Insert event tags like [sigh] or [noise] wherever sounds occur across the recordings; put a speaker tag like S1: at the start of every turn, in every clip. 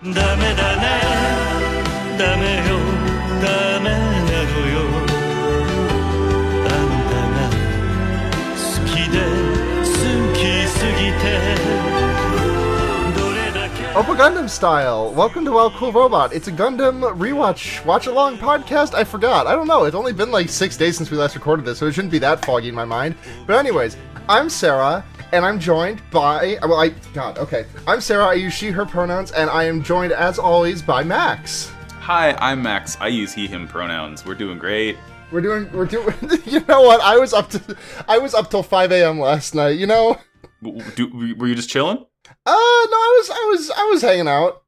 S1: ダメだねダメよダメなのよあんたが好きで好きすぎてどれだけ
S2: Opa Gundam style. Welcome to Wow Cool Robot. It's a Gundam rewatch, watch along podcast. I forgot. I don't know. It's only been like six days since we last recorded this, so it shouldn't be that foggy in my mind. But anyways, I'm Sarah, and I'm joined by well, I God, okay. I'm Sarah. I use she/her pronouns, and I am joined as always by Max.
S3: Hi, I'm Max. I use he, him pronouns. We're doing great.
S2: We're doing. We're doing. [laughs] You know what? I was up to. I was up till 5 a.m. last night. You know. Uh,
S3: W- w- Do, were you just chilling?
S2: no. I was. I was. I was hanging out.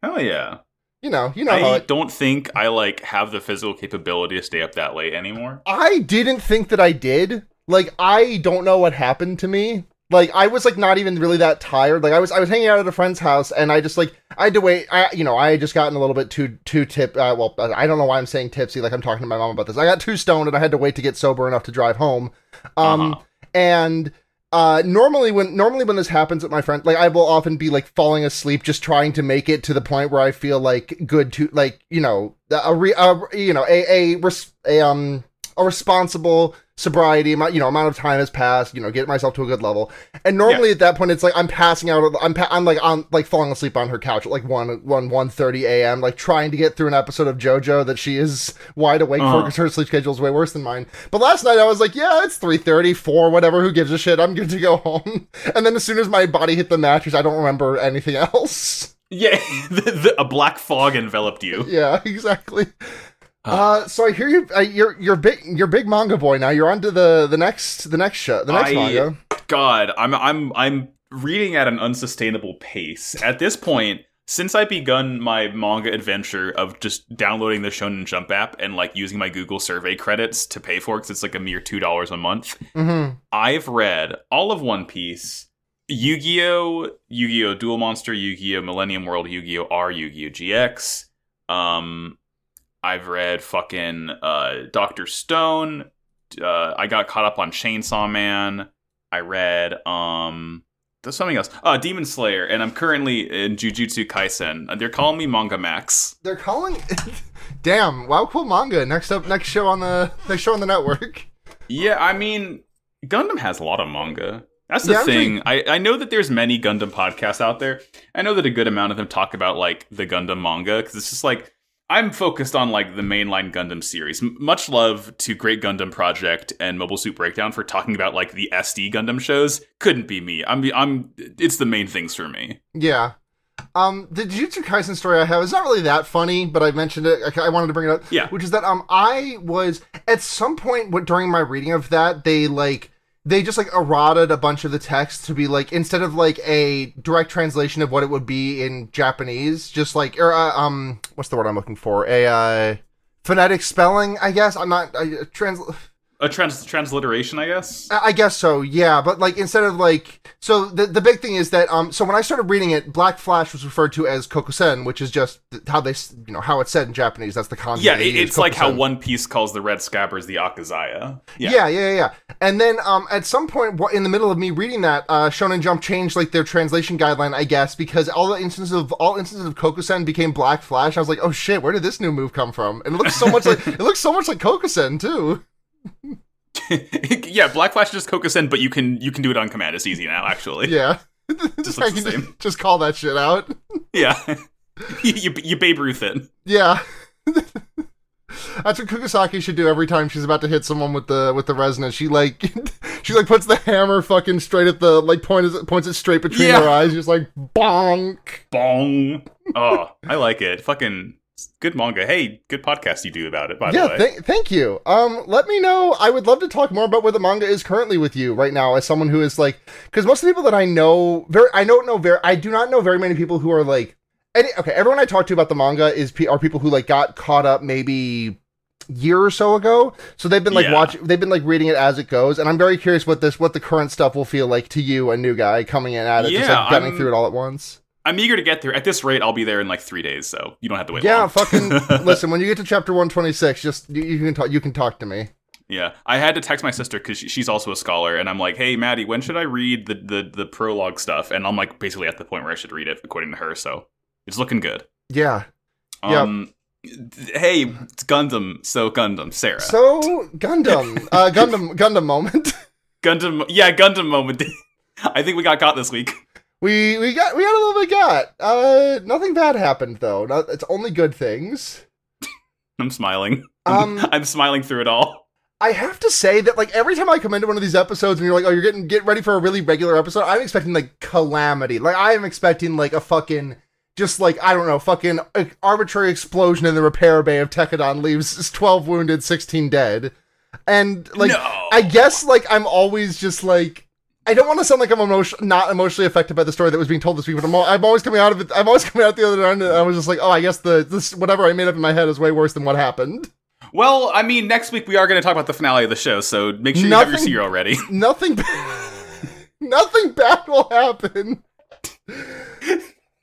S3: Hell yeah.
S2: You know. You know how
S3: I
S2: it.
S3: don't think I like have the physical capability to stay up that late anymore.
S2: I didn't think that I did. Like I don't know what happened to me. Like I was like not even really that tired. Like I was I was hanging out at a friend's house and I just like I had to wait. I you know I had just gotten a little bit too too tip. Uh, well I don't know why I'm saying tipsy. Like I'm talking to my mom about this. I got too stoned and I had to wait to get sober enough to drive home. Um
S3: Uh-huh.
S2: and. Uh, normally when normally when this happens at my friend like I will often be like falling asleep just trying to make it to the point where I feel like good to like you know a re a, you know a a, res- a um a responsible sobriety amount, you know, amount of time has passed, you know, get myself to a good level. And normally at that point, it's like I'm passing out. I'm pa- I'm like on like falling asleep on her couch at like one one one thirty a.m. Like trying to get through an episode of JoJo that she is wide awake for
S3: Uh-huh.
S2: because her sleep schedule is way worse than mine. But last night I was like, yeah, it's three thirty, four, whatever. Who gives a shit? I'm good to go [laughs] home. And then as soon as my body hit the mattress, I don't remember anything [laughs] else.
S3: Yeah, [laughs] the, the, a black fog enveloped you.
S2: Yeah, [laughs] exactly. Uh, so I hear you. Uh, you're you're big. You're big manga boy now. You're on to the the next the next show the next
S3: I-
S2: manga.
S3: God, I'm I'm I'm reading at an unsustainable pace. At this point, since I begun my manga adventure of just downloading the Shonen Jump app and like using my Google survey credits to pay for it, 'cause it's like a mere two dollars a month.
S2: Mm-hmm.
S3: I've read all of One Piece, Yu Gi Oh, Yu Gi Oh Dual Monster, Yu Gi Oh Millennium World, Yu Gi Oh R, Yu Gi Oh GX. Um, I've read fucking uh, Doctor Stone. Uh, I got caught up on Chainsaw Man. I read um, there's something else. Uh, Demon Slayer, and I'm currently in Jujutsu Kaisen. They're calling me Manga Max.
S2: They're calling. [laughs] Damn! Wow, cool manga. Next up, next show on the next show on the network.
S3: Yeah, I mean, Gundam has a lot of manga. That's the
S2: Yeah, I'm
S3: thing. I, I know that there's many Gundam podcasts out there. I know that a good amount of them talk about like the Gundam manga because it's just like I'm focused on like the mainline Gundam series. M- much love to Great Gundam Project and Mobile Suit Breakdown for talking about like the SD Gundam shows. Couldn't be me. I'm I'm. It's the main things for me.
S2: Yeah. Um, the Jujutsu Kaisen story I have is not really that funny, but I mentioned it. I, I wanted to bring it up.
S3: Yeah.
S2: Which is that um, I was at some point what- during my reading of that they like they just like eroded a bunch of the text to be like instead of like a direct translation of what it would be in Japanese, just like or uh, um, what's the word I'm looking for? A uh, phonetic spelling, I guess. I'm not I, uh, trans.
S3: A trans transliteration, I guess.
S2: I I guess so, yeah. But like instead of like, so the the big thing is that um, so when I started reading it, Black Flash was referred to as Kokusen, which is just th- how they s- you know how it's said in Japanese. That's the kanji.
S3: Yeah,
S2: they
S3: it,
S2: use,
S3: it's like how
S2: Kokusen.
S3: One Piece calls the Red Scabbers the Akazaya.
S2: Yeah. yeah, yeah, yeah. And then um, at some point wh- in the middle of me reading that, uh, Shonen Jump changed like their translation guideline, I guess, because all the instances of all instances of Kokusen became Black Flash. I was like, oh shit, where did this new move come from? And it looks so much
S3: [laughs]
S2: like it looks so much like Kokusen too. [laughs]
S3: [laughs] yeah, Black Flash is Kokusen, but you can you can do it on command. It's easy now, actually.
S2: Yeah,
S3: Just
S2: [laughs] I
S3: looks
S2: can just,
S3: the same.
S2: just call that shit out.
S3: Yeah. [laughs] you, you you Babe Ruth it.
S2: Yeah. That's what Kugasaki should do every time she's about to hit someone with the with the resonance. She like [laughs] she like puts the hammer fucking straight at the like point is, points it straight between
S3: Yeah.
S2: her eyes, just like bonk.
S3: Bong. Oh, I like it. Fucking good manga. Hey, good podcast you do about it. By the
S2: yeah,
S3: way.
S2: th- thank you. Um, let me know. I would love to talk more about where the manga is currently with you right now, as someone who is like, because most of the people that I know, very, I don't know very, I do not know very many people who are like, any, okay, everyone I talk to about the manga is pe- are people who like got caught up maybe year or so ago, so they've been like
S3: Yeah.
S2: watching, they've been like reading it as it goes, and I'm very curious what this, what the current stuff will feel like to you, a new guy coming in at it, just
S3: Yeah,
S2: like gunning
S3: I'm-
S2: through it all at once.
S3: I'm eager to get there. At this rate, I'll be there in like three days, so you don't have to wait.
S2: Yeah,
S3: long. [laughs]
S2: fucking listen. When you get to chapter 126, just you, you can talk, you can talk to me.
S3: Yeah, I had to text my sister because she's also a scholar, and I'm like, "Hey, Maddie, when should I read the, the the prologue stuff?" And I'm like, basically at the point where I should read it, according to her. So It's looking good.
S2: Yeah. Yep.
S3: Um, th- Hey, it's Gundam. So Gundam, Sarah.
S2: So Gundam, uh, Gundam, Gundam moment. [laughs]
S3: Gundam. Yeah, Gundam moment. [laughs] I think we got got this week. [laughs]
S2: We we got we got a little bit got. Uh, nothing bad happened though. No, it's only good things.
S3: I'm smiling.
S2: Um,
S3: [laughs] I'm smiling through it all.
S2: I have to say that like every time I come into one of these episodes and you're like, oh, you're getting get ready for a really regular episode, I'm expecting like calamity. Like I am expecting like a fucking just like I don't know, fucking uh, arbitrary explosion in the repair bay of Tekadon leaves [laughs] twelve wounded, sixteen dead, and like
S3: no.
S2: I guess like I'm always just like I don't want to sound like I'm emotion- not emotionally affected by the story that was being told this week, but I'm, al- I'm always coming out of it. I'm always [laughs] coming out the other end. And I was just like, oh, I guess the this whatever I made up in my head is way worse than what happened.
S3: Well, I mean, next week we are going to talk about the finale of the show, so make sure you have your
S2: Nothing-
S3: cereal ready.
S2: Nothing, ba- [laughs] nothing bad will happen.
S3: [laughs]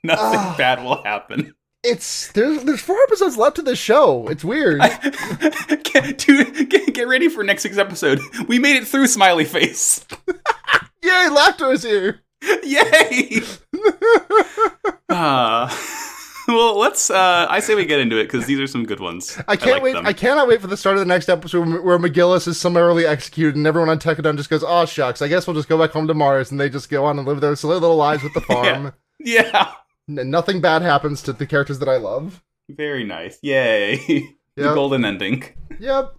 S3: Nothing
S2: Ah.
S3: bad will happen. [laughs]
S2: It's there's there's four episodes left of this show. It's weird.
S3: get, dude, get, get ready for next week's episode. We made it through smiley face. [laughs]
S2: Yay, laughter is here. [laughs]
S3: Yay! uh, [laughs] well, let's. Uh, I say we get into it because these are some good ones.
S2: I can't
S3: like
S2: wait.
S3: them.
S2: I cannot wait for the start of the next episode where, where McGillis is summarily executed, and everyone on Tekadon just goes, "Oh shucks, I guess we'll just go back home to Mars," and they just go on and live their silly little lives
S3: [laughs]
S2: with the farm.
S3: yeah.
S2: N- nothing bad happens to the characters that I love.
S3: Very nice. Yay. [laughs] The
S2: Yep.
S3: golden ending.
S2: Yep.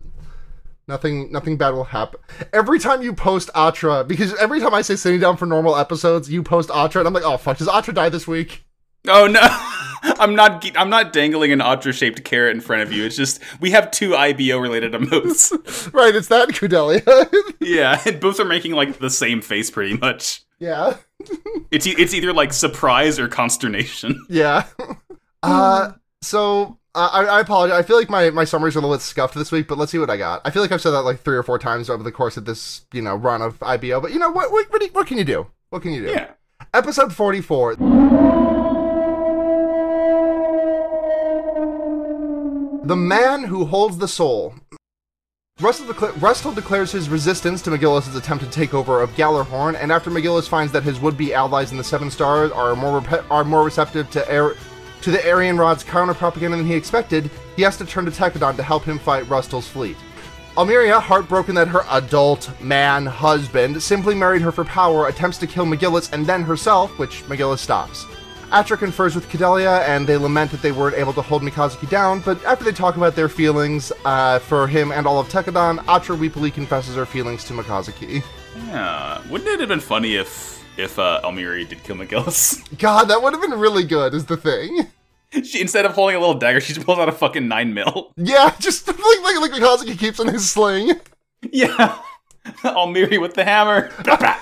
S2: Nothing nothing bad will happen. Every time you post Atra, because every time I say sitting down for normal episodes, you post Atra, and I'm like, oh fuck, does Atra die this week?
S3: Oh no. [laughs] I'm not. ge- I'm not dangling an otter-shaped carrot in front of you. It's just we have two IBO-related emotes.
S2: [laughs] Right, it's that Kudelia.
S3: yeah, [laughs] and both are making like the same face, pretty much.
S2: [laughs] yeah.
S3: It's e- it's either like surprise or consternation. [laughs]
S2: Yeah. [laughs] Uh so uh, I, I apologize. I feel like my, my summaries are a little bit scuffed this week, but let's see what I got. I feel like I've said that like three or four times over the course of this, you know, run of IBO. But you know what? What, what, do you- what can you do? What can you do?
S3: Yeah.
S2: Episode forty-four. The man who holds the soul. Russell, decla- Russell declares his resistance to McGillis' attempted takeover of Gallerhorn, and after McGillis finds that his would-be allies in the Seven Stars are more rep- are more receptive to air- to the Aryan Rod's counter-propaganda than he expected, he has to turn to Tekadon to help him fight Russell's fleet. Almiria, heartbroken that her adult man husband simply married her for power, attempts to kill McGillis and then herself, which McGillis stops. Atra confers with Cadelia, and they lament that they weren't able to hold Mikazuki down, but after they talk about their feelings uh, for him and all of Tekadon, Atra weepily confesses her feelings to Mikazuki.
S3: Yeah. Wouldn't it have been funny if if uh, Elmiri did kill McGillis?
S2: God, that would have been really good, is the thing.
S3: [laughs] she instead of holding a little dagger, she pulls out a fucking nine mil. [laughs]
S2: Yeah, [laughs] just like, like, like Mikazuki keeps in his sling.
S3: Yeah. [laughs] Almiri with the hammer. [laughs] Bah, bah.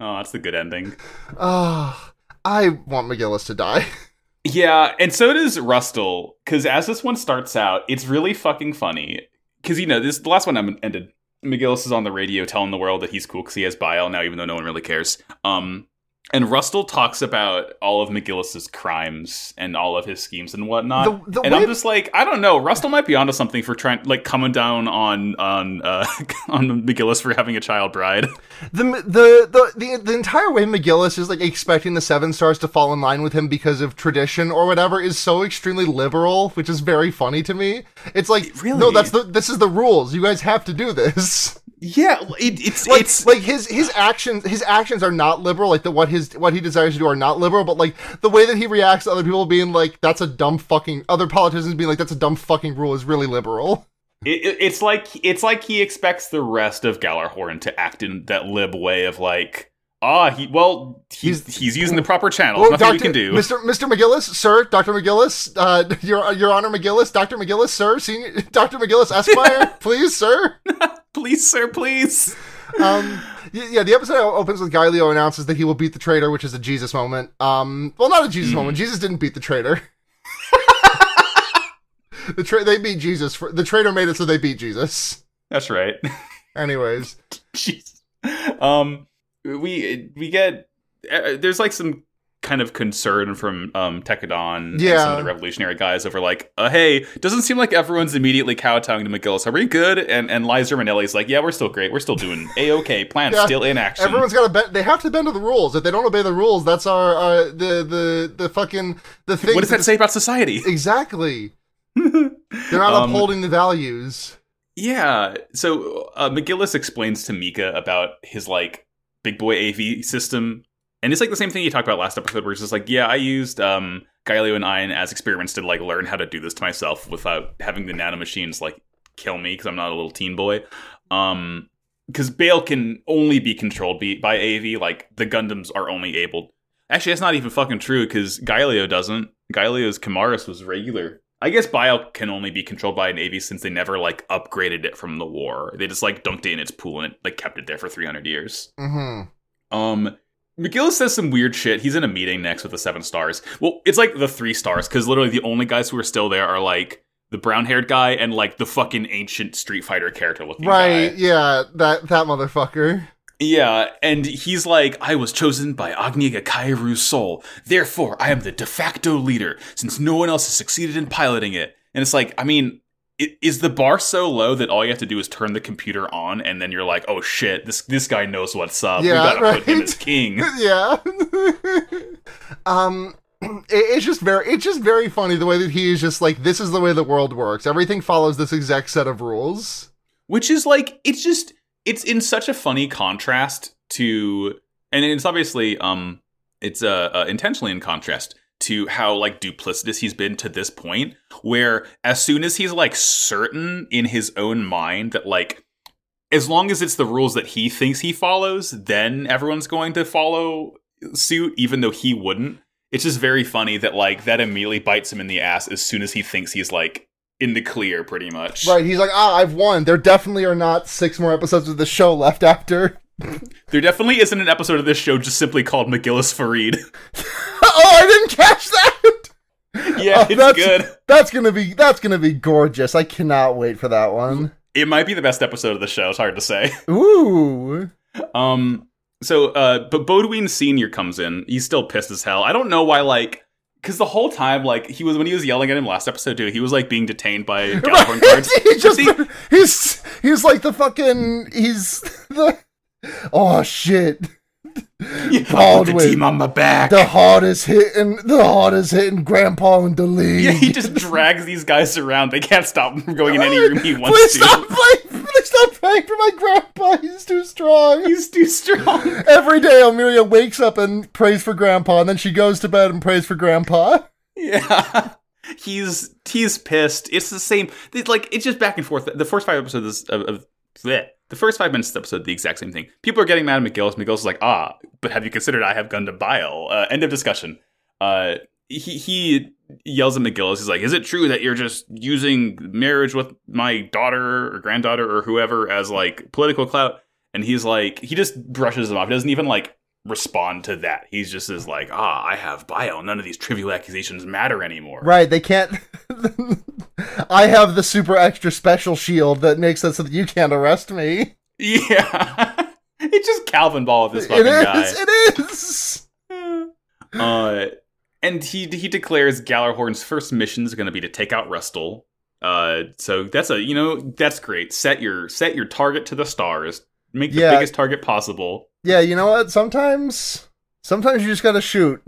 S3: oh, that's the good ending.
S2: Ah, I want McGillis to die. [laughs]
S3: Yeah, and so does Rustle, because as this one starts out, it's really fucking funny. Because you know, this the last one I'm ended. McGillis is on the radio telling the world that he's cool because he has bile now, even though no one really cares. Um, and Rustle talks about all of McGillis's crimes and all of his schemes and whatnot.
S2: The- the
S3: and I'm
S2: way-
S3: just like, I don't know. Rustle might be onto something for trying, like, coming down on on uh, [laughs] on McGillis for having a child bride.
S2: the the the the, the entire way McGillis is like expecting the seven stars to fall in line with him because of tradition or whatever is so extremely liberal, which is very funny to me. It's like
S3: Really?
S2: no, that's the this is the rules. You guys have to do this. [laughs]
S3: Yeah, it, it's
S2: Like, like his his actions his actions are not liberal. Like the what his what he desires to do are not liberal, but like the way that he reacts to other people being like that's a dumb fucking other politicians being like that's a dumb fucking rule is really liberal.
S3: It, it- it's like it's like he expects the rest of Gallarhorn to act in that lib way of like, ah, he well, he's he's,
S2: He's-
S3: using the proper channels.
S2: Well,
S3: Nothing we
S2: Dr.
S3: can do.
S2: Mr. Mr. McGillis, sir, Dr. McGillis, uh, [laughs] your your honor McGillis, Dr. McGillis, sir, senior, [laughs] Dr. McGillis,
S3: [laughs]
S2: Esquire, please, sir.
S3: [laughs] Please, sir, please.
S2: Um, y- yeah, the episode opens with Guy Leo announces that he will beat the traitor, which is a Jesus moment. Um, well, not a
S3: Mm-hmm.
S2: Jesus moment. Jesus didn't beat the traitor. [laughs] the tra- they beat Jesus. For- the traitor made it so they beat Jesus.
S3: That's right. [laughs]
S2: Anyways,
S3: Jeez. Um, we we get uh, there's like some kind of concern from um, Tekadon and
S2: Yeah.
S3: some of the revolutionary guys over like, uh, hey, doesn't seem like everyone's immediately kowtowing to McGillis. Are we good? And and Liza Minnelli's like, yeah, we're still great. We're still doing a okay. Plan's
S2: [laughs] Yeah.
S3: still in action.
S2: Everyone's got to bend. They have to bend to the rules. If they don't obey the rules, that's our uh, the the the fucking the thing.
S3: what does that say about society?
S2: Exactly. They're not
S3: Um,
S2: upholding the values.
S3: Yeah. So uh, McGillis explains to Mika about his like big boy AV system, and it's like the same thing you talked about last episode, where it's just like, yeah, I used um, Galileo and Ion as experiments to like learn how to do this to myself without having the nanomachines like kill me because I'm not a little teen boy. Um, because Bale can only be controlled be- by AV. Like the Gundams are only able. Actually, that's not even fucking true because Galileo doesn't. Galileo's Kimaris was regular. I guess Bile can only be controlled by an AV since they never like upgraded it from the war. They just like dumped it in its pool and like kept it there for 300 years.
S2: hmm
S3: Um, McGillis says some weird shit. He's in a meeting next with the seven stars. Well, it's like the three stars because literally the only guys who are still there are like the brown haired guy and like the fucking ancient Street Fighter character looking
S2: Right?
S3: guy.
S2: Yeah. That that motherfucker. [laughs]
S3: Yeah, and he's like, I was chosen by Agni Gakairu's soul. Therefore, I am the de facto leader since no one else has succeeded in piloting it. And it's like, I mean, i- is the bar so low that all you have to do is turn the computer on and then you're like, oh shit, this this guy knows what's up.
S2: Yeah,
S3: we gotta put him
S2: right.
S3: as king.
S2: [laughs] yeah. um, it, it's just very, it's just very funny the way that he is just like, this is the way the world works. Everything follows this exact set of rules.
S3: which is like it's just it's in such a funny contrast to and it's obviously um it's uh, uh intentionally in contrast to how like duplicitous he's been to this point where as soon as he's like certain in his own mind that like as long as it's the rules that he thinks he follows then everyone's going to follow suit even though he wouldn't it's just very funny that like that immediately bites him in the ass as soon as he thinks he's like in the clear pretty much
S2: Right? He's like, ah, I've won. There definitely are not six more episodes of the show left after. [laughs]
S3: There definitely isn't an episode of this show just simply called McGillis
S2: [laughs]
S3: Farid.
S2: oh, I didn't catch that.
S3: yeah,
S2: Oh,
S3: it's
S2: that's-
S3: good.
S2: That's gonna be that's gonna be gorgeous. I cannot wait for that one.
S3: It might be the best episode of the show. It's hard to say. [laughs]
S2: Ooh.
S3: Um, so, uh, but Bodwin Senior comes in. He's still pissed as hell. I don't know why, like, because the whole time, like, he was when he was yelling at him last episode too. He was like being
S2: [laughs]
S3: detained by California guards.
S2: he just
S3: See,
S2: [laughs] he's he's like the fucking he's the oh shit
S3: yeah, put the
S2: Baldwin.
S3: team on my back.
S2: the hardest hitting the hardest hitting grandpa in the league.
S3: [laughs] yeah,
S2: [laughs]
S3: he just drags these guys around. They can't stop him from going in any room he wants
S2: please
S3: to.
S2: stop playing. Please stop playing for my grandpa. He's too strong.
S3: [laughs] He's too strong. [laughs]
S2: Every day, Almiria wakes up and prays for grandpa, and then she goes to bed and prays for grandpa.
S3: Yeah. He's he's pissed. It's the same. It's like it's just back and forth. The first five episodes of, of bleh. the first five minutes of the episode, the exact same thing. People are getting mad at McGillis. McGillis is like, ah, but have you considered I have Gundam Bile? Uh, end of discussion. Uh, he he yells at McGillis. He's like, is it true that you're just using marriage with my daughter or granddaughter or whoever as like political clout? And he's like, he just brushes him off. He doesn't even like respond to that. He's just is like, ah, I have bio. None of these trivial accusations matter anymore.
S2: Right, they can't. [laughs] I have the super extra special shield that makes it so that you can't arrest me.
S3: Yeah. [laughs] it's just Calvin Ball with this fucking
S2: It is.
S3: guy.
S2: It is.
S3: [laughs] uh, and he he declares Gallerhorn's first mission is going to be to take out Rustle. Uh, so that's a you know that's great. Set your set your target to the stars. Make the
S2: Yeah.
S3: biggest target possible.
S2: Yeah, you know what? Sometimes, sometimes you just gotta shoot.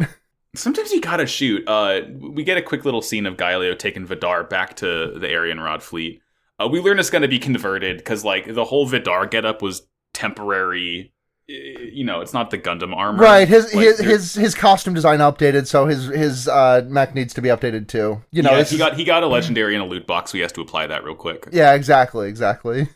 S3: Sometimes you gotta shoot. Uh, we get a quick little scene of Galileo taking Vidar back to the Aryan Rod fleet. Uh, we learn it's gonna be converted because like the whole Vidar getup was temporary. eh, You know, it's not the Gundam [laughs] armor.
S2: Right. His
S3: Like,
S2: his,
S3: they're-
S2: his his costume design updated, so his his uh, mech needs to be updated too. You know.
S3: yeah,
S2: this
S3: he
S2: is-
S3: got he got a legendary and a loot box. So he has to apply that real quick.
S2: yeah. Exactly. Exactly.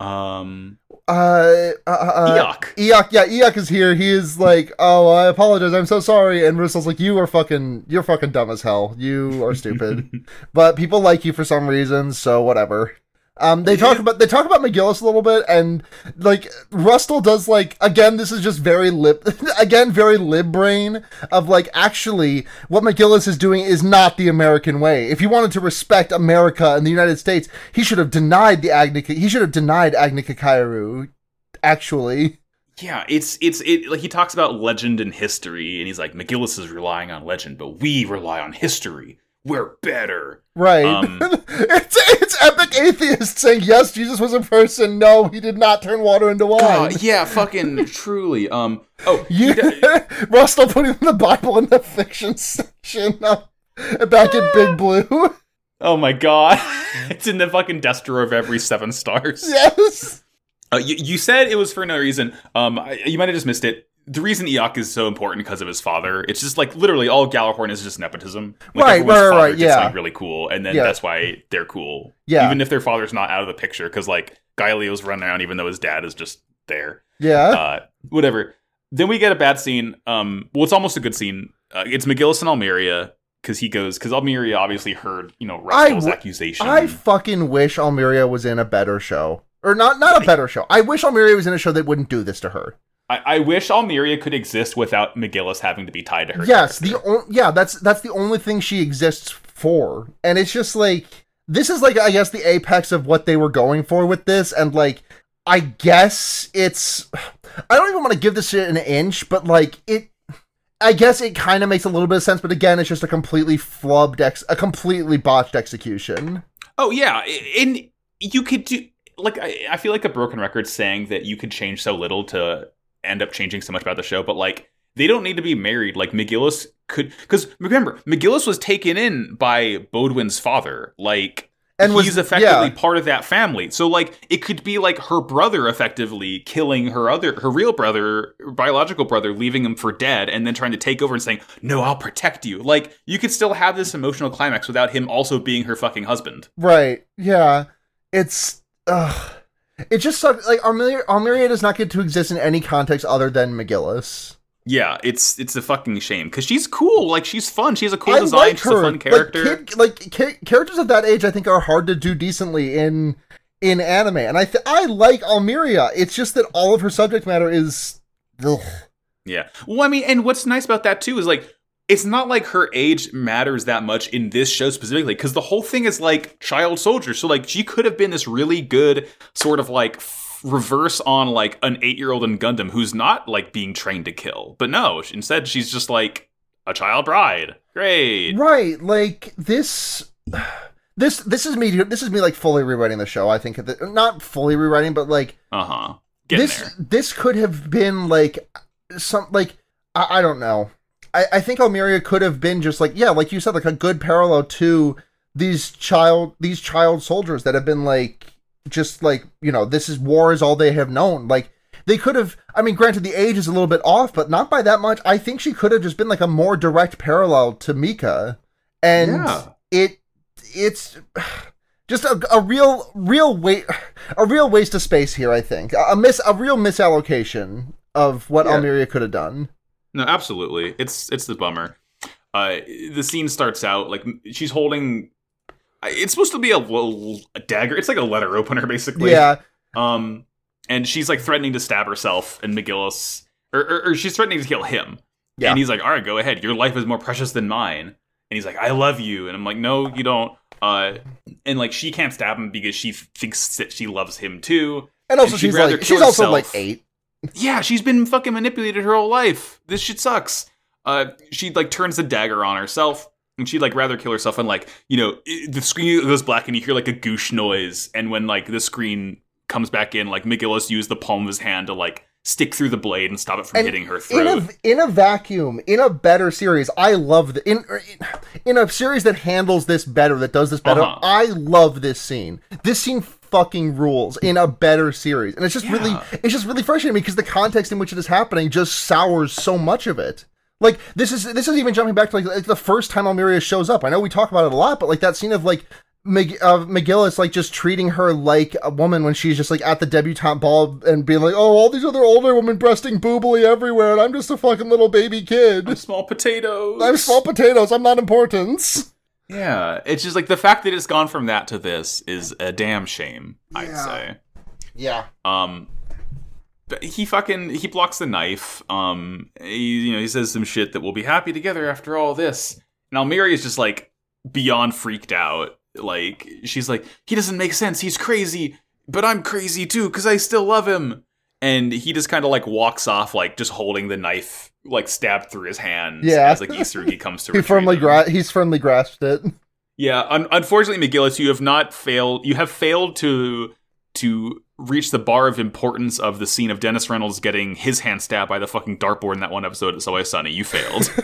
S3: Um,
S2: Uh. uh, uh
S3: yuck.
S2: Eok, yeah, Eok is here. He is like, oh, I apologize. I'm so sorry. And Russell's like, you are fucking, you're fucking dumb as hell. You are stupid. but people like you for some reason, so whatever. Um, they talk about they talk about McGillis a little bit, and like Rustle does like again. This is just very lib, [laughs] again very lib brain of like actually what McGillis is doing is not the American way. If he wanted to respect America and the United States, he should have denied the Agni. He should have denied Agni Kakairu. Actually,
S3: Yeah, it's it's it like he talks about legend and history, and he's like McGillis is relying on legend, but we rely on history. We're better.
S2: Right.
S3: Um,
S2: [laughs] it's it's epic atheist saying yes, Jesus was a person. No, he did not turn water into wine.
S3: God, Uh, yeah, fucking truly. Um. Oh,
S2: [laughs]
S3: he
S2: You,
S3: d-
S2: [laughs] Russell putting the Bible in the fiction [laughs] section of, back in
S3: [laughs]
S2: Big Blue. [laughs]
S3: oh my god, [laughs] it's in the fucking Destro of every seven stars.
S2: yes.
S3: Uh, you, you said it was for no reason. Um, I, you might have just missed it. The reason Eoc is so important because of his father. It's just like literally all Gallahorn is just nepotism. Like,
S2: Right,
S3: everyone's
S2: right, right,
S3: father
S2: right,
S3: did
S2: yeah.
S3: something really cool, and then
S2: Yeah.
S3: that's why they're cool.
S2: Yeah.
S3: even if their father's not out of the picture, because like Galileo's running around, even though his dad is just there.
S2: Yeah.
S3: Uh, whatever. Then we get a bad scene. Um, well, it's almost a good scene. Uh, it's McGillis and Almeria because he goes because Almeria obviously heard you know Rascal's
S2: w-
S3: accusation.
S2: I fucking wish Almeria was in a better show. Or not not a better show. I wish Almeria was in a show that wouldn't do this to her.
S3: I, I wish Almeria could exist without McGillis having to be tied to her.
S2: yes,
S3: character.
S2: the o- yeah, that's that's the only thing she exists for. And it's just like this is like I guess the apex of what they were going for with this and like I guess it's I don't even want to give this shit an inch, but like it I guess it kind of makes a little bit of sense, but again, it's just a completely flubbed ex a completely botched execution.
S3: Oh yeah, i- and you could do like I, I feel like a broken record saying that you could change so little to end up changing so much about the show, but like they don't need to be married. Like McGillis could because remember McGillis was taken in by Bodwin's father, like.
S2: And
S3: And
S2: was-
S3: he's effectively
S2: yeah.
S3: part of that family, so like it could be like her brother effectively killing her other, her real brother, her biological brother, leaving him for dead, and then trying to take over and saying, "No, I'll protect you." Like you could still have this emotional climax without him also being her fucking husband.
S2: Right. Yeah. It's ugh. It just sucks. Like Almeria, Almeria does not get to exist in any context other than McGillis.
S3: Yeah, it's it's a fucking shame because she's cool. Like she's fun. She has a cool
S2: I
S3: design.
S2: like
S3: she's
S2: her.
S3: a fun character.
S2: Like, kid, like ca- characters of that age, I think are hard to do decently in in anime. And I th- I like Almeria. It's just that all of her subject matter is ugh.
S3: yeah. Well, I mean, and what's nice about that too is like it's not like her age matters that much in this show specifically because the whole thing is like child soldier. So like she could have been this really good sort of like f- reverse on like an eight year old in Gundam who's not like being trained to kill. But no, she- instead she's just like a child bride. Great.
S2: right. Like this. [sighs] This this is me. This is me like fully rewriting the show. I think at the- not fully rewriting, but like
S3: Uh huh. Getting
S2: this
S3: there.
S2: this could have been like some like I, I don't know. I, I think Almeria could have been just like yeah, like you said, like a good parallel to these child these child soldiers that have been like just like you know this is war is all they have known. Like they could have. I mean, granted the age is a little bit off, but not by that much. I think she could have just been like a more direct parallel to Mika, and
S3: Yeah.
S2: it it's just a, a real real wait a real waste of space here i think a a miss a real misallocation of what
S3: Yeah.
S2: almeria could have done
S3: No, absolutely. It's it's the bummer. Uh, the scene starts out like m- she's holding. I- It's supposed to be a, l- a dagger. It's like a letter opener, basically.
S2: yeah
S3: Um, and she's like threatening to stab herself, and McGillis, or, or, or she's threatening to kill him.
S2: Yeah.
S3: And he's like, "All right, go ahead. Your life is more precious than mine." And he's like, "I love you," and I'm like, "No, you don't." Uh, and like she can't stab him because she thinks that she loves him too.
S2: and also
S3: And she'd
S2: she's
S3: rather
S2: like
S3: kill
S2: she's also
S3: herself.
S2: like eight
S3: Yeah, she's been fucking manipulated her whole life. This shit sucks. Uh, she like turns the dagger on herself, and she'd like rather kill herself. And like you know, i the screen goes black, and you hear like a goosh noise. And when like the screen comes back in, like Miguelos used the palm of his hand to like stick through the blade and stop it from
S2: And
S3: hitting her
S2: in
S3: throat.
S2: a in a vacuum in a better series i love the in er, in a series that handles this better that does this better
S3: Uh-huh.
S2: i love this scene this scene fucking rules in a better series and it's just really
S3: Yeah.
S2: it's just really frustrating because the context in which it is happening just sours so much of it like this is this is even jumping back to like, like the first time Almeria shows up. I know we talk about it a lot, but like that scene of like Mag- uh, McGillis like just treating her like a woman when she's just like at the debutante ball and being like, "Oh, all these other older women breasting boobily everywhere, and I'm just a fucking little baby kid.
S3: small potatoes.
S2: I'm small potatoes. I'm not important."
S3: Yeah, it's just like the fact that it's gone from that to this is a damn shame. I'd
S2: Yeah.
S3: say.
S2: Yeah,
S3: Um, but he fucking he blocks the knife. Um, he, you know he says some shit that we'll be happy together after all this. And Almiri is just like beyond freaked out. Like she's like he doesn't make sense. He's crazy, but I'm crazy too because I still love him. and he just kind of like walks off, like just holding the knife like stabbed through his hand.
S2: Yeah.
S3: as like Isurugi comes
S2: [laughs]
S3: to
S2: He
S3: retrieve
S2: firmly
S3: him.
S2: gra- he's firmly grasped it.
S3: Yeah, un- unfortunately, McGillis, you have not failed. You have failed to to reach the bar of importance of the scene of Dennis Reynolds getting his hand stabbed by the fucking dartboard in that one episode. It's always sunny. You failed.
S2: [laughs]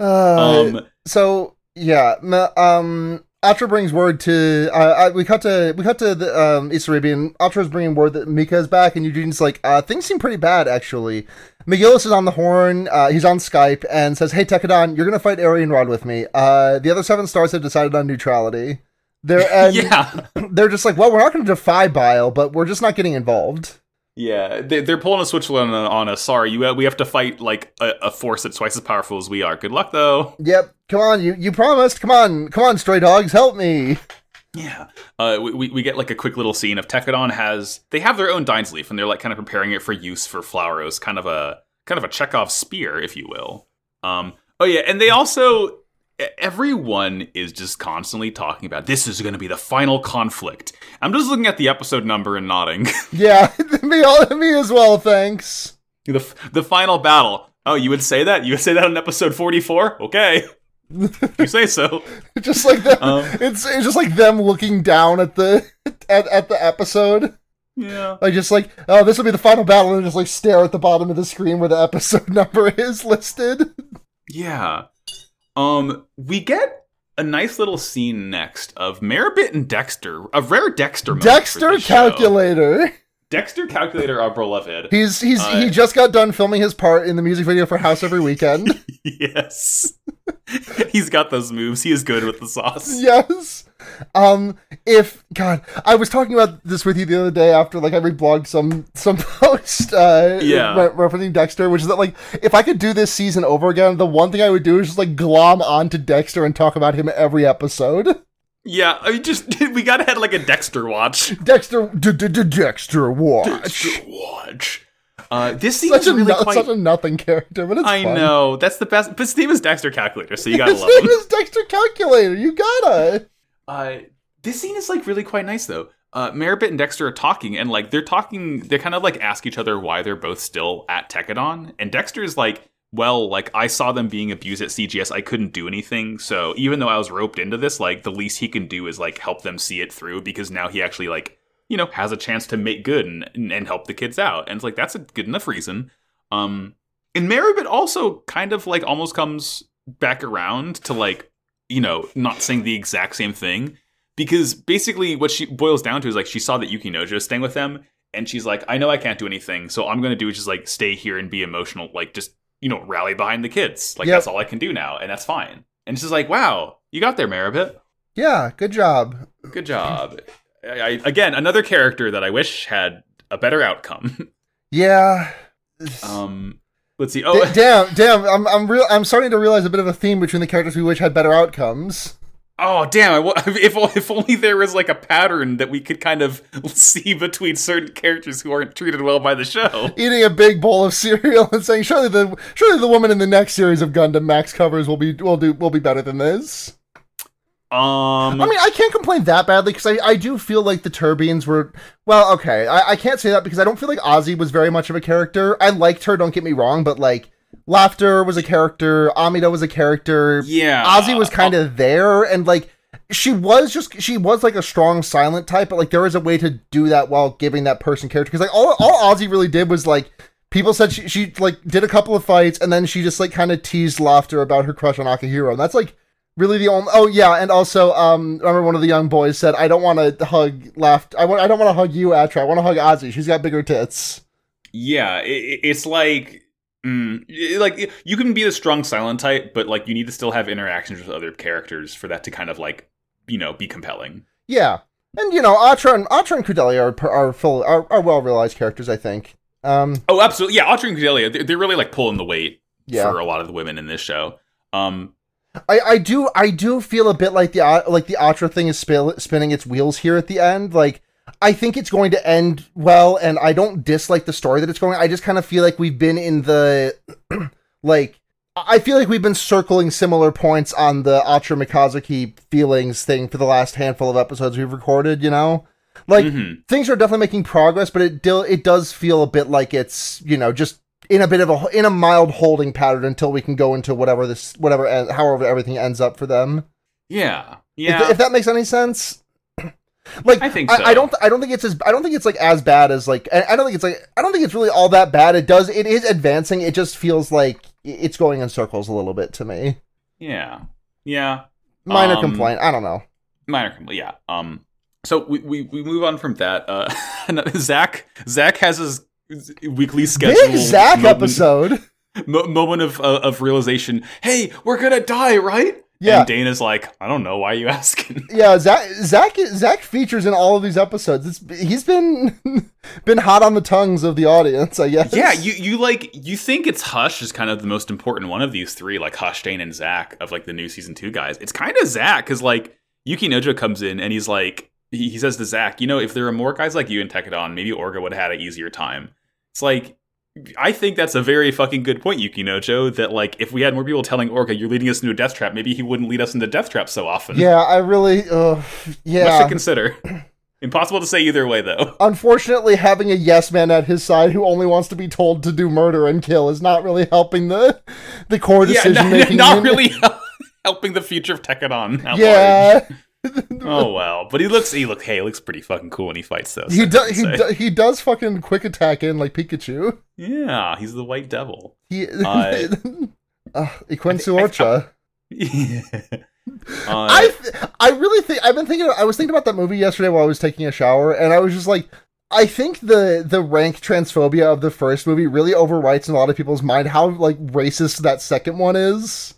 S2: Uh,
S3: um,
S2: so yeah, m- um, Atra brings word to uh, uh, we cut to we cut to the um, East Arabian. Atra's bringing word that Mika is back, and Eugene's like, uh, things seem pretty bad actually. McGillis is on the horn. Uh, he's on Skype and says, "Hey Tekadon, you're gonna fight Arian Rod with me. Uh, the other seven stars have decided on neutrality. They're and
S3: yeah,
S2: [laughs] they're just like, well, we're not gonna defy Bile, but we're just not getting involved.
S3: yeah. They, they're pulling a switch on, on us. Sorry, you we have to fight like a, a force that's twice as powerful as we are. Good luck though.
S2: Yep, come on, you you promised. Come on, come on, stray dogs, help me." [laughs]
S3: Yeah. Uh, we- we, we get like a quick little scene of Tekadon has they have their own Dines leaf and they're like kind of preparing it for use for Flowros, kind of a kind of a Chekhov spear, if you will. Um oh yeah, and they also e- everyone is just constantly talking about this is gonna be the final conflict. I'm just looking at the episode number and nodding. [laughs]
S2: Yeah, [laughs] me all me as well, thanks.
S3: the f- the final battle. Oh, you would say that? You would say that on episode 44? Okay. [laughs] If you say so.
S2: [laughs] Just like them,
S3: Um.
S2: it's it's just like them looking down at the [laughs] at, at the episode.
S3: Yeah.
S2: Like just like, oh, this will be the final battle, and just like stare at the bottom of the screen where the [laughs] episode number is listed.
S3: Yeah. Um, we get a nice little scene next of Maribit and Dexter, a rare Dexter. moment for
S2: Dexter
S3: this show.
S2: Calculator.
S3: Dexter calculator, our beloved.
S2: He's he's
S3: Uh,
S2: he just got done filming his part in the music video for House Every Weekend.
S3: [laughs] yes. [laughs] He's got those moves. He is good with the
S2: [laughs]
S3: sauce.
S2: yes. Um, if God, I was talking about this with you the other day after like I reblogged some some [laughs] post uh
S3: Yeah.
S2: re- referencing Dexter, which is that like if I could do this season over again, the one thing I would do is just like glom onto Dexter and talk about him every episode. [laughs]
S3: Yeah, I mean, just [laughs] we gotta have like a
S2: [laughs]
S3: Dexter watch.
S2: Dexter, d- d- d- Dexter, watch.
S3: Dexter watch. Uh, this scene
S2: Such
S3: is
S2: a
S3: really
S2: no-
S3: quite.
S2: such a nothing character, but it's
S3: I
S2: fun.
S3: know that's the best. But Steve is Dexter calculator, so
S2: [laughs]
S3: you gotta
S2: His
S3: love him.
S2: name is Dexter Calculator. You gotta.
S3: Uh, this scene is like really quite nice though. Uh, Maribit and Dexter are talking, and like they're talking, they kind of like ask each other why they're both still at Tekadon, and Dexter is like, "Well, like I saw them being abused at CGS, I couldn't do anything. So even though I was roped into this, like the least he can do is like help them see it through because now he actually like you know has a chance to make good and and, and help the kids out, and it's like that's a good enough reason." Um, and Maribit also kind of like almost comes back around to like you know, not saying the exact same thing. Because basically what she boils down to is like she saw that Yuki Nojo is staying with them and she's like, I know I can't do anything, so I'm gonna do is just like stay here and be emotional, like just, you know, rally behind the kids. Like
S2: Yep.
S3: that's all I can do now, and that's fine. And she's like, Wow, you got there, Maribit.
S2: Yeah, good job.
S3: Good job. I, I, again, another character that I wish had a better outcome. [laughs]
S2: Yeah.
S3: um let's see.
S2: D-
S3: [laughs] Oh
S2: damn, damn! I'm I'm real. I'm starting to realize a bit of a theme between the characters we wish had better outcomes.
S3: Oh damn! I wa- [laughs] If if only there was like a pattern that we could kind of [laughs] see between certain characters who aren't treated well by the show.
S2: Eating a big bowl of [laughs] cereal and saying, "Surely the surely the woman in the next series of Gundam Max covers will be will do will be better than this."
S3: Um,
S2: I mean, I can't complain that badly because I, I do feel like the Turbines were well, okay. I, I can't say that because I don't feel like Ozzy was very much of a character. I liked her, don't get me wrong, but like Laughter was a character, Amida was a character,
S3: yeah,
S2: Ozzy was kind of there, and like she was just she was like a strong silent type, but like there was a way to do that while giving that person character because like all all Ozzy really did was like people said she she like did a couple of fights and then she just like kind of teased laughter about her crush on Akihiro, and that's like really the only oh yeah and also um remember one of the young boys said i don't want to hug laughed i want i don't want to hug you atra i want to hug ozzy she's got bigger tits
S3: yeah. i- i it's like, mm, i- like you can be the strong silent type, but like you need to still have interactions with other characters for that to kind of like you know be compelling.
S2: yeah and you know atra and atra and kudelia are are full are, are well realized characters i think um
S3: Oh, absolutely. Yeah, Audrey and Cordelia, they're, they're really like pulling the weight
S2: yeah
S3: for a lot of the women in this show. Um,
S2: I, I do I do feel a bit like the uh, like the Atra thing is spill, spinning its wheels here at the end. Like I think it's going to end well, and I don't dislike the story that it's going. I just kind of feel like we've been in the [clears throat] like I feel like we've been circling similar points on the Atra Mikazuki feelings thing for the last handful of episodes we've recorded. You know, Like
S3: Mhm.
S2: things are definitely making progress, but it dil- it does feel a bit like it's you know just in a bit of a in a mild holding pattern until we can go into whatever this whatever en- however everything ends up for them.
S3: Yeah.
S2: If th-
S3: Yeah.
S2: If, that makes any sense. [clears throat] like
S3: I think so.
S2: I, don't I don't think it's as I don't think it's like as bad as like I, I don't think it's like I don't think it's really all that bad. It does it is advancing. It just feels like i- it's going in circles a little bit to me.
S3: yeah. Yeah.
S2: Minor
S3: Um,
S2: complaint. I don't know.
S3: minor complaint. Yeah. Um. So we, we, we move on from that. Uh, [laughs] another- Zach Zach has his weekly schedule.
S2: Big Zach
S3: [laughs]
S2: episode.
S3: Mo- moment of uh, of realization. Hey, we're gonna die, right?
S2: Yeah.
S3: And Dana's like, I don't know why you [laughs] asking.
S2: Yeah, Zach, Zach, Zach features in all of these episodes. It's, he's been [laughs] been hot on the tongues of the audience, I guess.
S3: yeah. You you like you think it's Hush is kind of the most important one of these three, like Hush, Dana, and Zach of like the new season two guys. It's kind of Zach because like Yuki Nojo comes in and he's like he, he says to Zach, you know, if there were more guys like you in Tekadon, maybe Orga would have had an easier time. It's like I think that's a very fucking good point, Yukinojo, that like if we had more people telling Orca, you're leading us into a death trap, maybe he wouldn't lead us into death trap so often.
S2: yeah, I really, uh,
S3: Much to
S2: yeah. [clears throat]
S3: consider. Impossible to say either way, though.
S2: Unfortunately, having a yes man at his side who only wants to be told to do murder and kill is not really helping the the core decision
S3: yeah, [laughs] not,
S2: making.
S3: not
S2: unit.
S3: really [laughs] helping the future of Tekadon. at large.
S2: Yeah,
S3: Oh well, but he looks. He look. Hey, he looks pretty fucking cool when he fights though. so
S2: he
S3: I
S2: does.
S3: would
S2: He,
S3: say.
S2: do- he does fucking quick attack in like Pikachu.
S3: Yeah, he's the
S2: [laughs]
S3: White Devil.
S2: He.
S3: Uh,
S2: Uh, Iquensu
S3: I think- I-
S2: Orcha.
S3: Uh,
S2: I th- I really think I've been thinking. I was thinking about that movie yesterday while I was taking a shower, and I was just like, I think the the rank transphobia of the first movie really overwrites in a lot of people's mind how like racist that second one is.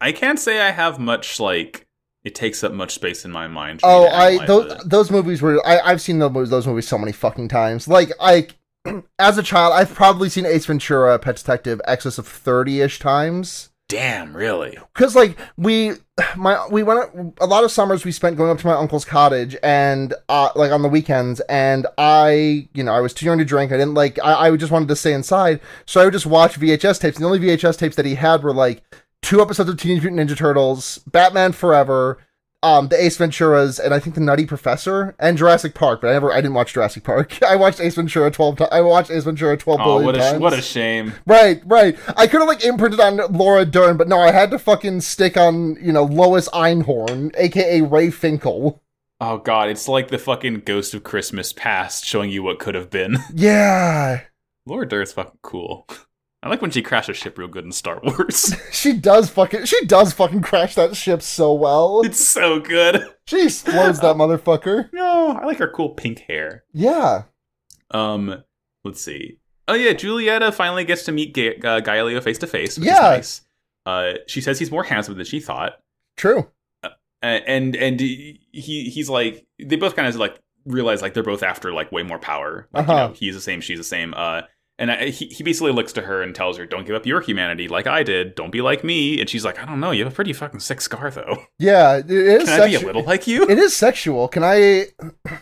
S3: I can't say I have much like. It takes up much space in my mind. for me
S2: Oh,
S3: to
S2: I
S3: analyze
S2: those
S3: it.
S2: those movies were I I've seen those movies, those movies so many fucking times. Like I. [clears throat] As a child, I've probably seen Ace Ventura, Pet Detective, excess of thirty-ish times.
S3: Damn, really?
S2: because like we my we went a lot of summers we spent going up to my uncle's cottage and uh like on the weekends and i you know i was too young to drink i didn't like i, I just wanted to stay inside so i would just watch vhs tapes and the only vhs tapes that he had were like two episodes of teenage mutant ninja turtles batman forever um the ace venturas and i think the nutty professor and jurassic park but i never i didn't watch jurassic park [laughs] i watched ace ventura 12 times i watched ace ventura 12
S3: Oh,
S2: billion
S3: what a
S2: times.
S3: sh- what a shame.
S2: Right, right. I could have like imprinted on Laura Dern, but no, I had to fucking stick on you know Lois Einhorn, aka Ray Finkel.
S3: Oh god, it's like the fucking ghost of Christmas past showing you what could have been. [laughs]
S2: Yeah,
S3: Laura Dern's fucking cool. I like when she crashes ship real good in Star [laughs] Wars.
S2: she does fucking she does fucking crash that ship so well.
S3: it's so good.
S2: She explodes [laughs] that motherfucker.
S3: No, I like her cool pink hair.
S2: Yeah,
S3: Um, let's see. Oh yeah, Julieta finally gets to meet Ga- uh, Galileo face to face, which
S2: Yeah.
S3: is nice. Uh, she says he's more handsome than she thought,
S2: true.
S3: A- and and he he's like they both kind of like realize like they're both after like way more power. Like you
S2: Uh-huh.
S3: know, he's the same, she's the same. Uh, and I, he he basically looks to her and tells her, "Don't give up your humanity like I did. Don't be like me." And she's like, "I don't know. You have a pretty fucking sick scar though. [laughs]
S2: Yeah, it is.
S3: Can I be a
S2: sexu-
S3: little like you?"
S2: It is sexual. Can I? [clears throat]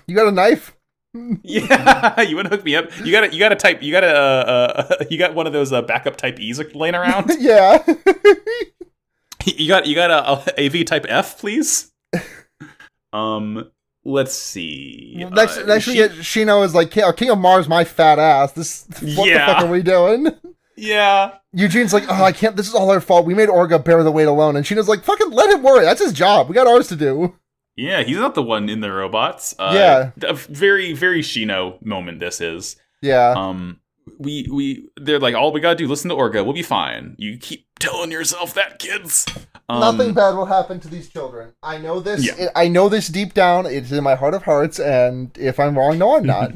S2: You got a knife?
S3: [laughs]
S2: [laughs]
S3: Yeah, you want to hook me up? You got to you got to type you got to uh, [laughs] uh, you got one of those uh, backup type E's laying around.
S2: yeah.
S3: [laughs] you got you got a, a AV type F, please. [laughs] Um, let's see.
S2: next,
S3: Uh,
S2: next
S3: she-
S2: we get Shino is like King, King of Mars, my fat ass. This [laughs] what
S3: Yeah.
S2: the fuck are we doing?
S3: yeah,
S2: Eugene's like, oh, I can't. This is all our fault. We made Orga bear the weight alone, and Sheena's like, fucking let him worry. That's his job. We got ours to do.
S3: yeah. He's not the one in the robots. Uh,
S2: Yeah.
S3: a very very Shino moment. This is.
S2: Yeah,
S3: Um, we we they're like all we gotta do. Listen to Orga. We'll be fine. You keep telling yourself that, kids. Um,
S2: nothing bad will happen to these children. I know this.
S3: Yeah.
S2: I know this deep down. It's in my heart of hearts, and if I'm wrong, no, I'm
S3: [laughs]
S2: not.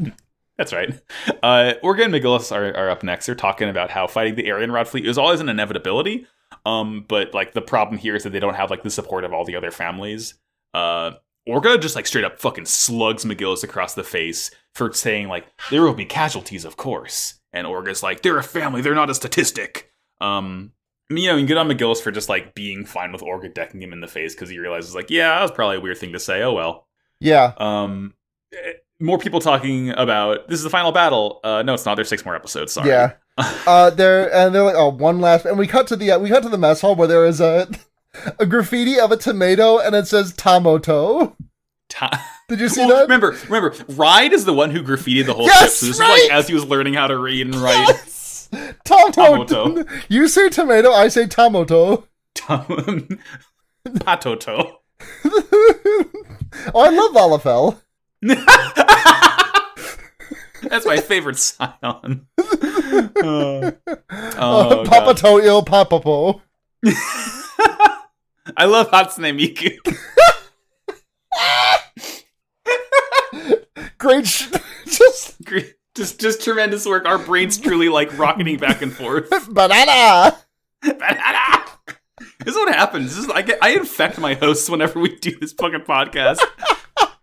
S3: That's right. Uh, Orga and Megillus are, are up next. They're talking about how fighting the Aryan Rod fleet is always an inevitability. Um, but like the problem here is that they don't have like the support of all the other families. Uh, Orga just like straight up fucking slugs Megillus across the face for saying like there will be casualties, of course. And Orga's like they're a family, they're not a statistic. Um, you know, you can get on McGillis for just like being fine with Orga decking him in the face because he realizes like yeah, that was probably a weird thing to say. Oh well.
S2: yeah,
S3: Um, eh, more people talking about this is the final battle. Uh, no, it's not. There's six more episodes. Sorry. [laughs]
S2: yeah. Uh, they're and they're like, oh, one last, and we cut to the uh, we cut to the mess hall where there [laughs] is a a graffiti of a tomato, and it says Tamoto.
S3: Ta- [laughs]
S2: Did you see
S3: Well,
S2: that?
S3: remember, remember, Ride is the one who graffitied the whole
S2: Yes,
S3: ship. So this
S2: right!
S3: is like as he was learning how to read and write.
S2: Yes! Tomato.
S3: Tomato.
S2: [laughs] You say tomato, I say tomato.
S3: [laughs] Tom- [laughs] Patoto.
S2: oh, I love falafel.
S3: That's my
S2: [laughs]
S3: favorite sign-on. Uh, oh,
S2: uh, [laughs] Papa
S3: God.
S2: toe ill Papa po.
S3: I love Hatsune Miku. [laughs]
S2: Great, sh- [laughs] just
S3: Gre- Just, just tremendous work. Our brains truly like rocketing back and forth.
S2: banana.
S3: Banana! This is what happens. This is, I, get, I infect my hosts whenever we do this fucking podcast.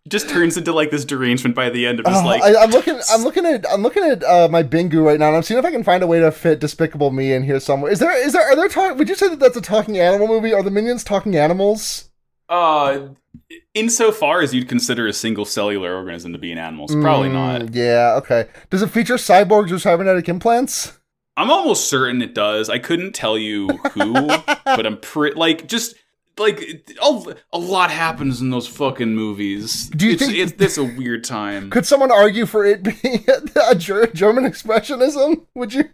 S3: It just turns into like this derangement by the end of just
S2: Oh,
S3: like
S2: I, I'm looking. I'm looking at. I'm looking at uh, my Bingu right now, and I'm seeing if I can find a way to fit Despicable Me in here somewhere. Is there? Is there? Are there? Talk- Would you say that that's a talking animal movie? Are the minions talking animals?
S3: uh insofar as you'd consider a single cellular organism to be an animal, it's probably not.
S2: Mm, Yeah. Okay. Does it feature cyborgs or cybernetic implants?
S3: I'm almost certain it does. I couldn't tell you who,
S2: [laughs]
S3: but I'm pretty like just like it- a, a lot happens in those fucking movies.
S2: Do you
S3: it's,
S2: think-
S3: it's, it's a weird time?
S2: Could someone argue for it [laughs] being a ger- German expressionism? Would you?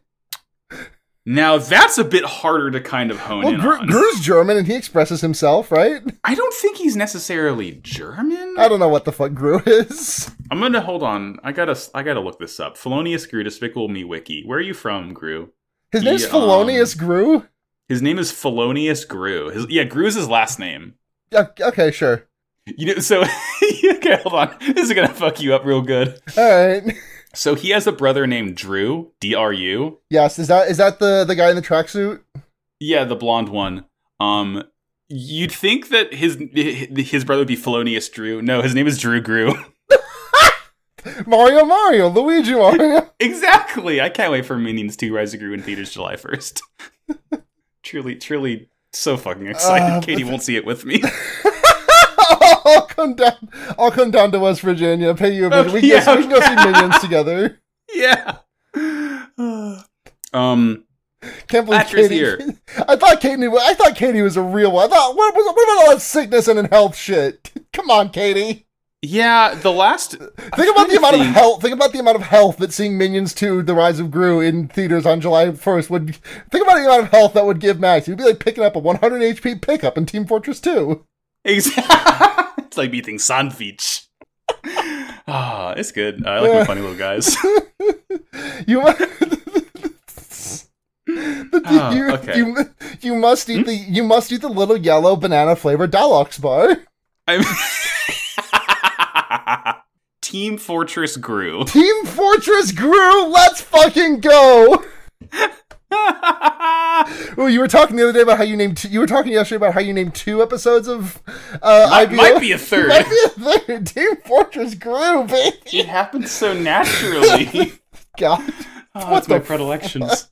S3: now that's a bit harder to kind of hone
S2: Well,
S3: in
S2: Gr-
S3: on.
S2: Gru's German, and he expresses himself, right?
S3: I don't think he's necessarily German.
S2: I don't know what the fuck Gru [laughs] is.
S3: I'm gonna hold on. I gotta I gotta look this up. Felonious Gru, Despicable Me Wiki. Where are you from, Gru?
S2: His name's
S3: Yeah, um,
S2: Felonious Gru.
S3: His name is Felonious Gru. His, yeah, Gru's his last name.
S2: Yeah, okay, sure.
S3: You know, so [laughs] okay, hold on. This is gonna fuck you up real good.
S2: All right.
S3: So he has a brother named Drew, D R U.
S2: [laughs] Yes, is that is that the the guy in the tracksuit?
S3: Yeah, the blonde one. Um, you'd think that his his brother would be Felonious Drew. No, his name is Drew Grew.
S2: Mario, Mario, Luigi, Mario. [laughs]
S3: exactly. I can't wait for Minions Two: Rise of Gru in theaters July first. [laughs] truly, truly, so fucking excited.
S2: Uh,
S3: Katie won't see it
S2: [laughs]
S3: with me.
S2: I'll come down. I'll come down to West Virginia. Pay you a visit. we, can
S3: Okay,
S2: go, we can go see
S3: okay.
S2: Minions together.
S3: yeah. [sighs] um.
S2: Can't believe
S3: Thatcher's
S2: Katie.
S3: here.
S2: [laughs] I thought Katie. wa- I thought Katie was a real one. I thought what, what, what about all that sickness and health shit? [laughs] Come on, Katie.
S3: Yeah. The last. [laughs]
S2: Think about the amount
S3: think-
S2: of health. Think about the amount of health that seeing Minions 2: The Rise of Gru in theaters on July 1st would. Think about the amount of health that would give Max. He'd be like picking up a 100 HP pickup in Team Fortress 2.
S3: Exactly. it's like beating sandwich. [laughs] Ah, it's good. I like my funny little guys. [laughs]
S2: You. [laughs] mu- The-
S3: Ah,
S2: you,
S3: okay. Hmm?
S2: you mu- you must eat the you must eat the little yellow banana flavored Dalox bar.
S3: I'm [laughs] Team Fortress [laughs] grew.
S2: Team Fortress Gru, let's fucking go!
S3: my,
S2: Oh, you were talking the other day about how you named two, you were talking yesterday about how you named two episodes of uh, IBO.
S3: might be a
S2: [laughs]
S3: third.
S2: Might be a third. Team Fortress Gru, baby.
S3: It happened so naturally.
S2: God.
S3: Oh,
S2: What
S3: it's my
S2: the
S3: predilections.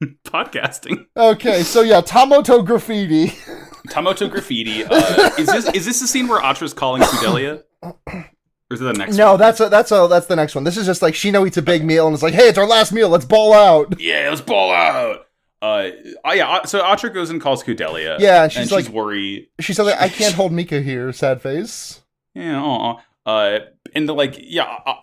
S2: [laughs]
S3: Podcasting.
S2: Okay, so yeah, Tomoto Graffiti. [laughs]
S3: Tomoto graffiti. Uh, is this is this the scene where Atra's calling Fidelia? Or is it the next
S2: No,
S3: one?
S2: that's a, that's a, that's the next one. This is just like Shino eats a big meal and it's like, hey, it's our last meal. Let's ball out.
S3: Yeah, let's ball out. Uh, oh, yeah. So Atra goes and calls Kudelia.
S2: Yeah, and she's
S3: and
S2: like-
S3: she's worried.
S2: She said, like, I can't hold Mika here. Sad face.
S3: yeah, aw. uh, and the, like, yeah, uh,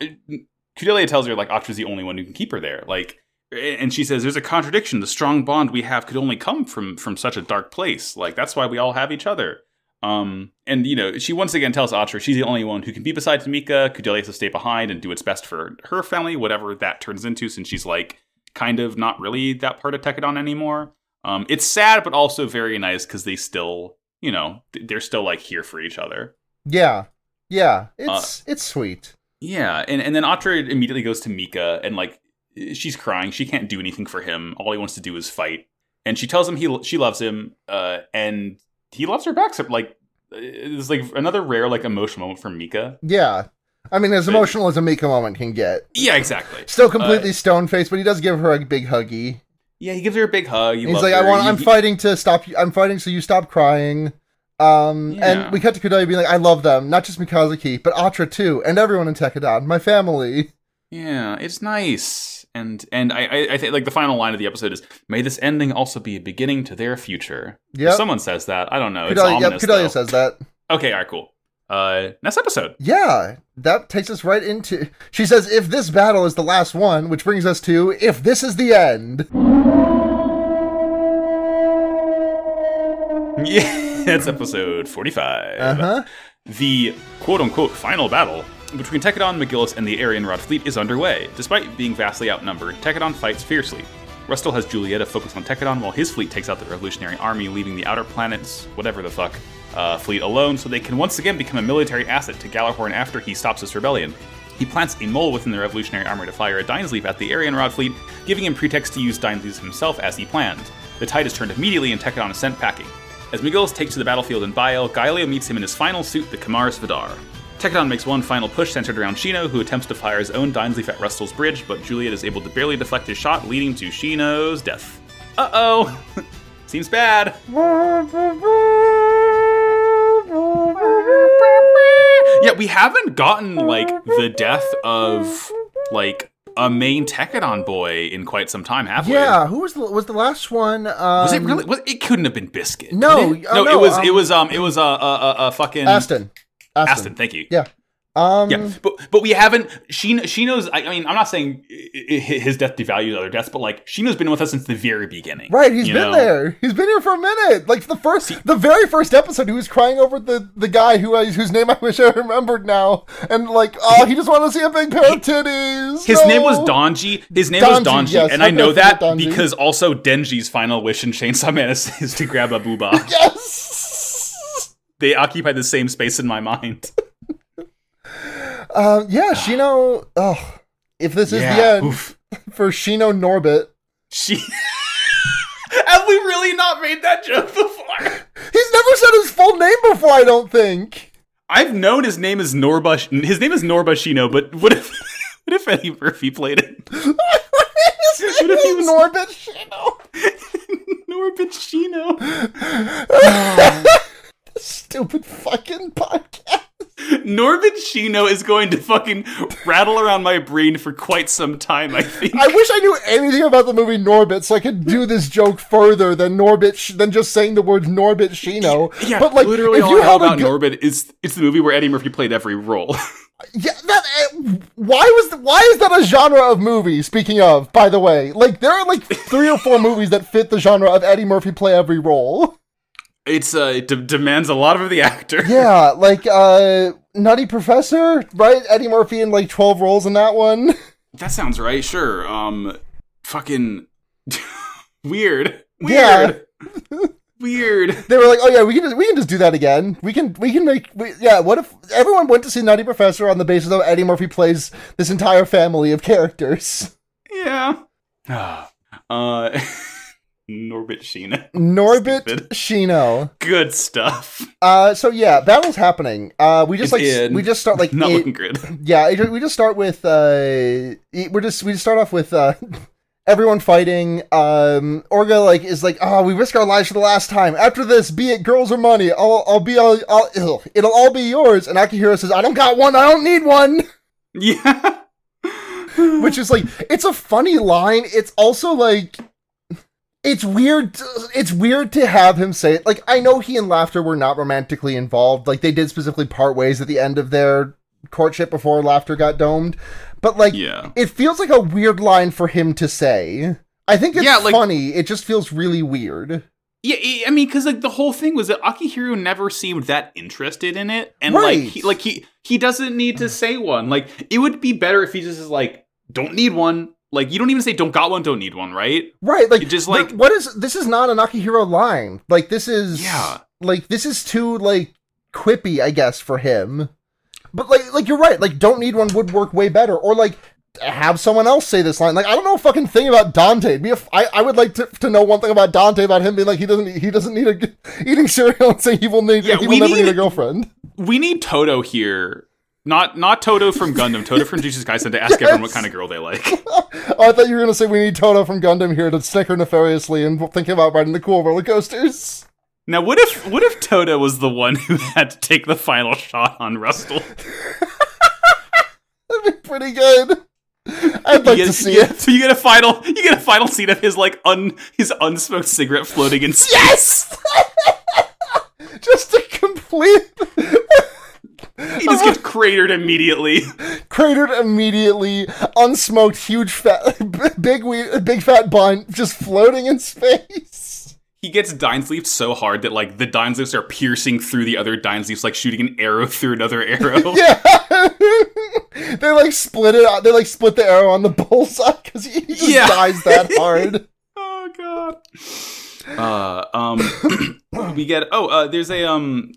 S3: Kudelia tells her like Atra's the only one who can keep her there, like, and she says there's a contradiction. The strong bond we have could only come from from such a dark place. Like that's why we all have each other. Um, and you know, she once again tells Atra she's the only one who can be beside Tamika. Kudelia has to stay behind and do its best for her family, whatever that turns into, since she's like kind of not really that part of Tekadon anymore. Um, it's sad, but also very nice because they still, you know, th- they're still like here for each other.
S2: Yeah, yeah. It's
S3: Uh,
S2: it's sweet.
S3: Yeah, and and then Atra immediately goes to Mika and like she's crying. She can't do anything for him. All he wants to do is fight. And she tells him he she loves him, uh, and he loves her back. Except like it's like another rare like emotional moment from Mika.
S2: Yeah. I mean, as
S3: But-
S2: emotional as a Mika moment can get.
S3: Yeah, exactly.
S2: Still completely stone faced, but he does give her a big huggy.
S3: Yeah, he gives her a big hug. He
S2: He's
S3: loves
S2: like,
S3: her.
S2: I want.
S3: He-
S2: I'm
S3: he-
S2: fighting to stop. you I'm fighting so you stop crying. Um,
S3: Yeah.
S2: and we cut to Kudelia being like, I love them, not just Mikazuki, but Atra too, and everyone in Tekadon, my family.
S3: Yeah, it's nice. And and I I, I think like the final line of the episode is, "May this ending also be a beginning to their future." If
S2: Yep.
S3: Someone says that. I don't know. It's
S2: Kudelia, yep,
S3: ominous.
S2: Kudelia
S3: though.
S2: says that.
S3: Okay, all right, cool. Uh, uh, next episode.
S2: Yeah, that takes us right into. She says, if this battle is the last one, which brings us to if this is the end.
S3: Yeah, [laughs] that's episode 45.
S2: Uh huh.
S3: The quote unquote final battle between Tekadon, McGillis, and the Aryan Rod fleet is underway. Despite being vastly outnumbered, Tekadon fights fiercely. Rustle has Julieta focus on Tekadon while his fleet takes out the Revolutionary Army, leaving the Outer Planets, whatever the fuck, uh, fleet alone so they can once again become a military asset to Galahorn after he stops his rebellion. He plants a mole within the Revolutionary Army to fire a Dines Leap at the Aryan Rod fleet, giving him pretext to use Dines Leaps himself as he planned. The tide is turned immediately and Tekadon is sent packing. As McGillis takes to the battlefield in Bile, Galio meets him in his final suit, the Kamaris Vidar. Tekadon makes one final push centered around Shino, who attempts to fire his own Dines Leaf at Rustl's bridge, but Juliet is able to barely deflect his shot, leading to Shino's death. Uh oh! [laughs] Seems bad! Yeah, we haven't gotten, like, the death of, like, a main Tekadon boy in quite some time, have we?
S2: Yeah, who was the, was the last one? Um,
S3: Was it really? Was, it couldn't have been Biscuit.
S2: No,
S3: could it?
S2: oh,
S3: no,
S2: no,
S3: it was.
S2: um,
S3: it was. Um, it was a uh, uh, uh, fucking
S2: Aston. Aston.
S3: Aston, Thank you.
S2: Yeah. Um,
S3: Yeah, but but we haven't. She Shino's. I, I mean, I'm not saying i- i- his death devalues other deaths, but like Shino's been with us since the very beginning.
S2: Right, he's
S3: you
S2: been
S3: know?
S2: there. He's been here for a minute. Like the first, the very first episode, he was crying over the the guy who I, whose name I wish I remembered now, and like, oh, he just wanted to see a big pair of titties.
S3: His
S2: No.
S3: name was Donji. His name was
S2: Donji,
S3: Donji,
S2: yes,
S3: and
S2: I
S3: I know
S2: forgot
S3: that
S2: Donji.
S3: because also Denji's final wish in Chainsaw Man is, [laughs] is to grab
S2: [laughs]
S3: a booba.
S2: Yes.
S3: they occupy the same space in my mind. [laughs]
S2: Um, yeah, Shino. Oh, if this is the end
S3: Oof.
S2: [laughs] for Shino Norbit,
S3: She. [laughs] Have we really not made that joke before?
S2: he's never said his full name before. I don't think. [laughs]
S3: I've known his name is Norba. His name is Norba Shino, but what if, [laughs] what if Eddie Murphy played it? [laughs]
S2: his
S3: What
S2: name
S3: if he
S2: is
S3: was-
S2: Norbit Shino. [laughs]
S3: Norba Shino.
S2: Stupid fucking podcast.
S3: Norbit Shino is going to fucking rattle around my brain for quite some time, I think.
S2: I wish I knew anything about the movie Norbit so I could do this joke further than Norbit sh- than just saying the words Norbit Shino.
S3: yeah,
S2: but like
S3: literally
S2: if
S3: all
S2: you
S3: I know
S2: held a
S3: about
S2: gu-
S3: Norbit is it's the movie where Eddie Murphy played every role. [laughs]
S2: yeah, that, eh, why was th- why is that a genre of movie? Speaking of, by the way, like there are like three or four movies that fit the genre of Eddie Murphy play every role.
S3: it's uh, it de- demands a lot of the actor.
S2: Yeah, like uh Nutty Professor, right? Eddie Murphy in like twelve roles in that one.
S3: [laughs]
S2: [laughs]
S3: That sounds right. Sure. Um, fucking [laughs] weird. Weird.
S2: Yeah.
S3: Weird.
S2: They were like, "Oh yeah, we can just, we can just do that again. We can we can make we, yeah. What if everyone went to see Nutty Professor on the basis of Eddie Murphy plays this entire family of characters?
S3: Yeah. [sighs] uh, [laughs] Norbit Sheena.
S2: Norbit
S3: Stupid.
S2: Shino.
S3: Good stuff.
S2: Uh, so yeah, battle's happening. Uh, we just
S3: It's
S2: like s-
S3: in.
S2: we just start like
S3: [laughs] Not
S2: it-
S3: looking good.
S2: yeah. It, we just start with uh, it- we're just we just start off with uh. [laughs] Everyone fighting. Um, Orga like is like, oh, we risk our lives for the last time. After this, be it girls or money, I'll, I'll be, all, I'll, ugh, it'll all be yours. And Akihiro says, I don't got one. I don't need one. [laughs]
S3: Yeah.
S2: which is like it's a funny line it's also like it's weird it's weird to have him say it like i know he and laughter were not romantically involved like they did specifically part ways at the end of their courtship before laughter got domed but like
S3: Yeah.
S2: it feels like a weird line for him to say i think it's
S3: Yeah, like-
S2: funny it just feels really weird
S3: Yeah, I- I mean, because like the whole thing was that Akihiro never seemed that interested in it, and
S2: Right.
S3: like, he, like he he doesn't need to say one. Like, it would be better if he just is like, "Don't need one." Like, you don't even say "Don't got one," "Don't need one," right?
S2: right like
S3: It just,
S2: the-
S3: like-
S2: what is this is not an akihiro line like this is
S3: Yeah.
S2: like this is too like quippy i guess for him but like like you're right like don't need one would work way better or like have someone else say this line like i don't know a fucking thing about dante It'd be a f- I, I would like to, to know one thing about dante about him being like he doesn't he doesn't need a g- eating cereal and saying he will need
S3: Yeah,
S2: he will
S3: we
S2: never need
S3: need-
S2: a girlfriend
S3: We need Toto here, not not Toto from Gundam, Toto [laughs] from Jesus Kaisen to ask everyone what kind of girl they like.
S2: oh, i thought you were gonna say we need toto from gundam here to snicker nefariously and think about riding the cool roller coasters
S3: Now, what if what if Toda was the one who [laughs] had to take the final shot on Rustle?
S2: that'd be pretty good i'd
S3: [laughs]
S2: like to
S3: you, get,
S2: see
S3: you,
S2: it
S3: get, you get a final you get a final scene of his like un his unsmoked cigarette
S2: [laughs]
S3: floating in space.
S2: Yes! Just a complete.
S3: cratered immediately. [laughs]
S2: Cratered immediately, unsmoked, huge fat, [laughs] big weed, big fat bun, just floating in space. [laughs]
S3: He gets Dine's Leaf so hard that like the Dine's Leafs are piercing through the other Dine's Leafs, like shooting an arrow through another arrow.
S2: Yeah, [laughs] they like split it. out- They like split the arrow on the [laughs] bullseye because he just
S3: Yeah.
S2: dies that hard.
S3: Oh god. Uh, um, we get oh, uh, there's a um,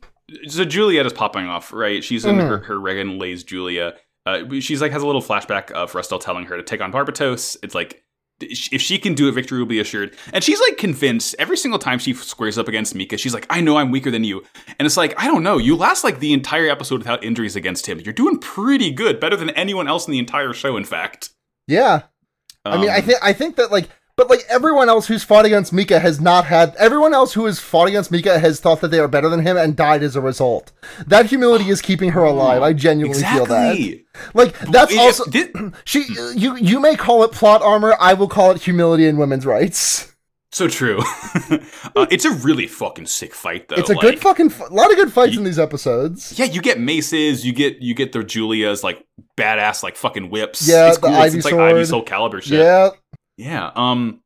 S3: so Juliet is popping off, right? She's in
S2: Mhm.
S3: her, her Regan lays Julia. Uh, she's like has a little flashback of Rustel telling her to take on Barbatos. It's like if she can do it, victory will be assured. And she's like convinced every single time she squares up against Mika, she's like, I know I'm weaker than you. And it's like, I don't know. You last like the entire episode without injuries against him. You're doing pretty good, better than anyone else in the entire show, in fact.
S2: yeah, I mean, I
S3: Um,
S2: think I think that like, but like everyone else who's fought against Mika has not had everyone else who has fought against Mika has thought that they are better than him and died as a result. That humility is keeping her alive. I genuinely feel that.
S3: exactly.
S2: Like that's
S3: It-
S2: also
S3: thi-
S2: she. You you may call it plot armor. I will call it humility and women's rights.
S3: So true. [laughs] uh, it's a really fucking sick fight, though.
S2: It's a
S3: like,
S2: good fucking f- lot of good fights
S3: You-
S2: in these episodes.
S3: yeah, you get maces, you get you get the Julia's like badass like fucking whips.
S2: Yeah,
S3: it's
S2: the
S3: It's,
S2: Ivy
S3: it's like Ivy
S2: Sword.
S3: Soul Caliber shit.
S2: Yeah.
S3: Yeah. Um.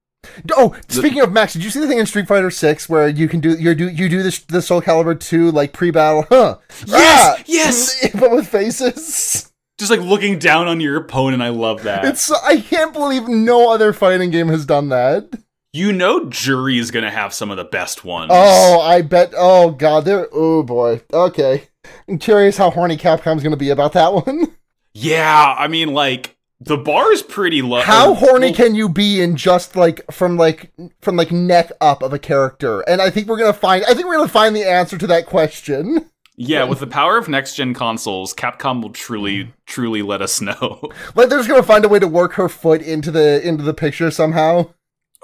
S2: Oh, speaking of Max, did you see the thing in Street Fighter Six where you can do you do you do this the Soul Calibur two like pre battle? Huh?
S3: Yes,
S2: Ah!
S3: yes!
S2: [laughs] but with faces.
S3: Just like looking down on your opponent,
S2: [laughs]
S3: I love that.
S2: It's I can't believe no other fighting game has done that.
S3: you know, Jury is gonna have some of the best ones.
S2: Oh, I bet. Oh god, they're oh boy. Okay, I'm curious how horny Capcom's going to be about that
S3: [laughs]
S2: one.
S3: yeah. I mean, like the bar is pretty low.
S2: how
S3: uh,
S2: horny
S3: well,
S2: can you be in just like from like from like neck up of a character? And I think we're gonna find. I think we're gonna find the answer to that question.
S3: Yeah, with the power of next gen consoles, Capcom will truly, truly let us know. [laughs]
S2: Like they're just gonna find a way to work her foot into the into the picture
S3: [laughs]
S2: somehow.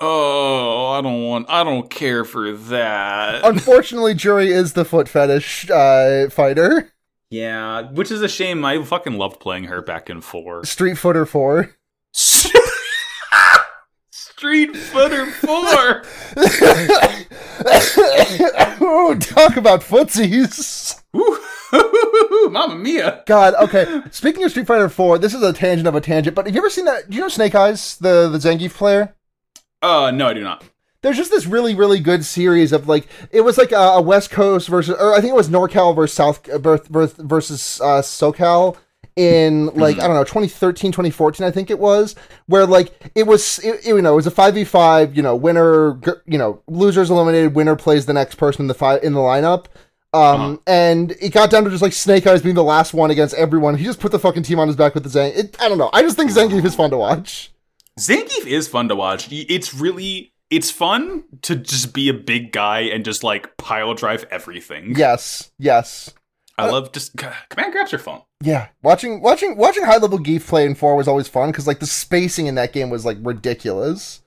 S3: Oh, I don't want. I don't care for that.
S2: Unfortunately, Jury is the foot fetish uh, fighter.
S3: yeah, which is a shame. I fucking loved playing her back in four.
S2: Street Footer Four.
S3: Street Footer Four.
S2: oh, talk about footsies.
S3: Woo. Mamma mia.
S2: God, okay. Speaking of Street Fighter 4, this is a tangent of a tangent, but have you ever seen that? Do you know Snake Eyes, the, the Zangief player?
S3: Uh, no, I do not.
S2: There's just this really, really good series of like, it was like a, a West Coast versus, or I think it was NorCal versus South, uh, birth- birth- versus uh, SoCal in like, I don't know, 2013, 2014, I think it was, where like, it was, it, it, you know, it was a 5v5, you know, winner, gr- you know, losers eliminated, winner plays the next person in the fi- in the lineup. Um, and it got down to just like Snake Eyes being the last one against everyone. He just put the fucking team on his back with the Zang. It, I don't know. I just think Zangief is fun to watch.
S3: Zangief is fun to watch. Y- It's really, it's fun to just be a big guy and just like pile drive everything.
S2: Yes, yes,
S3: I love just c- command grabs are fun.
S2: yeah. Watching, watching, watching high level Geef play in four was always fun because like the spacing in that game was like
S3: [laughs]
S2: ridiculous.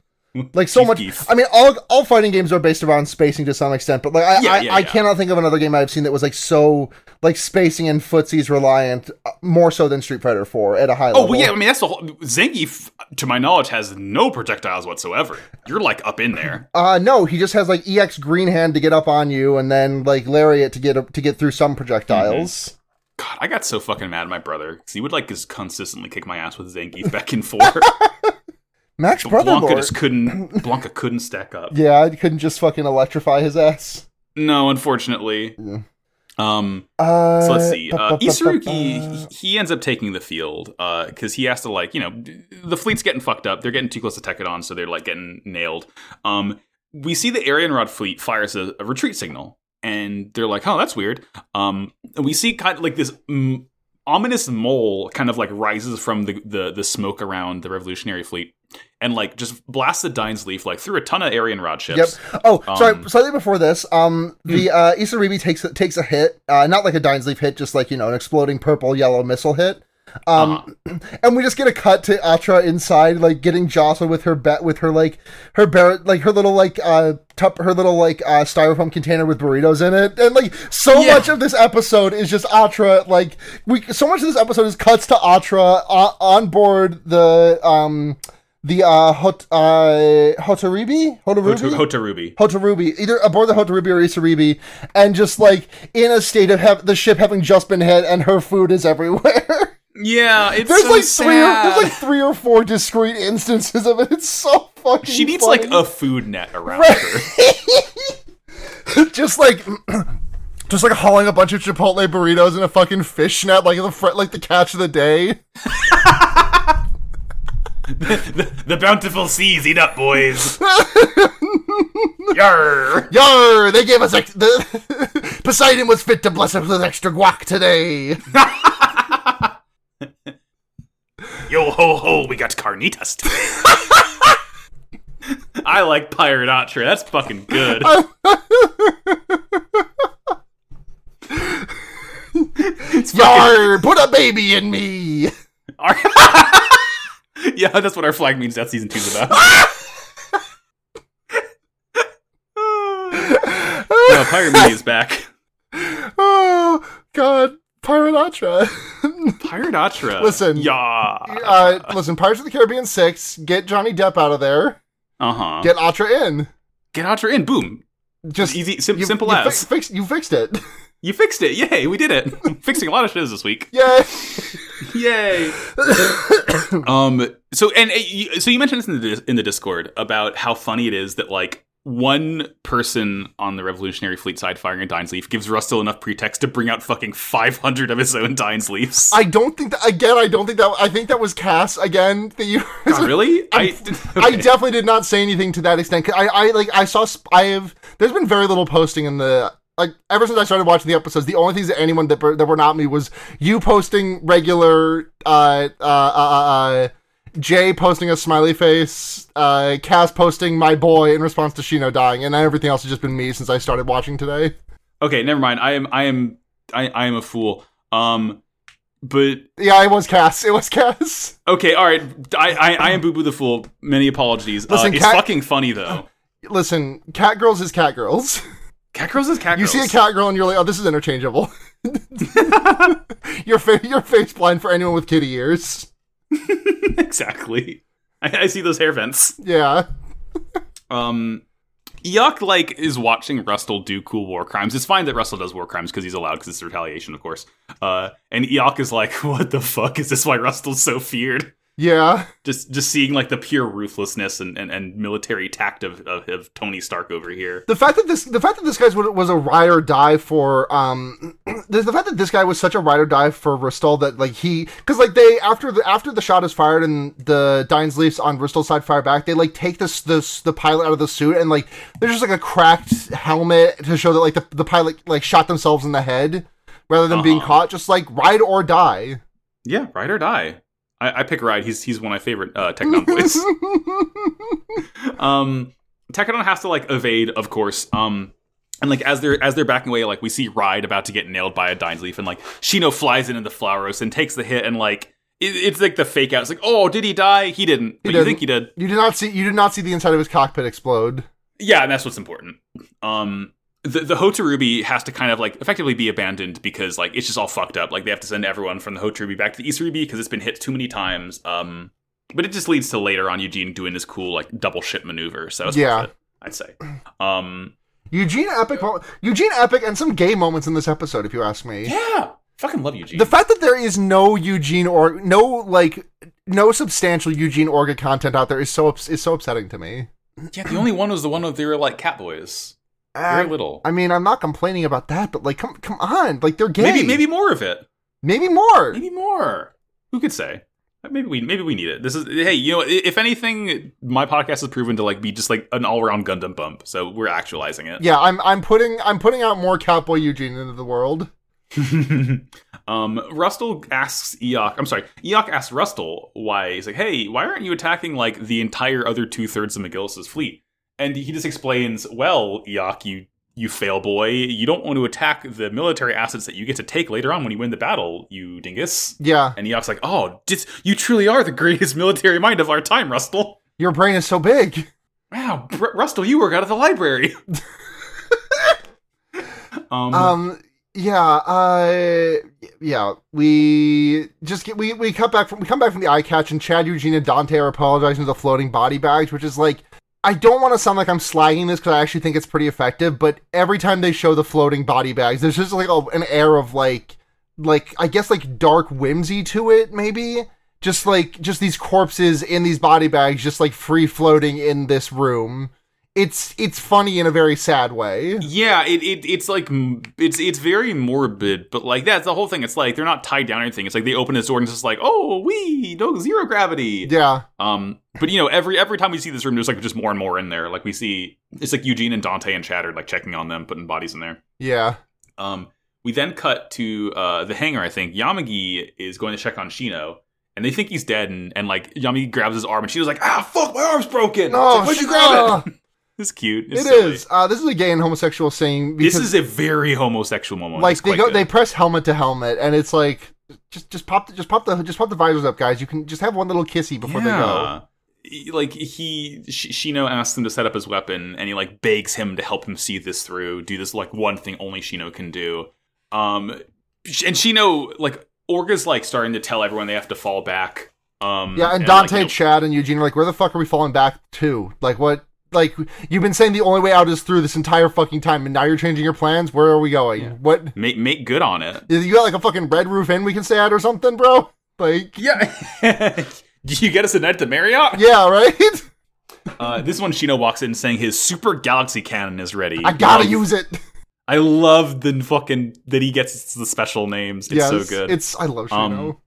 S2: Like so
S3: Geef,
S2: much.
S3: geef.
S2: I mean, all all fighting games are based around spacing to some extent, but like I
S3: Yeah,
S2: I,
S3: yeah,
S2: I
S3: yeah.
S2: cannot think of another game I've seen that was like so like spacing and footsies reliant uh, more so than Street Fighter Four at a high
S3: Oh
S2: level.
S3: well, yeah. I mean, that's the whole Zangief. To my knowledge, has no projectiles whatsoever. You're like up in there.
S2: Uh no, he just has like EX green hand to get up on you and then like lariat to get to get through some projectiles.
S3: God, I got so fucking mad at my brother because he would like just consistently kick my ass with Zangief
S2: [laughs]
S3: back and forth.
S2: Max
S3: But
S2: Brother
S3: Blanca
S2: Lord. [laughs]
S3: just couldn't. Blanca couldn't stack up.
S2: Yeah, I couldn't just fucking electrify his ass.
S3: No, unfortunately.
S2: Yeah.
S3: Um.
S2: Uh,
S3: So let's see. Uh,
S2: ba- ba- ba-
S3: Isaruki,
S2: ba-
S3: he- he ends up taking the field because he has to like you know d- the fleet's getting fucked up. They're getting too close to Tekadon, so they're like getting nailed. Um, we see the Aryan Rod fleet fires a, a retreat signal, and they're like, "Oh, that's weird." Um, and we see kind of like this mm, ominous mole kind of like rises from the, the the smoke around the Revolutionary fleet, and like just blasts the Dine's leaf like through a ton of Aryan Rod ships.
S2: Yep. Oh, sorry.
S3: Um, hmm.
S2: Slightly before this, um, the uh, Isaribi takes takes a hit, uh, not like a Dines Leaf hit, just like you know an exploding purple yellow missile hit. Um,
S3: Uh-huh.
S2: [clears throat] and we just get a cut to Atra inside, like getting jostled with her bet with her like her bar- like her little like uh tup- her little like uh styrofoam container with burritos in it, and like so
S3: Yeah.
S2: much of this episode is just Atra like we so much of this episode is cuts to Atra uh, on board the um the uh, Hot, uh Hotorubi, Hotorubi,
S3: Hoto- Hotorubi.
S2: Hotorubi, either aboard the Hotorubi or Isaribi, and just like in a state of hev- the ship having just been hit, and her food is everywhere. [laughs]
S3: Yeah, it's
S2: there's
S3: so
S2: like three, or,
S3: sad.
S2: there's like three or four discrete instances of it. It's so fucking.
S3: she needs
S2: funny.
S3: like a food net around her.
S2: [laughs] just like. [clears throat] Just like hauling a bunch of Chipotle burritos in a fucking fishnet, like the fr- like the catch of the day.
S3: the, the bountiful seas eat up, boys. [laughs] Yarr.
S2: Yar! They gave us ex- the [laughs] Poseidon was fit to bless us with extra guac today.
S3: Yo ho ho, we got carnitas today. [laughs] I like pirate Atra. That's fucking good. [laughs]
S2: Yar! Put a baby in me.
S3: [laughs] Our- [laughs] yeah, that's what our flag means. That season two's [laughs] about. no, Pirate Media's back.
S2: Oh God,
S3: [laughs]
S2: Piranatra.
S3: Pirate Atra.
S2: Listen.
S3: Yeah.
S2: uh, listen, Pirates of the Caribbean Six. Get Johnny Depp out of there.
S3: Uh huh. Get,
S2: Get Atra in.
S3: Atra in. Boom.
S2: Just
S3: Easy. Sim- simple
S2: you
S3: as.
S2: fi- fix- you fixed it. [laughs]
S3: you fixed it. Yay. We did it. [laughs] Fixing a lot of shows this week.
S2: Yay.
S3: Yay. [coughs] Um. So and uh, you, so you mentioned this in the dis- in the Discord about how funny it is that like one person on the Revolutionary Fleet side firing a Dines leaf gives Rustle enough pretext to bring out fucking five hundred of his own Dines leafs.
S2: I don't think that again. I don't think that. I think that was Cass again. That you.
S3: God, [laughs] really? I
S2: [laughs]
S3: [laughs]
S2: I definitely did not say anything to that extent. 'Cause I, I like I saw sp- I have there's been very little posting in the like ever since I started watching the episodes. The only things that anyone that were- that were not me was you posting regular uh uh uh. uh, uh Jay posting a smiley face, uh, Cass posting my boy in response to Shino dying, and everything else has just been me since I started watching today.
S3: okay. Never mind. I am. I am. I, I am a fool. Um. But
S2: Yeah, it was Cass. It was Cass.
S3: okay. All right. I I, I am Boo Boo the fool. Many apologies. Uh,
S2: Listen,
S3: it's
S2: Cat-
S3: fucking funny though.
S2: [laughs] Listen, cat girls is cat [laughs] girls.
S3: Catgirls is catgirls.
S2: You see a cat girl and you're like, oh, this is interchangeable. [laughs] your fa- your face blind for anyone with kitty ears. [laughs]
S3: exactly. [laughs] I, I see those hair vents.
S2: Yeah.
S3: Um, Yuck like is watching Rustle do cool war crimes. It's fine that Rustle does war crimes because he's allowed because it's retaliation, of course. Uh, and Yuck is like, [laughs] "What the fuck is this? Why Rustle's so feared?"
S2: Yeah.
S3: Just just seeing like the pure ruthlessness and, and, and military tact of, of of Tony Stark over here.
S2: The fact that this the fact that this guy was, was a ride or die for um [clears throat] the, the fact that this guy was such a ride or die for Bristol that like he because like they after the after the shot is fired and the Dines Leafs on Bristol's side fire back they like take this this the pilot out of the suit and like there's just like a cracked helmet to show that like the, the pilot like shot themselves in the head rather than being
S3: Uh-huh.
S2: caught just like ride or die.
S3: Yeah, ride or die. I, I pick ride. He's he's one of my favorite uh, Technon boys. [laughs] um Tekadon has to like evade, of course. Um and like as they're as they're backing away, like we see Ride about to get nailed by a Dines leaf, and like Shino flies into the Flowros and takes the hit, and like it, it's like the fake out. It's like, oh, did he die? He didn't. But you
S2: didn't.
S3: think he did?
S2: You did not see. You did not see the inside of his cockpit explode.
S3: Yeah, and that's what's important. Um, the the Hotarubi has to kind of like effectively be abandoned because like it's just all fucked up. Like they have to send everyone from the Hotarubi back to the East Ruby because it's been hit too many times. Um, but it just leads to later on Eugene doing his cool like double ship maneuver. So it's worth
S2: Yeah.
S3: it, I'd say. Um,
S2: Eugene epic. Mo- Eugene epic, and some gay moments in this episode, if you ask me.
S3: yeah, fucking love Eugene.
S2: The fact that there is no Eugene or no like no substantial Eugene Orga content out there is so ups- is so upsetting to me.
S3: yeah, the only one was the one where they were like catboys.
S2: Uh,
S3: Very little.
S2: I mean, I'm not complaining about that, but like, come come on, like they're gay.
S3: maybe maybe more of it.
S2: maybe more.
S3: Maybe more. Who could say? Maybe we maybe we need it. This is hey, you know, what, i- if anything, my podcast has proven to like be just like an all around Gundam bump. So we're actualizing it.
S2: Yeah, [laughs] I'm I'm putting I'm putting out more Cowboy Eugene into the world.
S3: um, Rustle asks Eok. I'm sorry, Eok asks Rustle why he's like, hey, why aren't you attacking like the entire other two thirds of McGillis's fleet? And he just explains, well, Eok, you you fail boy, you don't want to attack the military assets that you get to take later on when you win the battle, you dingus.
S2: Yeah,
S3: And Eok's like, oh, dis- you truly are the greatest [laughs] military mind of our time, Rustle.
S2: your brain is so big.
S3: Wow, Br- Rustle, you work out of the library. [laughs] um,
S2: Um, yeah, uh, yeah, we just get we we cut back from we come back from the eye catch, and Chad, Eugene, and Dante are apologizing to the floating body bags, which is like. I don't want to sound like I'm slagging this because I actually think it's pretty effective, but every time they show the floating body bags, there's just like a, an air of like, like I guess like dark whimsy to it, maybe. Just like just these corpses in these body bags, just like free floating in this room. It's it's funny in a very sad way.
S3: Yeah, it, it it's like m- it's it's very morbid, but like that's the whole thing. It's like they're not tied down or anything. It's like they open this door and it's just like, oh, we no zero gravity.
S2: Yeah,
S3: Um, but you know, every every time we see this room, there's like just more and more in there. Like we see, it's like Eugene and Dante and Chattered like checking on them, putting bodies in there.
S2: yeah.
S3: Um, we then cut to uh the hangar. I think Yamagi is going to check on Shino, and they think he's dead. And, and like Yamagi grabs his arm, and Shino's like, "Ah, fuck, my arm's broken."
S2: No,
S3: It's like, why'd you
S2: sh-
S3: grab
S2: uh,
S3: it? [laughs] It's cute. It's
S2: It
S3: silly.
S2: is. Uh, this is a gay and homosexual scene.
S3: This
S2: Because,
S3: is a very homosexual moment.
S2: like
S3: It's
S2: they
S3: quite
S2: go,
S3: good.
S2: they press helmet to helmet, and it's like just just pop the just pop the just pop the visors up, guys. You can just have one little kissy before they go.
S3: Y- Like he, Sh- Shino asks him to set up his weapon, and he like begs him to help him see this through, do this like one thing only Shino can do. Um, sh- and Shino like Orga's like starting to tell everyone they have to fall back. Um,
S2: Yeah, and
S3: like,
S2: Dante,
S3: you know-
S2: Chad, and Eugene are like, where the fuck are we falling back to? Like what? Like you've been saying the only way out is through this entire fucking time, and now you're changing your plans. Where are we going?
S3: Yeah.
S2: What?
S3: make make good on it.
S2: You got like a fucking red roof inn we can stay at or something, bro? Like [laughs]
S3: Yeah, you get us a night at the Marriott.
S2: yeah, [laughs] right?
S3: Uh, this one, Shino walks in saying his super galaxy cannon is ready.
S2: I gotta
S3: Love-
S2: use it.
S3: I love the fucking that he gets the special names. It's
S2: yes,
S3: so good.
S2: It's I love
S3: Um,
S2: Shino.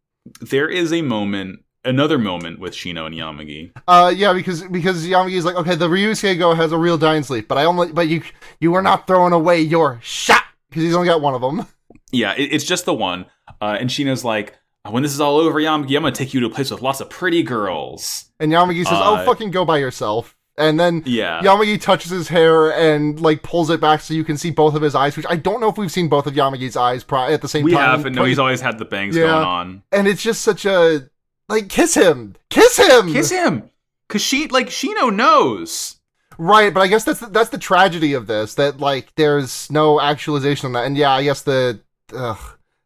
S3: there is a moment, another moment with Shino and Yamagi.
S2: Uh, yeah, because because Yamagi's like, okay, the Ryusuke Go has a real dying sleep, but I only, but you, you are not throwing away your shot because he's only got one of them.
S3: Yeah, it, it's just the one. Uh, and Shino's like, when this is all over, Yamagi, I'm gonna take you to a place with lots of pretty girls.
S2: And Yamagi says,
S3: Uh,
S2: "Oh, fucking go by yourself." And then
S3: Yeah,
S2: Yamagi touches his hair and like pulls it back so you can see both of his eyes, which I don't know if we've seen both of Yamagi's eyes pri- at the same
S3: we
S2: time.
S3: have. No,
S2: but-
S3: he's always had the bangs
S2: Yeah.
S3: going on.
S2: and it's just such a like kiss him, kiss him,
S3: Kiss him, cause she like Shino knows.
S2: right? But I guess that's the, that's the tragedy of this that like there's no actualization on that, and yeah, I guess the ugh.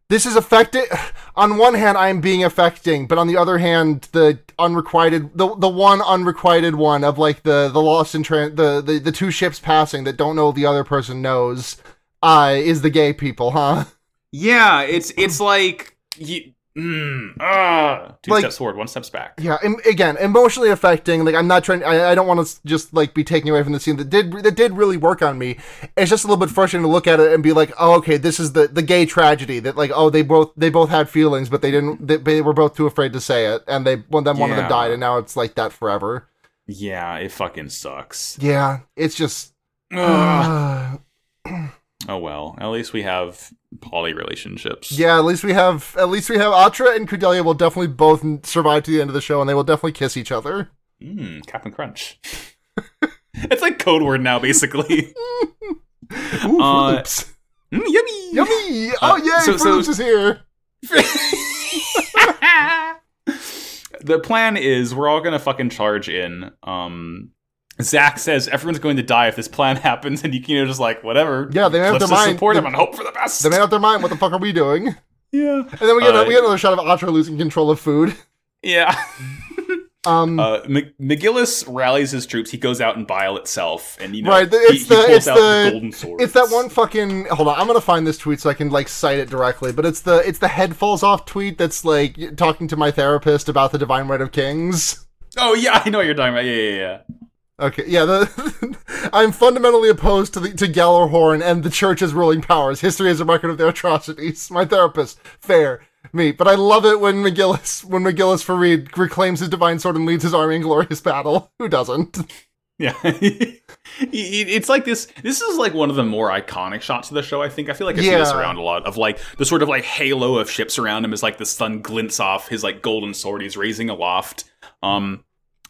S2: this is affected. [sighs] On one hand, I am being affecting, but on the other hand, the unrequited, the the one unrequited one of like the the lost in tran the, the the two ships passing that don't know the other person knows, uh, is the gay people, huh?
S3: Yeah, it's it's like you. Mm, ah, two
S2: Like-
S3: steps forward, one steps back.
S2: Yeah, em- again, emotionally affecting. Like I'm not trying. I, I don't want to just like be taken away from the scene that did that did really work on me. It's just a little bit frustrating to look at it and be like, oh, okay, this is the the gay tragedy that like, oh, they both they both had feelings, but they didn't. They, they were both too afraid to say it, and they one then one of them
S3: Yeah.
S2: died, and now it's like that forever.
S3: Yeah, it fucking sucks.
S2: Yeah, it's just.
S3: Ugh.
S2: uh,
S3: Oh well, at least we have poly
S2: [sighs]
S3: relationships.
S2: yeah, at least we have at least we have Atra and Cordelia will definitely both n- survive to the end of the show, and they will definitely kiss each other.
S3: Mm, Captain Crunch. [laughs] it's like code word now, [laughs] basically.
S2: Ooh,
S3: Uh,
S2: Fruit Loops.
S3: Mm, yummy.
S2: [laughs] Yummy! oh
S3: uh,
S2: yay, Fruit
S3: so- so-
S2: Loops is here.
S3: [laughs] the plan is we're all gonna fucking charge in. Um, Zach says everyone's going to die if this plan [laughs] happens, and Yukino just like whatever.
S2: Yeah, they made up
S3: Let's
S2: their
S3: just
S2: mind-
S3: support
S2: they-
S3: him and hope for the best.
S2: They made up their mind. What the fuck are we doing? And
S3: yeah,
S2: then we get,
S3: Uh,
S2: we get another shot of Atra losing control of food.
S3: yeah.
S2: [laughs] Um,
S3: Uh, M- McGillis rallies his troops. He goes out and bile itself, and you know,
S2: Right, the-
S3: he-
S2: it's
S3: he,
S2: the-
S3: pulls
S2: it's
S3: out
S2: the-
S3: golden sword.
S2: it's that one fucking. Hold on, I'm gonna find this tweet so I can like cite it directly. But it's the it's the head falls off tweet that's like talking to my therapist about the divine right of kings.
S3: Oh yeah, I know what you're talking about. Yeah, yeah, yeah.
S2: Okay, yeah. The, [laughs] I'm fundamentally opposed to the to Gellerhorn and the church's ruling powers. History is a record of their atrocities. [laughs] My therapist, fair me, but I love it when McGillis when McGillis for Reed reclaims his divine sword and leads his army in glorious battle. [laughs] Who doesn't?
S3: Yeah. [laughs] It- it- it's like this this is like one of the more iconic shots of the show, I think. I feel like I see this
S2: Yeah.
S3: around a lot of like the sort of like halo of ships around him as like the sun glints off his like golden sword he's raising aloft. Um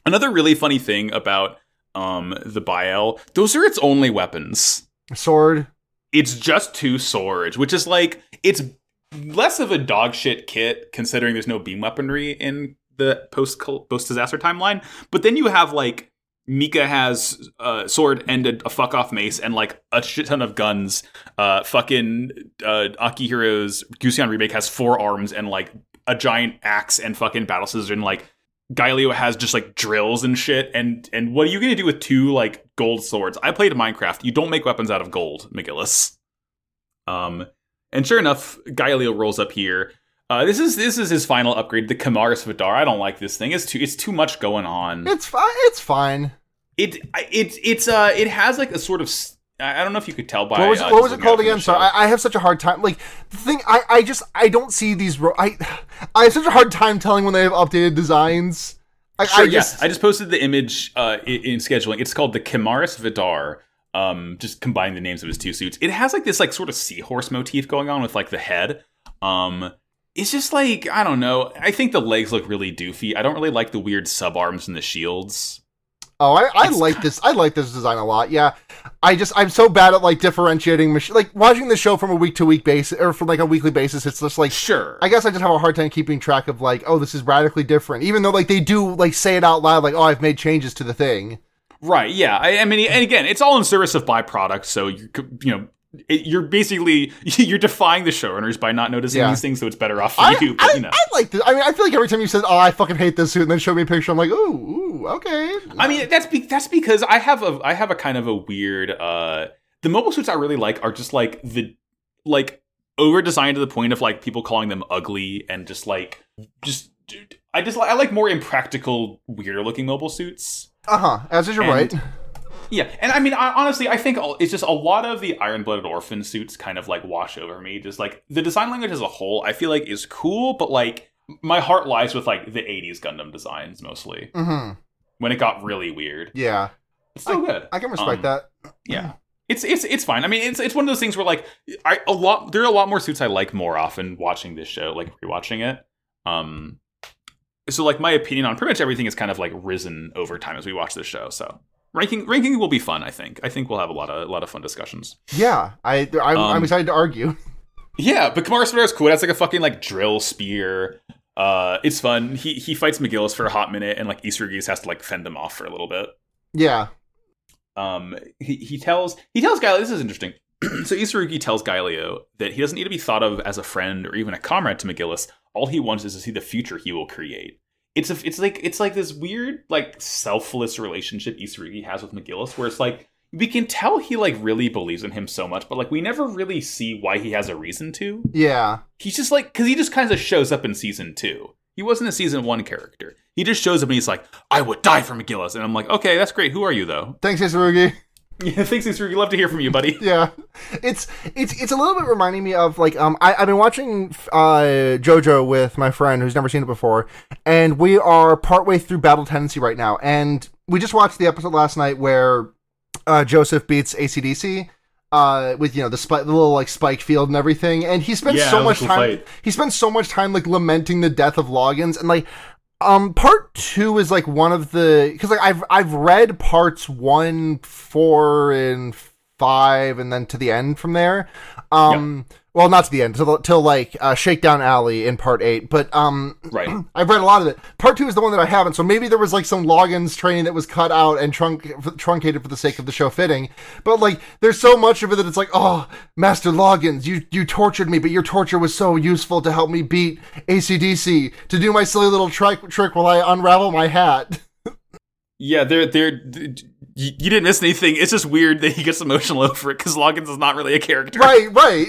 S3: another really funny thing about um the Biel, those are its only weapons.
S2: Sword,
S3: It's just two swords, which is like it's less of a dog shit kit considering there's no beam weaponry in the post post disaster timeline. But then you have like Mika has a sword and a, a fuck off mace and like a shit ton of guns. Uh, fucking uh, Akihiro's Gusion remake has four arms and like a giant axe and fucking battle scissors and like Galio has just like drills and shit. And and what are you gonna do with two like gold swords? I played Minecraft. You don't make weapons out of gold, McGillis. Um, and sure enough, Galio rolls up here. Uh, this is this is his final upgrade, the Kamaris Vidar. I don't like this thing. It's too it's too much going on.
S2: It's fine. It's fine.
S3: It I- it it's uh it has like a sort of s- I I don't know if you could tell by
S2: What was,
S3: uh,
S2: what
S3: just
S2: was it
S3: looking
S2: called
S3: at the
S2: again? Sorry,
S3: show.
S2: I, I have such a hard time. Like the thing, I, I just I don't see these. Ro- I I have such a hard time telling when they have updated designs. I, I
S3: Sure, yeah.
S2: just
S3: I just posted the image uh, i- in scheduling. It's called the Kimaris Vidar. Um, just combining the names of his two suits. It has like this like sort of seahorse motif going on with like the head. Um, it's just like I don't know. I think the legs look really doofy. I don't really like the weird sub arms and the shields.
S2: oh I, I
S3: it's
S2: like this. I like this design a lot. Yeah, I just I'm so bad at like differentiating. Mach- like watching the show from a week to week basis or from like a weekly basis. It's just like
S3: Sure,
S2: I guess I just have a hard time keeping track of like oh this is radically different. Even though like they do like say it out loud like oh I've made changes to the thing.
S3: Right. Yeah. I, I mean, and again, it's all in service of byproduct. So you c- you know. It, you're basically [laughs] you're defying the showrunners by not noticing
S2: Yeah.
S3: these things, so it's better off for
S2: I,
S3: you. But
S2: I,
S3: you know,
S2: I like this. I mean, I feel like every time you said, "Oh, I fucking hate this suit," and then show me a picture, I'm like, "Ooh, ooh okay."
S3: I mean that's be- that's because I have a I have a kind of a weird uh the mobile suits I really like are just like the like over designed to the point of like people calling them ugly and just like just dude, I just I like more impractical weirder looking mobile suits.
S2: Uh huh. As is your
S3: And-
S2: right.
S3: Yeah, and I mean, I, honestly, I think all, it's just a lot of the iron-blooded orphan suits kind of like wash over me. Just like the design language as a whole, I feel like is cool, but like my heart lies with like the '80s Gundam designs mostly
S2: hmm
S3: when it got really weird.
S2: Yeah,
S3: It's still good.
S2: I can respect
S3: Um,
S2: that.
S3: yeah. It's it's it's fine. I mean, it's it's one of those things where like I a lot there are a lot more suits I like more often watching this show, like rewatching it. Um, so like my opinion on pretty much everything is kind of like risen over time as we watch this show. So ranking ranking will be fun. I think I think we'll have a lot of a lot of fun discussions.
S2: Yeah, I I'm, I'm
S3: Um,
S2: excited to argue. [laughs]
S3: Yeah, but Kamara Spadaro is cool. That's like a fucking like drill spear. Uh, it's fun. He he fights McGillis for a hot minute, and like Easter Geese has to like fend him off for a little bit.
S2: Yeah.
S3: um he, he tells he tells Galio this is interesting. [clears throat] so Isarugi tells Galio that he doesn't need to be thought of as a friend or even a comrade to McGillis. All he wants is to see the future he will create. It's a it's like it's like this weird like selfless relationship Isarugi has with McGillis where it's like we can tell he like really believes in him so much, but like we never really see why he has a reason to.
S2: Yeah.
S3: He's just like because he just kind of shows up in season two. He wasn't a season one character. He just shows up and he's like, "I would die for McGillis," and I'm like, "Okay, that's great. Who are you though?"
S2: Thanks, Isarugi.
S3: [laughs] Yeah, thanks, Easter. We'd love to hear from you, [laughs] buddy.
S2: [laughs] Yeah. It's it's it's a little bit reminding me of like um I, I've been watching uh JoJo with my friend who's never seen it before, and we are partway through Battle Tendency right now, and we just watched the episode last night where uh, Joseph beats ACDC. Uh, with you know the, spi- the little like spike field and everything, and he spends
S3: Yeah,
S2: so
S3: that was
S2: much
S3: a cool
S2: time.
S3: fight.
S2: He spends so much time like lamenting the death of Loggins, and like um part two is like one of the because like I've I've read parts one, four, and five, and then to the end from there. Um, well, not to the end, till till like uh, Shakedown Alley in part eight, but um,
S3: Right.
S2: I've read a lot of it. Part two is the one that I haven't, so maybe there was like some logins training that was cut out and trunk- truncated for the sake of the show fitting. But like, there's so much of it that it's like, oh, Master Logins, you you tortured me, but your torture was so useful to help me beat ACDC to do my silly little trick trick while I unravel my hat.
S3: [clears throat]
S2: [laughs]
S3: Yeah, they're they're. You you didn't miss anything. It's just weird that he gets emotional [laughs] over it because Loggins is not really a character.
S2: right, right.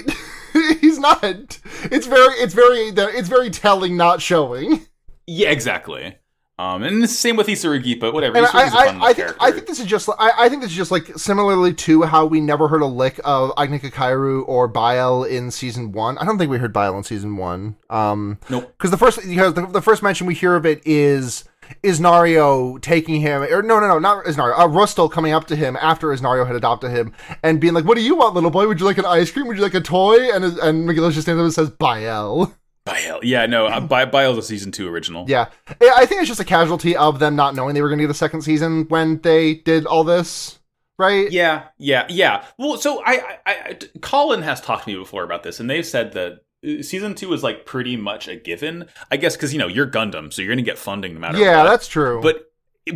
S2: [laughs] He's not. It's very, it's very, it's very telling, not showing.
S3: Yeah, exactly. Um, and it's the same with Isarugi, but whatever.
S2: And I,
S3: Isarugi's a
S2: I,
S3: fun
S2: I, think,
S3: character.
S2: I think this is just I, I think this is just like similarly to how we never heard a lick of Agnika Kairu or Bile in season one. I don't think we heard Bile in season one. Um,
S3: Nope.
S2: because the first because the, the first mention we hear of it is Isnario taking him or no no no not Isnario uh, Rustel coming up to him after Isnario had adopted him and being like, "What do you want, little boy? Would you like an ice cream? Would you like a toy?" And and McGillis just stands up and says, "Bile."
S3: Bile. Yeah, no. Uh, Bi- Bile's a season two original.
S2: Yeah, I I think it's just a casualty of them not knowing they were going to get a second season when they did all this, right?
S3: Yeah, yeah, yeah. Well, so I, I, I Colin has talked to me before about this, and they've said that uh, season two is like pretty much a given. I guess because you know you're Gundam, so you're gonna get funding no matter.
S2: Yeah,
S3: what.
S2: that's true.
S3: but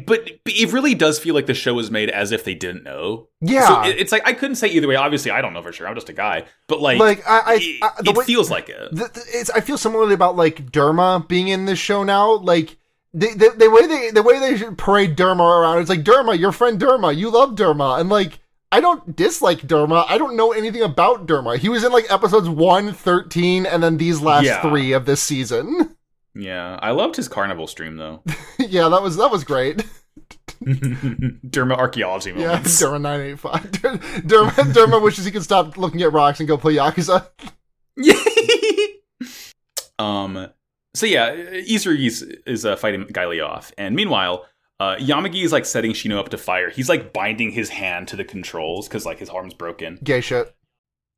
S3: but it really does feel like the show was made as if they didn't know.
S2: Yeah.
S3: So it- it's like I couldn't say either way. Obviously, I don't know for sure. I'm just a guy, but like,
S2: like I,
S3: it,
S2: I, I the
S3: it
S2: way-
S3: feels like it.
S2: th- th- it's, I feel similarly about like Derma being in this show now. Like the, the, the way they the way they should parade Derma around, it's like Derma, your friend Derma, you love Derma, and like I don't dislike Derma. I don't know anything about Derma. He was in like episodes 1, 13, and then these last
S3: Yeah.
S2: three of this season. [laughs]
S3: Yeah, I loved his carnival stream though. [laughs]
S2: yeah, that was that was great.
S3: Derma archaeology
S2: Yeah, [laughs]
S3: moments.
S2: Derma nine eight five. Derma Derma wishes he could stop looking at rocks and go play Yakuza. [laughs]
S3: um. So yeah, Izuri is, is uh, fighting Gaile off, and meanwhile, uh, Yamagi is like setting Shino up to fire. He's like binding his hand to the controls because like his arm's broken.
S2: Gay shit.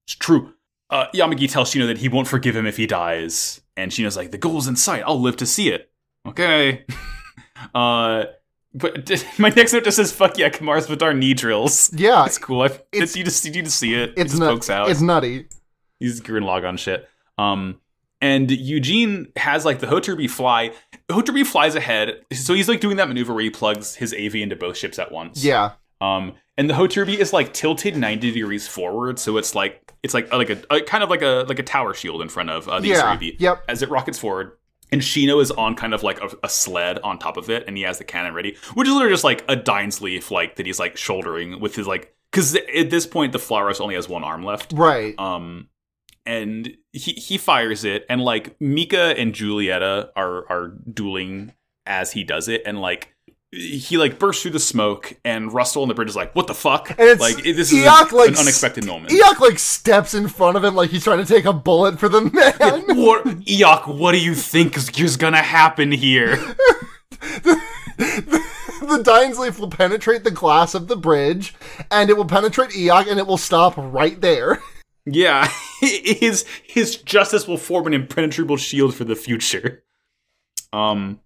S3: It's true. Uh, Yamagi tells Shino that he won't forgive him if he dies, and Shino's like, "The goal's in sight. I'll live to see it." Okay. [laughs] uh, but [laughs] my next note just says, "Fuck yeah, Kamar's Vidar knee drills."
S2: Yeah,
S3: It's cool. I,
S2: it's-
S3: it's, [laughs] you just you just see it. it
S2: it's
S3: just
S2: nut-
S3: pokes out.
S2: it's nutty.
S3: He's screwing log on shit. Um, and Eugene has like the Hoturbi fly. Hoturbi flies ahead, so he's like doing that maneuver where he plugs his AV into both ships at once.
S2: Yeah.
S3: Um, and the Hoturbi is like tilted ninety degrees forward, so it's like it's like like a, a kind of like a like a tower shield in front of uh, the
S2: Yeah.
S3: Isuribi
S2: Yep.
S3: as it rockets forward. And Shino is on kind of like a, a sled on top of it, and he has the cannon ready, which is literally just like a Dines leaf, like that he's like shouldering with his like. Because at this point, the Flowers only has one arm left
S2: Right.
S3: um and he he fires it and like Mika and Julieta are are dueling as he does it and like he like bursts through the smoke and Russell on the bridge is like what the fuck
S2: And it's-
S3: like this is
S2: Eok,
S3: a-
S2: like,
S3: an unexpected moment
S2: Eok like steps in front of him like he's trying to take a bullet for the man.
S3: what Eok what do you think is, is gonna happen here
S2: [laughs] the Dines Leaf will penetrate the glass of the bridge, and it will penetrate Eok, and it will stop right there.
S3: yeah [laughs] his his justice will form an impenetrable shield for the future um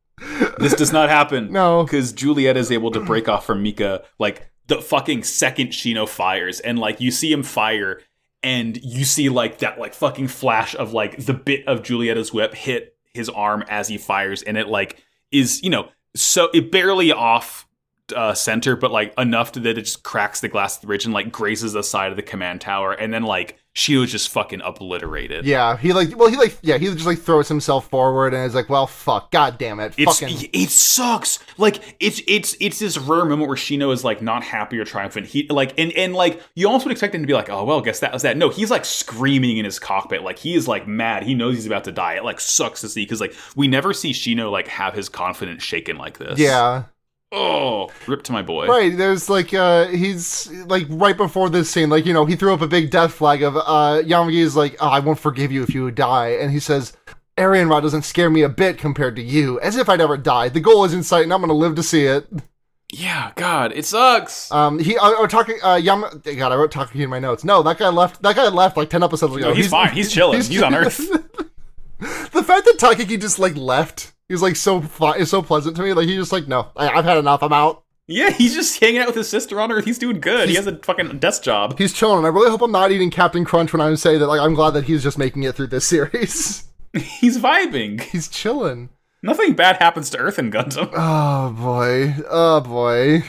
S3: this does not happen
S2: No.
S3: because Juliet is able to break off from Mika like the fucking second Shino fires, and like you see him fire, and you see like that like fucking flash of like the bit of Julieta's whip hit his arm as he fires, and it like is you know so it barely off uh, center, but like enough to that it just cracks the glass of the bridge and like grazes the side of the command tower, and then like Shino's just fucking obliterated.
S2: Yeah, he like well he like yeah, he just like throws himself forward and is like, well fuck, god damn it.
S3: It's
S2: fucking
S3: it sucks. Like it's it's it's this rare moment where Shino is like not happy or triumphant. He like and and like you almost would expect him to be like, oh well, guess that was that. No, he's like screaming in his cockpit. Like he is like mad. He knows he's about to die. It like sucks to see because like we never see Shino like have his confidence shaken like this.
S2: Yeah.
S3: Oh, rip to my boy.
S2: Right. There's like uh he's like right before this scene, like, you know, he threw up a big death flag of uh Yamagi is like, oh, I won't forgive you if you die and he says Arian Rod doesn't scare me a bit compared to you, as if I'd ever died. The goal is in sight, and I'm gonna live to see it.
S3: Yeah. God, it sucks.
S2: Um, he, uh, Otaki, uh, Yam- God, I wrote Takaki in my notes. No, that guy left. That guy left like ten episodes ago.
S3: No, he's fine. He's chilling. [laughs]
S2: [laughs]
S3: He's on Earth.
S2: the fact that Takaki just like left is like so fun, is so pleasant to me. Like he's just like, no, I, I've had enough. I'm out.
S3: yeah, he's just hanging out with his sister on Earth. He's doing good. He has a fucking desk job.
S2: He's chilling. I really hope I'm not eating Captain Crunch when I say that. Like I'm glad that he's just making it through this [laughs] series.
S3: He's vibing.
S2: he's chilling.
S3: Nothing bad happens to Earth in Gundam.
S2: Oh boy. Oh boy.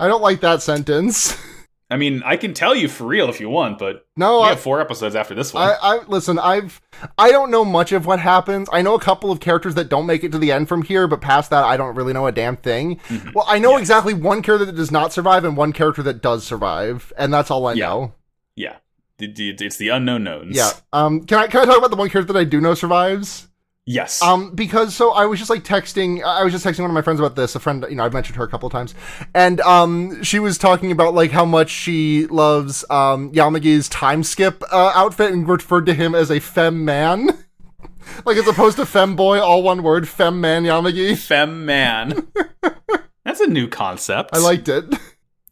S2: I don't like that sentence. [laughs]
S3: I mean, I can tell you for real if you want, but
S2: No,
S3: we
S2: I,
S3: have four episodes after this one.
S2: I, I listen. I've I don't know much of what happens. I know a couple of characters that don't make it to the end from here, but past that, I don't really know a damn thing.
S3: Mm-hmm.
S2: Well, I know exactly one character that does not survive and one character that does survive, and that's all I
S3: Yeah.
S2: know.
S3: yeah, D- d- it's the unknown knowns.
S2: Yeah. Um. Can I can I talk about the one character that I do know survives?
S3: Yes.
S2: Um, because so I was just like texting. I was just texting one of my friends about this. A friend, you know, I've mentioned her a couple of times, and um, she was talking about like how much she loves um Yamagi's time skip uh, outfit and referred to him as a fem man, [laughs] like as opposed to fem boy, all one word, fem man Yamagi. [laughs]
S3: Fem man. That's a new concept.
S2: I liked
S3: [laughs]
S2: it.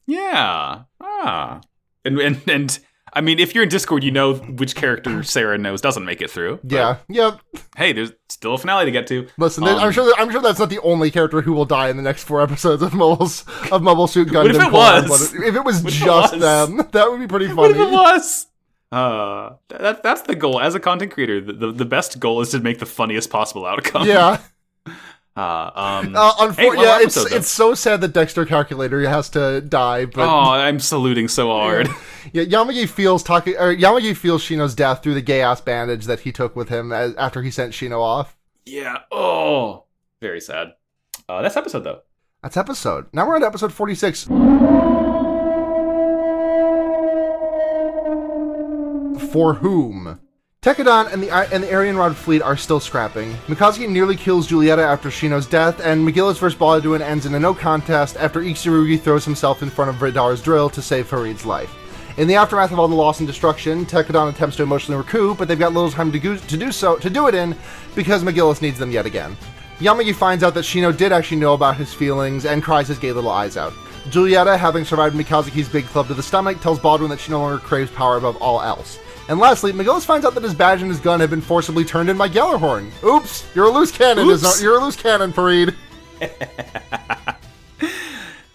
S3: Yeah. Ah. And and and I mean, if you're in Discord, you know
S2: [laughs]
S3: which character Sarah knows doesn't make it through. But,
S2: Yeah, yeah.
S3: Hey, there's still a finale to get to.
S2: Listen, there- I'm
S3: Um,
S2: sure. That, I'm sure that's not the only character who will die in the next four episodes of Mobile S- of Mobile Suit Gundam.
S3: [laughs] What if it
S2: Colon,
S3: was?
S2: but if it was
S3: What if it
S2: just
S3: was?
S2: them, that would be pretty funny.
S3: [laughs] What if it was? Uh, that that's the goal as a content creator. The, the the best goal is to make the funniest possible outcome.
S2: Yeah.
S3: Uh, um,
S2: Uh, unfor-
S3: hey, well,
S2: yeah, it's
S3: episode, though.
S2: it's so sad that Dexter Calculator has to die, but
S3: oh, I'm saluting so hard. [laughs]
S2: yeah, Yamagi feels talking or Yamagi feels Shino's death through the gay ass bandage that he took with him as, after he sent Shino off.
S3: yeah. Oh, very sad. Uh, that's episode though.
S2: That's episode. Now we're on to episode forty six. For whom? Tekadon and the I- and the Aryan Rod fleet are still scrapping. Mikazuki nearly kills Julieta after Shino's death, and McGillis vs. Balduin ends in a no contest after Ichirugi throws himself in front of Radar's drill to save Farid's life. In the aftermath of all the loss and destruction, Tekadon attempts to emotionally recoup, but they've got little time to, go- to do so to do it in because McGillis needs them yet again. Yamagi finds out that Shino did actually know about his feelings and cries his gay little eyes out. Julieta, having survived Mikazuki's big club to the stomach, tells Baldwin that she no longer craves power above all else. And lastly, McGillis finds out that his badge and his gun have been forcibly turned in by Gellerhorn. Oops, you're a loose cannon.
S3: Oops.
S2: Izar- You're a loose cannon, Farid.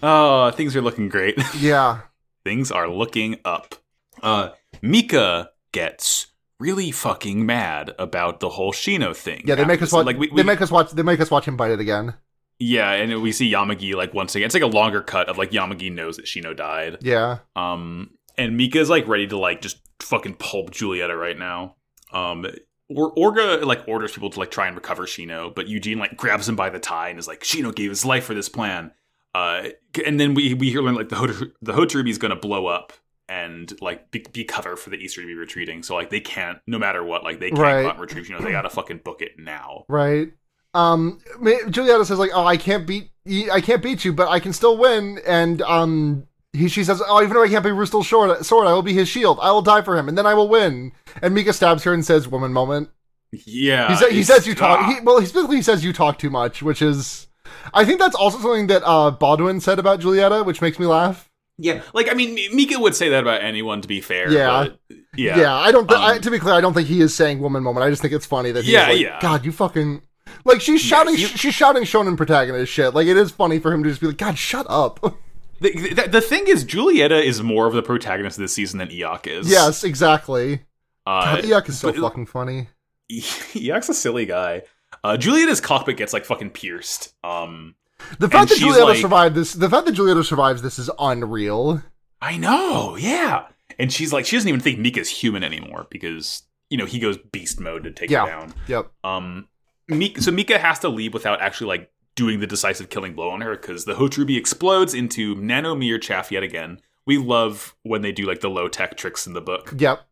S3: Oh, things are looking great. [laughs]
S2: Yeah,
S3: things are looking up. Uh, Mika gets really fucking mad about the whole Shino thing.
S2: yeah. They make
S3: after
S2: us
S3: this.
S2: watch.
S3: Like we,
S2: they
S3: we
S2: make us watch. They make us watch him bite it again.
S3: yeah, and we see Yamagi like once again. It's like a longer cut of like Yamagi knows that Shino died.
S2: Yeah.
S3: Um, and Mika's like ready to like just fucking pulp Julieta right now. Um, or Orga like orders people to like try and recover Shino, but Eugene like grabs him by the tie and is like, Shino gave his life for this plan. Uh, and then we we hear learn like the Hot- the Hotorubi is gonna blow up and like be, be cover for the Easterubi retreating. So like they can't, no matter what, like they can't
S2: Right.
S3: go out and retrieve Shino. They gotta fucking book it now.
S2: Right. Um, Ma- Julieta says like, "Oh, I can't beat, I can't beat you, but I can still win." And um, he she says, "Oh, even though I can't be Rustal's sword, sword, I will be his shield. I will die for him, and then I will win." And Mika stabs her and says, "Woman, moment."
S3: Yeah,
S2: He, sa- he
S3: it's-
S2: says you talk.
S3: ah.
S2: He, well, he specifically says you talk too much, which is, I think that's also something that uh, Baldwin said about Julieta, which makes me laugh.
S3: yeah, like I mean, M- Mika would say that about anyone. To be fair,
S2: Yeah.
S3: but, yeah,
S2: I don't. Th- I,
S3: Um,
S2: to be clear, I don't think he is saying "woman moment." I just think it's funny that he's
S3: Yeah,
S2: like,
S3: yeah.
S2: "God, you fucking." Like she's shouting,
S3: you-
S2: she's shouting shonen protagonist shit. Like it is funny for him to just be like, "God, shut up." [laughs]
S3: The, the, the thing is, Julieta is more of the protagonist of this season than Eok is.
S2: yes, exactly.
S3: Uh,
S2: God, Yuck is so
S3: but-
S2: fucking funny.
S3: [laughs] Eok's a silly guy. Uh, Julieta's cockpit gets like fucking pierced. Um,
S2: The fact that
S3: she's
S2: Julieta
S3: like-
S2: survived this, the fact that Julieta survives this is unreal.
S3: I know, yeah. And she's like, she doesn't even think Mika's human anymore because you know he goes beast mode to take
S2: Yeah.
S3: her down.
S2: Yep.
S3: Um, Mika, so Mika has to leave without actually like doing the decisive killing blow on her because the Hotrubi explodes into nanomere chaff yet again. We love when they do like the low tech tricks in the book.
S2: Yep.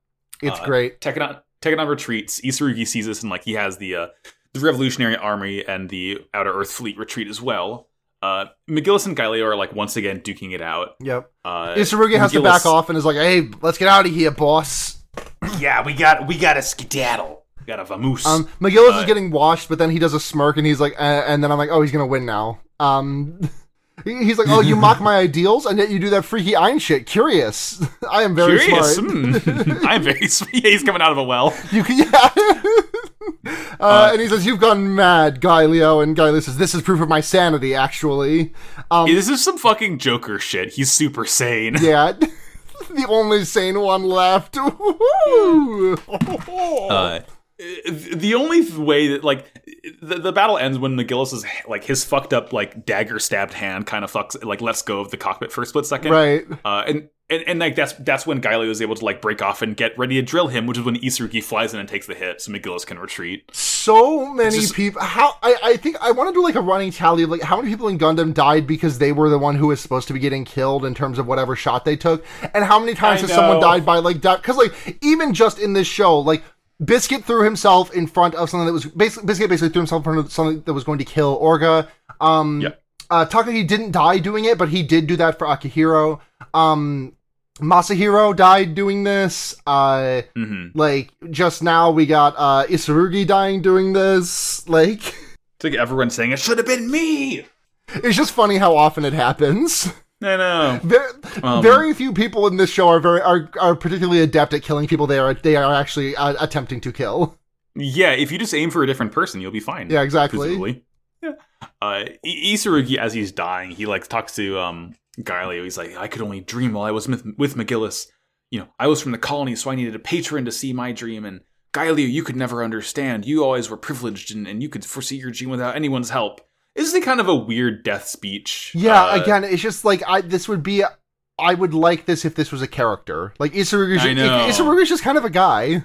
S2: It's
S3: Uh,
S2: great.
S3: Tekadon, Tekadon retreats. Isarugi sees this and like he has the uh, the Revolutionary Army and the Outer Earth Fleet retreat as well. Uh, McGillis and Galileo are like once again duking it out.
S2: Yep.
S3: Uh,
S2: Isarugi has to
S3: McGillis-
S2: back off and is like, "Hey, let's get out of here, boss."
S3: Yeah, we got we got a skedaddle. We got a vamoose.
S2: Um, McGillis is
S3: Uh,
S2: getting washed, but then he does a smirk and he's like, uh, and then I'm like, oh, he's gonna win now. Um, [laughs] he- he's like, oh, you mock my ideals, and yet you do that freaky Ein shit. Curious, [laughs] I am very
S3: Curious.
S2: smart.
S3: Hmm. [laughs] I'm very. Yeah, he's coming out of a well.
S2: You can, [laughs] yeah. uh, and he says, you've gone mad, Galileo, and Galileo says, this is proof of my sanity, actually. Um,
S3: This is some fucking Joker shit. He's super sane.
S2: yeah, [laughs] the only sane one left. [laughs] Woo!
S3: Uh, the only way that like the, the battle ends when McGillis is like his fucked up like dagger stabbed hand kind of fucks like lets go of the cockpit for a split second
S2: right.
S3: uh, and, and and like that's that's when Guiley is able to like break off and get ready to drill him which is when Isurugi flies in and takes the hit so McGillis can retreat
S2: so many
S3: just-
S2: people how I, I think i want to do like a running tally of like how many people in gundam died because they were the one who was supposed to be getting killed in terms of whatever shot they took and how many times
S3: I
S2: has someone
S3: know.
S2: died by like that because like even just in this show like biscuit threw himself in front of something that was basically biscuit basically threw himself in front of something that was going to kill orga um
S3: Yeah.
S2: uh takagi didn't die doing it but he did do that for akihiro um masahiro died doing this uh
S3: hmm
S2: like just now we got uh Isarugi dying doing this. Like [laughs]
S3: it's like everyone's saying it should have been me
S2: it's just funny how often it happens. [laughs]
S3: I know
S2: Very,
S3: Um,
S2: very few people in this show are very are, are particularly adept at killing people they are they are actually uh, attempting to kill.
S3: Mm-hmm. yeah if you just aim for a different person you'll be fine
S2: Yeah, exactly.
S3: presumably. Yeah. Uh, I- Isurugi, as he's dying, he like talks to um Galileo. He's like, I could only dream while I was with, with McGillis. You know, I was from the colony, so I needed a patron to see my dream. And Galileo, you could never understand. You always were privileged, and, and you could foresee your dream without anyone's help. Isn't it kind of a weird death speech?
S2: Yeah,
S3: Uh,
S2: again, it's just like I this would be I would like this if this was a character. Like Isarugu's
S3: I know.
S2: Isarugu's just kind of a guy.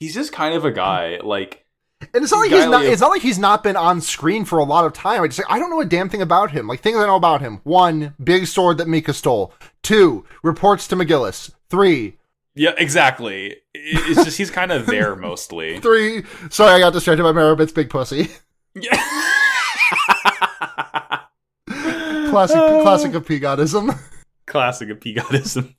S3: he's just kind of a guy. Like
S2: And it's not like he's not
S3: Guile-
S2: it's not like he's not been on screen for a lot of time. I just I don't know a damn thing about him. Like things I know about him. One, big sword that Mika stole. Two, reports to McGillis. Three,
S3: yeah, exactly. It- It's just he's kind of
S2: [laughs]
S3: there mostly. [laughs]
S2: three sorry I got distracted by Marabit's big pussy. [laughs]
S3: Yeah.
S2: Classic
S3: Uh,
S2: classic of pagodism.
S3: classic of pagodism.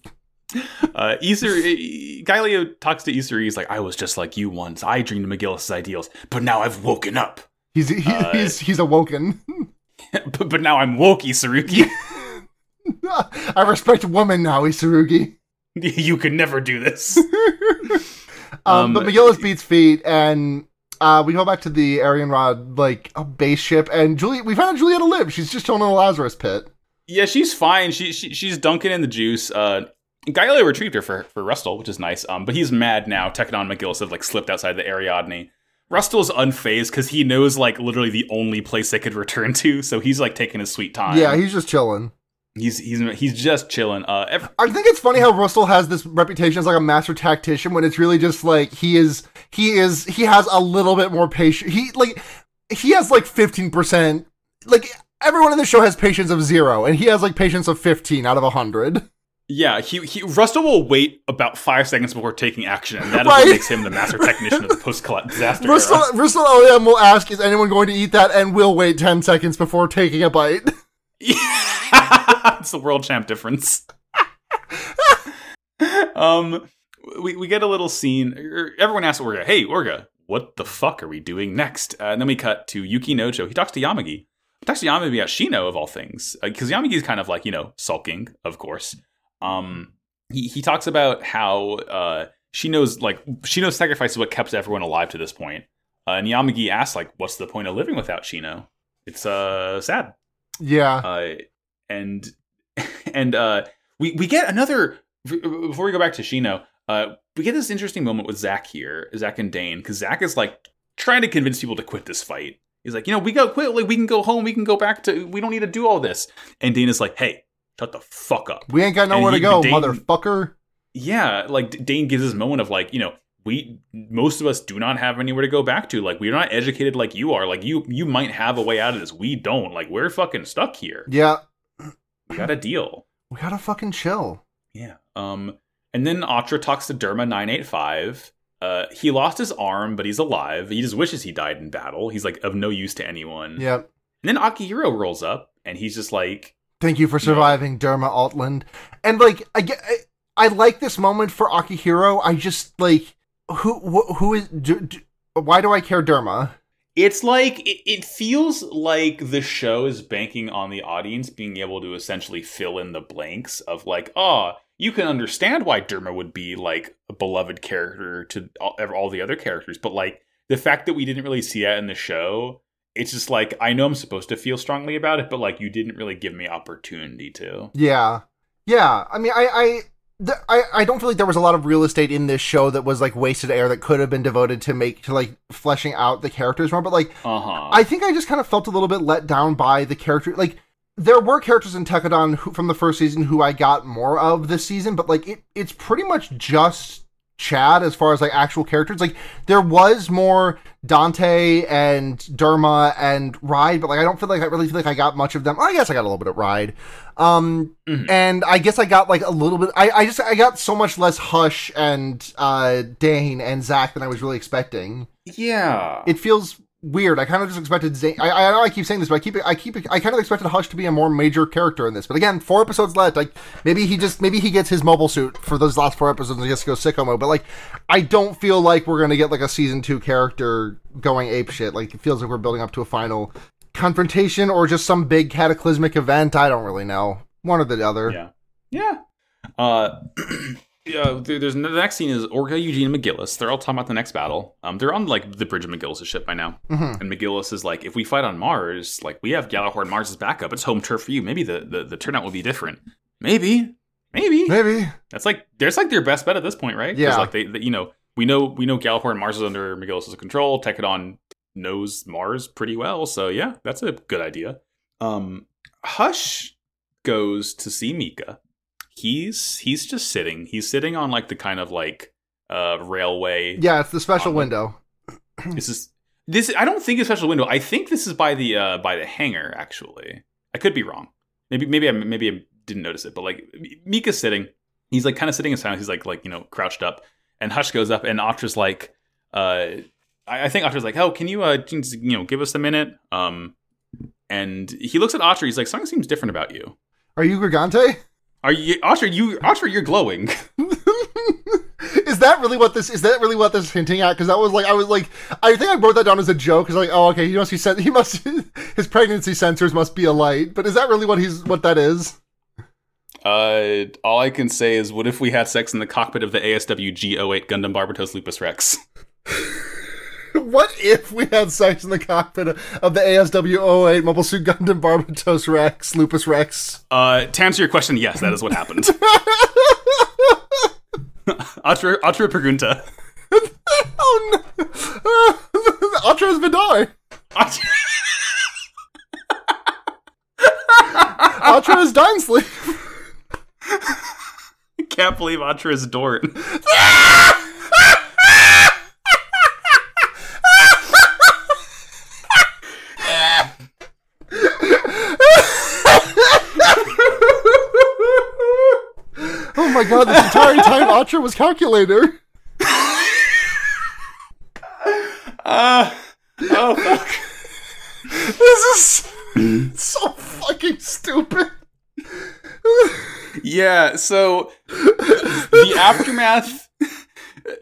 S3: [laughs] Uh, Isser, Galileo talks to Isser. He's like, "I was just like you once. I dreamed of McGillis's ideals, but now I've woken up. [laughs]
S2: He's he,
S3: Uh,
S2: he's he's awoken. [laughs]
S3: but, but now I'm woke, Isarugi.
S2: I respect woman now, Isarugi.
S3: [laughs] you could never do this."
S2: [laughs] Um,
S3: Um,
S2: but McGillis beats feet, and uh, we go back to the Aryan Rod like a base ship, and Julie. We found out Julietta lives. She's just chilling in the Lazarus pit.
S3: [laughs] Yeah, she's fine. She, she she's dunking in the juice. Uh, Galileo retrieved her for for Rustle, which is nice. Um, but he's mad now. Teknon and McGillis have like slipped outside the Ariadne. Rustle's unfazed because he knows like literally the only place they could return to. So he's like taking his sweet time.
S2: yeah, he's just chilling.
S3: he's he's he's just chilling. Uh, ev-
S2: I think it's funny how Russell has this reputation as like a master tactician when it's really just like he is he is he has a little bit more patience. He like he has like fifteen percent. Like everyone in the show has patience of zero, and he has like patience of fifteen out of hundred.
S3: yeah, he, he Rustle will wait about five seconds before taking action, and that is
S2: Right.
S3: what makes him the master technician of the post disaster. era.
S2: Russell Russell OM will ask, "Is anyone going to eat that?" and will wait ten seconds before taking a bite. [laughs]
S3: [laughs] it's the world champ difference. [laughs] um, we we get a little scene. er, Everyone asks Orga, "Hey, Orga, what the fuck are we doing next?" Uh, and then we cut to Yuki Nojo. He talks to Yamagi. He talks to Yamagi about Shino of all things, Uh, because Yamagi's kind of like you know sulking, of course. Um, he he talks about how uh Shino's like Shino's sacrifice is what kept everyone alive to this point. Uh, and Yamagi asks like, "What's the point of living without Shino?" It's uh sad
S2: yeah,
S3: uh, and [laughs] and uh, we we get another before we go back to Shino. Uh, we get this interesting moment with Zach here, Zach and Dane, because Zach is like trying to convince people to quit this fight. He's like, you know, we go quit, like we can go home, we can go back to, we don't need to do all this. And Dane is like, hey, shut the fuck up.
S2: We ain't got
S3: And
S2: nowhere to
S3: he-
S2: go,
S3: Dayton-
S2: motherfucker.
S3: Yeah, like D- Dane gives his moment of like, you know, we most of us do not have anywhere to go back to. Like we're not educated like you are. Like you you might have a way out of this. We don't. Like we're fucking stuck here.
S2: Yeah,
S3: We got a deal.
S2: we gotta fucking chill.
S3: Yeah. Um. And then Atra talks to Derma nine eight five. Uh, he lost his arm, but he's alive. He just wishes he died in battle. He's like of no use to anyone.
S2: Yeah.
S3: And then Akihiro rolls up, and he's just like,
S2: Thank you for
S3: Yeah.
S2: surviving, Derma Altland. And like, I get, I, I like this moment for Akihiro. I just like who wh- who is. Do, do, why do I care, Derma?
S3: it's like it, it feels like the show is banking on the audience being able to essentially fill in the blanks of like, ah, you can understand why Derma would be like a beloved character to all, all the other characters, but like the fact that we didn't really see that in the show, it's just like I know I'm supposed to feel strongly about it, but like you didn't really give me opportunity to.
S2: Yeah, yeah. I mean, I, I, th- I, I don't feel like there was a lot of real estate in this show that was like wasted air that could have been devoted to make to like fleshing out the characters more. But like,
S3: Uh huh.
S2: I think I just kind of felt a little bit let down by the character. Like there were characters in Tekadon who, from the first season who I got more of this season, but like it, it's pretty much just Chad as far as like actual characters. Like there was more Dante and Derma and Ride, but like I don't feel like I really feel like I got much of them. I guess I got a little bit of Ride, um,
S3: Mhm.
S2: and I guess I got like a little bit. I, I just I got so much less Hush and uh, Dane and Zach than I was really expecting
S3: yeah.
S2: it feels weird. I kind of just expected Zane. I, I know I keep saying this, but I keep I keep I kind of expected Hush to be a more major character in this. But again, four episodes left. Like maybe he just maybe he gets his mobile suit for those last four episodes and just goes sicko mode. But like I don't feel like we're gonna get like a season two character going ape shit. Like it feels like we're building up to a final confrontation or just some big cataclysmic event. I don't really know. One or the other.
S3: Yeah. Yeah. Uh, [clears throat] yeah, there- there's the next scene is Orga, Eugene, and McGillis. They're all talking about the next battle. Um, they're on like the bridge of McGillis' ship by now,
S2: hmm
S3: and McGillis is like, if we fight on Mars, like we have Galahorn Mars' backup. It's home turf for you. Maybe the, the the turnout will be different. Maybe, maybe
S2: Maybe.
S3: that's like there's like their best bet at this point, right? 'Cause,
S2: Yeah.
S3: Like they, they- you know, we know we know Galahorn Mars is under McGillis' control. Tekadon knows Mars pretty well. So yeah, that's a good idea. Um, Hush goes to see Mika. He's he's just sitting. He's sitting on like the kind of like uh railway.
S2: Yeah, it's the special
S3: Um,
S2: window.
S3: This is this. I don't think it's special window. I think this is by the uh by the hangar. Actually, I could be wrong. Maybe maybe I maybe I didn't notice it. But like M- Mika's sitting. He's like kind of sitting in silence. He's like like you know crouched up. And Hush goes up, and Atra's like, uh, I, I think Atra's like, oh, can you uh can you just, you know give us a minute? Um, and he looks at Atra. He's like, something seems different about you.
S2: Are you Gigante?
S3: Are you Atra? You Atra, you're glowing. [laughs]
S2: [laughs] is that really what this is that really what this is hinting at because that was like i was like i think i wrote that down as a joke because like oh okay he must be sen- he must [laughs] his pregnancy sensors must be a light but is that really what he's what that is [laughs]
S3: Uh, all I can say is, what if we had sex in the cockpit of the ASWG 08 Gundam Barbatos Lupus Rex?
S2: what if we had sex in the cockpit of the asw 08 mobile suit gundam barbatos rex lupus rex
S3: Uh, to answer your question, yes, that is what happened. Otra otra Pergunta.
S2: oh no [laughs] Atras Vidar.
S3: Otra-
S2: Atras Dinesleep.
S3: I can't believe Otra is Dort.
S2: [laughs] Oh my god, this entire time Atra was calculator. [laughs]
S3: Uh, oh, fuck.
S2: This is [laughs] so fucking stupid.
S3: Yeah, so the aftermath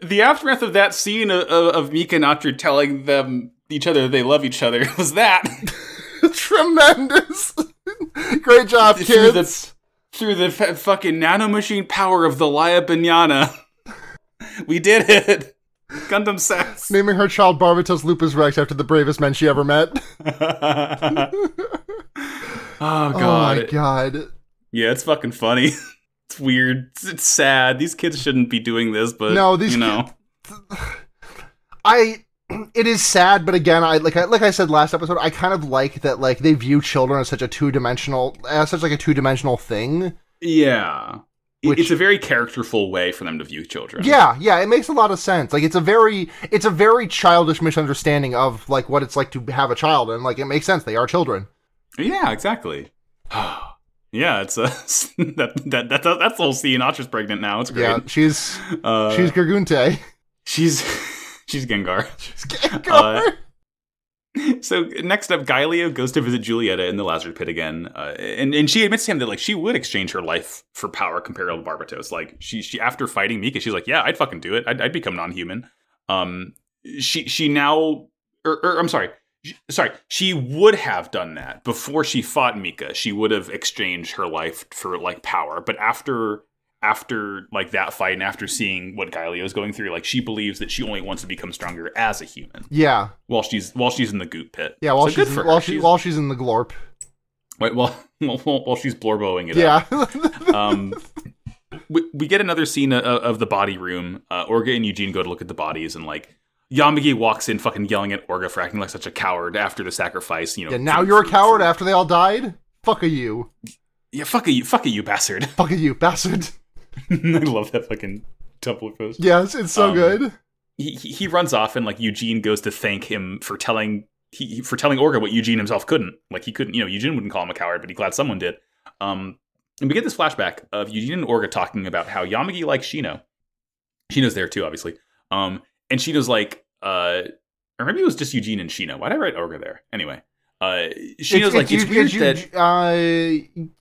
S3: the aftermath of that scene of, of Mika and Otra telling them each other they love each other was that
S2: Tremendous. [laughs] Great job,
S3: through
S2: kids.
S3: the through the f- fucking nanomachine power of the Laya Banana. We did it. Gundam sex.
S2: Naming her child Barbatos Lupus Rex after the bravest man she ever met.
S3: [laughs] oh god.
S2: Oh my god.
S3: Yeah, it's fucking funny. [laughs] It's weird. It's, it's sad. These kids shouldn't be doing this, but
S2: No, these
S3: you know.
S2: I it is sad, but again, I like I like I said last episode, I kind of like that like they view children as such a two dimensional as such like a two dimensional thing.
S3: Yeah. It-
S2: Which-
S3: it's a very characterful way for them to view children.
S2: Yeah, yeah, it makes a lot of sense. Like it's a very it's a very childish misunderstanding of like what it's like to have a child and like it makes sense. They are children.
S3: Yeah, exactly. [sighs] yeah, it's a [laughs] that, that that that's the whole scene. Atra's pregnant now. It's great.
S2: Yeah, she's
S3: Uh,
S2: she's Gergunte. [laughs]
S3: She's she's [laughs] Gengar.
S2: She's Gengar.
S3: Uh, [laughs] So next up, Galio goes to visit Julieta in the Lazarus Pit again, uh, and and she admits to him that like she would exchange her life for power comparable to Barbatos. Like she she after fighting Mika, she's like, yeah, I'd fucking do it. I'd, I'd become non-human. Um, she she now, or, or I'm sorry, she- sorry, she would have done that before she fought Mika. She would have exchanged her life for like power, but after after like that fight and after seeing what Galio is going through, like she believes that she only wants to become stronger as a human
S2: yeah,
S3: while she's while she's in the goop pit.
S2: yeah. While
S3: So good
S2: she's
S3: for her.
S2: while she
S3: She's-
S2: while she's in the glorp.
S3: wait, while, [laughs] while while she's blorboing it. up.
S2: Yeah,
S3: [laughs] Um, we, we get another scene of, of the body room. Uh, Orga and Eugene go to look at the bodies, and like Yamagi walks in, fucking yelling at Orga for acting like such a coward after the sacrifice. You know.
S2: yeah. Now
S3: for-
S2: you're a
S3: for-
S2: coward
S3: for-
S2: after they all died. Fuck are you?
S3: Yeah, fuck you, fuck you, bastard. [laughs]
S2: Fuck are you, bastard? [laughs]
S3: I love that fucking double post.
S2: Yes, it's so
S3: Um,
S2: good.
S3: he he he runs off and like Eugene goes to thank him for telling he for telling Orga what Eugene himself couldn't. Like he couldn't, you know, Eugene wouldn't call him a coward, but he glad someone did. Um, and we get this flashback of Eugene and Orga talking about how Yamagi likes Shino. Shino's there too, obviously. Um, and Shino's like, uh, or maybe it was just Eugene and Shino. Why did I write Orga there? Anyway, uh, Shino's like, it's,
S2: Eug-
S3: weird that
S2: Eug- uh,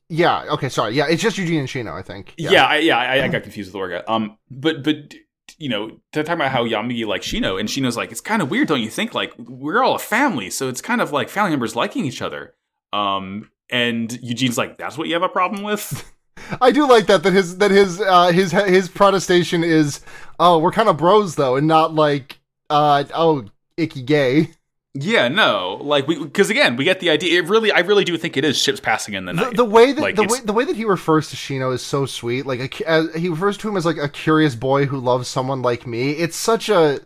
S2: yeah. Okay, sorry. Yeah, it's just Eugene and Shino, I think.
S3: Yeah, I, yeah, I, I got confused with Orga. Um, but but you know, they're talking about how Yamagi likes Shino, and Shino's like, it's kind of weird, don't you think? Like we're all a family, so it's kind of like family members liking each other. Um, and Eugene's like, that's what you have a problem with. [laughs]
S2: I do like that. That his that his uh, his his protestation is, oh, we're kind of bros though, and not like, uh, oh, icky gay.
S3: yeah, no, like we because again, we get the idea. It really, I really do think it is ships passing in the
S2: The,
S3: night.
S2: the way that
S3: Like,
S2: the way
S3: it's-
S2: the way that he refers to Shino is so sweet. Like a, uh, cu- as, he refers to him as like a curious boy who loves someone like me. It's such a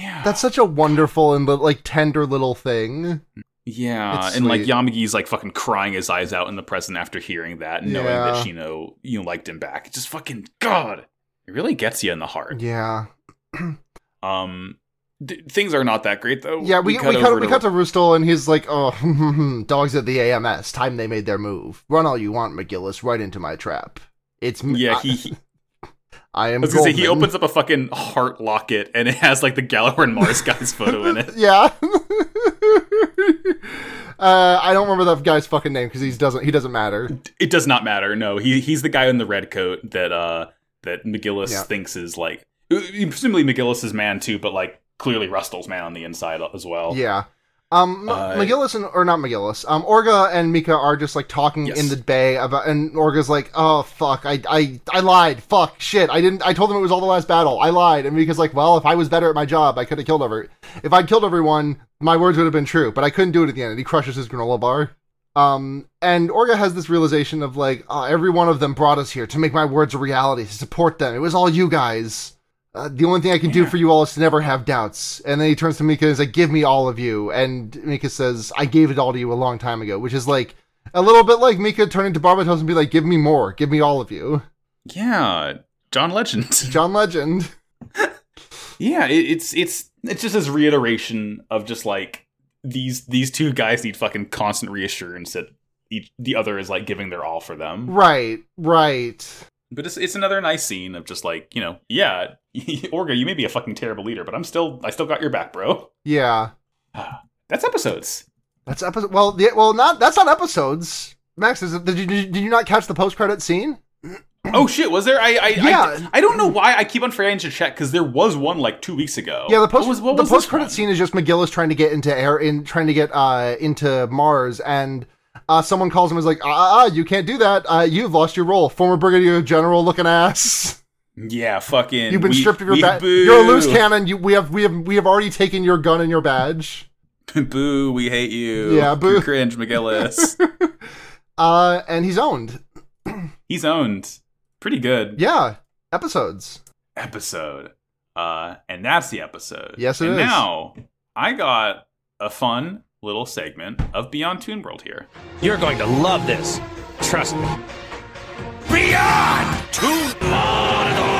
S3: Yeah.
S2: That's such a wonderful and like tender little thing.
S3: yeah,
S2: it's
S3: and like
S2: sweet.
S3: Yamagi's like fucking crying his eyes out in the present after hearing that, and knowing that
S2: Yeah.
S3: Shino you know, liked him back. It's just fucking God. It really gets you in the heart.
S2: Yeah.
S3: Um, th- things are not that great though.
S2: Yeah, we, we cut, we cut,
S3: over
S2: to, Rustal and he's like, oh, [laughs] dogs at the AMS. Time they made their move. Run all you want, McGillis, right into my trap. It's me.
S3: [laughs] Yeah,
S2: I-
S3: he. he
S2: I, am.
S3: I was gonna say he
S2: Goldman."
S3: opens up a fucking heart locket, and it has like the Gallagher and Mars guy's photo in
S2: [laughs]
S3: it.
S2: Yeah. uh, I don't remember that guy's fucking name because he doesn't. He doesn't matter.
S3: It does not matter. No, he he's the guy in the red coat that uh that McGillis
S2: Yeah.
S3: thinks is like uh, presumably McGillis's man too, but like clearly Rustl's man on the inside as well.
S2: Yeah. Um, M-
S3: Uh,
S2: McGillis and or not McGillis. Um, Orga and Mika are just like talking
S3: Yes.
S2: in the bay about, and Orga's like, "Oh fuck, I, I, I lied. Fuck, shit. I didn't. I told them it was all the last battle. I lied." And Mika's like, "Well, if I was better at my job, I could have killed every. If I'd killed everyone, my words would have been true. But I couldn't do it at the end." And he crushes his granola bar. Um, and Orga has this realization of like, oh, every one of them brought us here to make my words a reality, to support them. It was all you guys. Uh, the only thing I can do
S3: Yeah.
S2: for you all is to never have doubts. And then he turns to Mika and is like, give me all of you. And Mika says, I gave it all to you a long time ago, which is like a little bit like Mika turning to Barbatos and be like, give me more, give me all of you.
S3: Yeah, John Legend.
S2: John Legend.
S3: Yeah, it, it's it's it's just this reiteration of just like these these two guys need fucking constant reassurance that each the other is like giving their all for them.
S2: Right, right.
S3: But it's it's another nice scene of just like you know yeah, [laughs] Orga, you may be a fucking terrible leader, but I'm still I still got your back, bro.
S2: Yeah.
S3: That's episodes.
S2: That's episode. Well, the, well, not that's not episodes. Max, is it, did you did you not catch the post credit scene?
S3: Oh shit, was there? I I,
S2: Yeah.
S3: I I don't know why I keep on forgetting to check because there was one like two weeks ago.
S2: Yeah, the post
S3: Oh, What was- what
S2: the
S3: was this
S2: post credit
S3: one?
S2: scene is just McGillis trying to get into air in trying to get uh into Mars and uh, someone calls him and is like, ah, ah, ah, you can't do that. Uh, you've lost your role. Former Brigadier General looking ass.
S3: Yeah, fucking.
S2: You've been
S3: we-
S2: stripped of your
S3: we
S2: badge.
S3: boo.
S2: You're a loose cannon. You, we have we have we have already taken your gun and your badge.
S3: [laughs] boo, we hate you.
S2: Yeah, boo.
S3: You cringe,
S2: [laughs]
S3: McGillis.
S2: Uh, and he's owned.
S3: He's owned. Pretty good
S2: Yeah, episodes.
S3: episode. Uh, and that's the episode.
S2: Yes, it
S3: and
S2: is.
S3: Now I got a fun little segment of Beyond Toon World here.
S1: You're going to love this. Trust me. Beyond Toon World!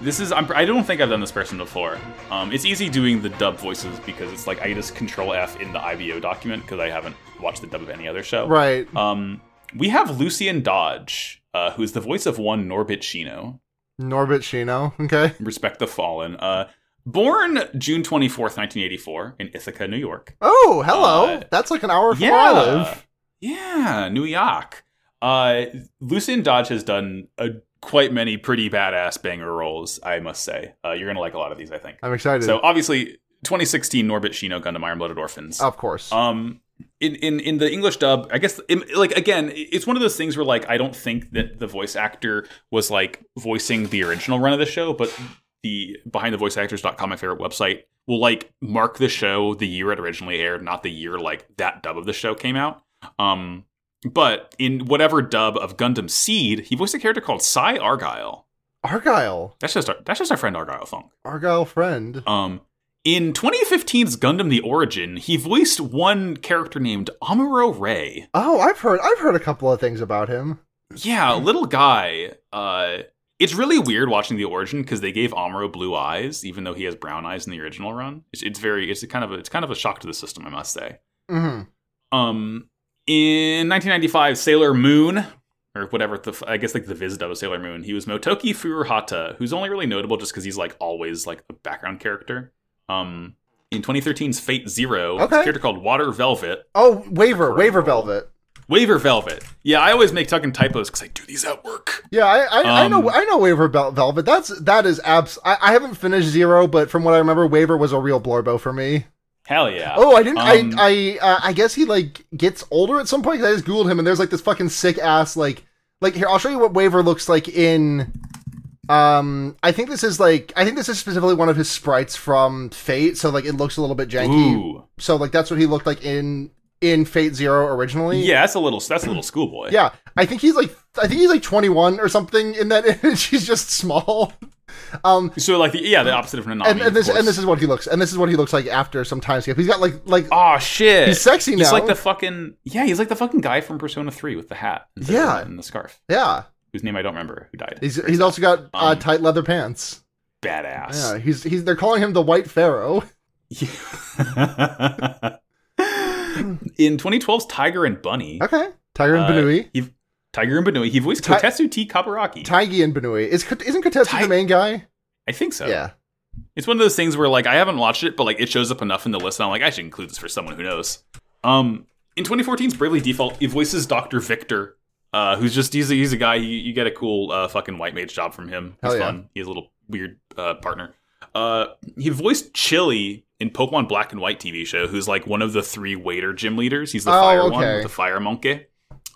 S3: This is I'm, I don't think I've done this person before. Um, it's easy doing the dub voices because it's like I just control F in the IBO document because I haven't watched the dub of any other show.
S2: Right.
S3: Um, we have Lucian Dodge, uh, who is the voice of one Norbit Shino.
S2: Norbit Shino. Okay.
S3: Respect the Fallen. Uh, born June twenty fourth, nineteen eighty four, in Ithaca, New York.
S2: Oh, hello.
S3: Uh,
S2: That's like an hour from where I
S3: Yeah.
S2: live.
S3: Yeah, New York. Uh, Lucian Dodge has done a, quite many pretty badass banger roles, I must say. Uh, you're gonna like a lot of these, I think.
S2: I'm excited.
S3: So obviously, 2016 Norbit Shino Gundam Iron Blooded Orphans.
S2: of course.
S3: Um, in, in in the English dub, I guess in, like again, it's one of those things where like I don't think that the voice actor was like voicing the original run of the show, but the behindthevoiceactors.com, my favorite website, will like mark the show the year it originally aired, not the year like that dub of the show came out. Um, but in whatever dub of Gundam Seed, he voiced a character called Psy Argyle.
S2: Argyle.
S3: That's just our, that's just our friend Argyle Funk.
S2: Argyle friend.
S3: Um, in 2015's Gundam: The Origin, he voiced one character named Amuro Ray.
S2: Oh, I've heard I've heard a couple of things about him.
S3: Yeah, a little guy. Uh, it's really weird watching The Origin because they gave Amuro blue eyes, even though he has brown eyes in the original run. It's, it's very, it's a kind of, a, it's kind of a shock to the system, I must say.
S2: hmm
S3: Um, in 1995, Sailor Moon. Or whatever the f- I guess like the Viz dub of Sailor Moon. He was Motoki Furuhata, who's only really notable just because he's like always like a background character. Um, in 2013's Fate Zero,
S2: Okay.
S3: a character called Water Velvet,
S2: Oh, Waver,
S3: Preferred
S2: Waver
S3: role.
S2: Velvet.
S3: Waver Velvet. Yeah, I always make tucking typos because I do these at work.
S2: Yeah, I, I, I know
S3: Um,
S2: I know Waver Bel- Velvet. That's that is abs. I, I haven't finished Zero, but from what I remember, Waver was a real blorbo for me.
S3: Hell yeah.
S2: Oh, I didn't.
S3: Um,
S2: I I uh, I guess he like gets older at some point. 'cause I just googled him, and there's like this fucking sick ass like like here. I'll show you what Waver looks like in. Um, I think this is like I think this is specifically one of his sprites from Fate. So like it looks a little bit janky.
S3: Ooh.
S2: So like that's what he looked like in in Fate Zero originally.
S3: Yeah, that's a little that's a little schoolboy.
S2: [laughs] Yeah, I think he's like I think he's like 21 or something in that image. He's just small. Um,
S3: So like the, yeah, the opposite of Nanami.
S2: and, and this
S3: of course.
S2: and this is what he looks and this is what he looks like after some time skip. He's got like like
S3: oh shit.
S2: He's sexy
S3: He's
S2: now.
S3: like the fucking yeah. He's like the fucking guy from Persona Three with the hat. instead of
S2: Yeah.
S3: the hat and the scarf.
S2: yeah.
S3: Whose name I don't remember. Who died?
S2: He's he's also got uh,
S3: Um,
S2: tight leather pants.
S3: Badass.
S2: Yeah, he's he's they're calling him the White Pharaoh.
S3: Yeah. [laughs] In 2012's Tiger and Bunny,
S2: Okay, Tiger and
S3: Uh,
S2: Benui,
S3: he, Tiger and Benui, he voiced
S2: Ti-
S3: Kotetsu T. Kaburaki.
S2: Taigi and Benui. Is Ko- isn't Kotetsu
S3: Ti-
S2: the main guy?
S3: I think so.
S2: Yeah,
S3: It's one of those things where like I haven't watched it, but like it shows up enough in the list, and I'm like, I should include this for someone who knows. Um, in 2014's Bravely Default, he voices Doctor Victor, uh, who's just he's a, he's a guy you, you get a cool uh, fucking white mage job from him. He's
S2: Hell yeah.
S3: fun. He has a little weird uh, partner. Uh, he voiced Chili in Pokemon Black and White TV show, who's like one of the three waiter gym leaders. He's the
S2: Oh,
S3: fire one
S2: okay.
S3: with the fire monkey.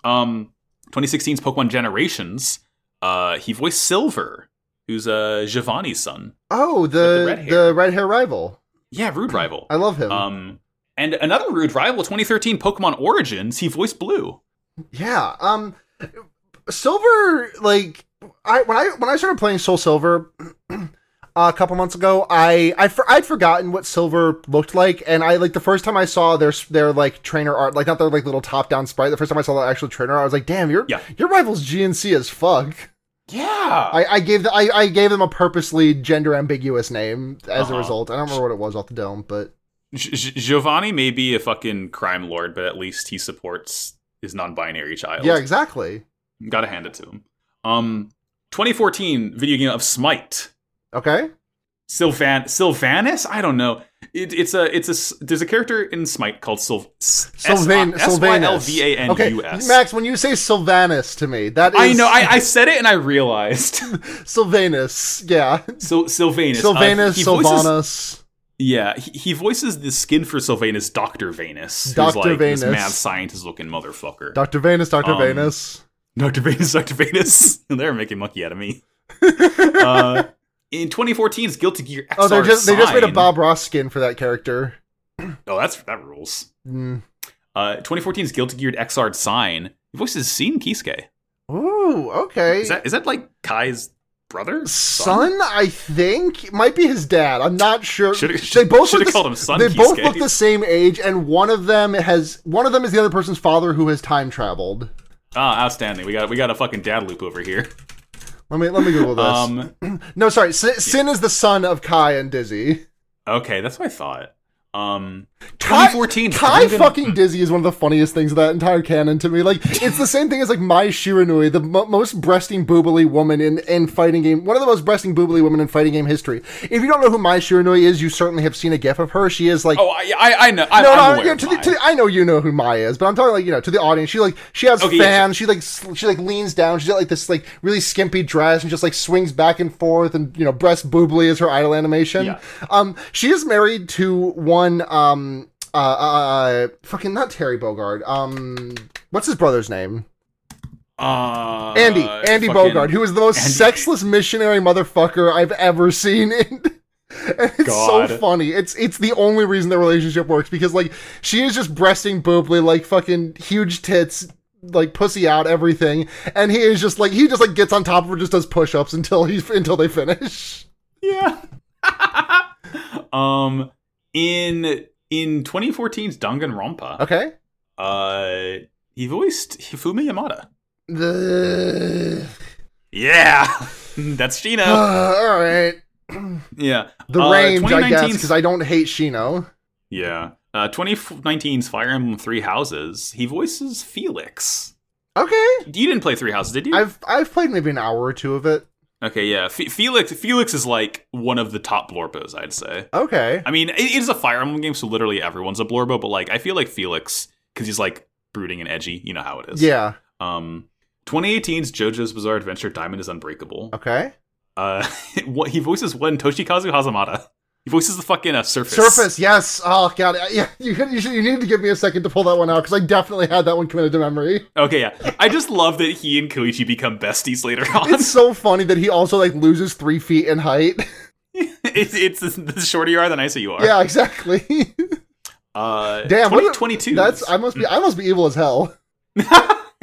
S3: Um, 2016's Pokemon Generations, uh, he voiced Silver, who's uh, Giovanni's son.
S2: Oh,
S3: the
S2: the
S3: red hair.
S2: the red hair rival.
S3: Yeah, rude rival.
S2: I love him.
S3: Um, and another rude rival, 2013 Pokemon Origins, he voiced Blue.
S2: yeah. Um, Silver. Like I when I when I started playing Soul Silver [clears throat] a couple months ago, I I for, I'd forgotten what Silver looked like, and I like the first time I saw their s- their like trainer art, like not their like little top down sprite. The first time I saw the actual trainer, art, I was like, damn, your
S3: Yeah.
S2: your rival's GNC as fuck.
S3: Yeah.
S2: I, I gave the, I, I gave them a purposely gender ambiguous name as a
S3: Uh-huh.
S2: result. I don't remember what it was off the dome, but
S3: G- G- Giovanni may be a fucking crime lord, but at least he supports his non-binary child.
S2: yeah, exactly.
S3: Gotta hand it to him. Um, 2014 video game of Smite.
S2: Okay,
S3: Sylvan Sylvanus? I don't know. It, it's a it's a s- there's a character in Smite called Sylv
S2: Sylvan Sylvanus. Okay,
S3: S-Y-L-V-A-N-U-S.
S2: Max, when you say Sylvanus to me, that is
S3: I know. I, I said it and
S2: [laughs]
S3: I realized.
S2: Sylvanus. Yeah,
S3: Syl- Sylvanus. uh,
S2: Sylvanus,
S3: he voices-
S2: Sylvanus.
S3: Yeah, he, he voices the skin for Sylvanus, Doctor Vanus,
S2: Dr.
S3: who's like
S2: Vanus.
S3: this mad scientist looking motherfucker.
S2: Doctor Vanus, Doctor
S3: Um,
S2: Vanus.
S3: Doctor Vanus, Doctor
S2: [laughs]
S3: Vanus. [laughs] They're making monkey out of me. uh, in 2014's Guilty Gear XR,
S2: Oh, they're just they just made a
S3: Sign-
S2: Bob Ross skin for that character.
S3: Oh, that's that rules.
S2: Mm.
S3: Uh, 2014's Guilty Geared XR sign. He voices Scene Kisuke.
S2: Ooh, okay.
S3: Is that is that like Kai's brother?
S2: Son, I think might be his dad. I'm not sure.
S3: Should
S2: they both look
S3: have
S2: the-
S3: called him Son
S2: they both
S3: Kisuke.
S2: look the same age, and one of them has one of them is the other person's father who has time traveled.
S3: Ah, outstanding. We got we got a fucking dad loop over here.
S2: Let me let me Google this.
S3: Um,
S2: no, sorry, Sin, Sin is the son of Kai and Dizzy.
S3: okay, that's what I thought. Um,
S2: Kai-
S3: 2014.
S2: Kai
S3: Dream-
S2: fucking Dizzy is one of the funniest things of that entire canon to me. Like it's the same thing as like Mai Shiranui, the mo most breasting boobily woman in in fighting game, one of the most breasting boobily women in fighting game history. If you don't know who Mai Shiranui is, you certainly have seen a gif of her. She is like.
S3: Oh, I, I, I know. I,
S2: no,
S3: I'm
S2: no,
S3: aware
S2: yeah,
S3: of
S2: to the,
S3: mine.
S2: to the, I know you know who Maya is, but I'm talking like you know to the audience. She like she has
S3: Okay, yeah,
S2: fans. She like s- she like leans down. She's got like this like really skimpy dress and just like swings back and forth and you know breast boobly is her idol animation.
S3: Yeah.
S2: Um, she is married to one um uh, uh fucking not Terry Bogard. Um, what's his brother's name?
S3: Uh,
S2: Andy Andy
S3: fucking-
S2: Bogard, who is the most
S3: Andy.
S2: sexless missionary motherfucker I've ever seen. In- [laughs] and it's so
S3: God.
S2: funny. It's it's the only reason their relationship works because like she is just breasting boobly like fucking huge tits, like pussy out everything, and he is just like he just like gets on top of her, just does push ups until he's [laughs] until they finish.
S3: [laughs] Yeah. um, in in 2014's Danganronpa,
S2: Okay.
S3: uh, he voiced Hifumi Yamada.
S2: The
S3: Yeah, [laughs]
S2: [sighs]
S3: that's
S2: Uh.
S3: Shino.
S2: all right.
S3: Yeah,
S2: The
S3: Uh,
S2: range, I guess,
S3: 2019's
S2: because I don't hate Shino.
S3: yeah. Uh, 2019's Fire Emblem Three Houses. He voices Felix.
S2: Okay,
S3: You didn't play Three Houses, did you?
S2: I've I've played maybe an hour or two of it.
S3: Okay, yeah. F- Felix Felix is like one of the top blorpos, I'd say.
S2: Okay,
S3: I mean, it, it is a Fire Emblem game, so literally everyone's a blorbo, but like I feel like Felix because he's like brooding and edgy. You know how it is.
S2: yeah.
S3: Um, 2018's JoJo's Bizarre Adventure Diamond is Unbreakable.
S2: Okay.
S3: Uh, [laughs] what he voices one Toshikazu Hazamada. He voices the fucking uh, surface.
S2: Surface, yes. Oh god, yeah. You could, you, should, you needed to give me a second to pull that one out because I definitely had that one committed to memory.
S3: Okay, yeah. I just love that he and Koichi become besties later on.
S2: It's
S3: It's
S2: so funny that he also like loses three feet in height.
S3: [laughs] it's, the shorter you are, the nicer you are.
S2: yeah, exactly.
S3: Uh,
S2: Damn, what a- [laughs]
S3: 2022.
S2: That's I must be I must be evil as hell.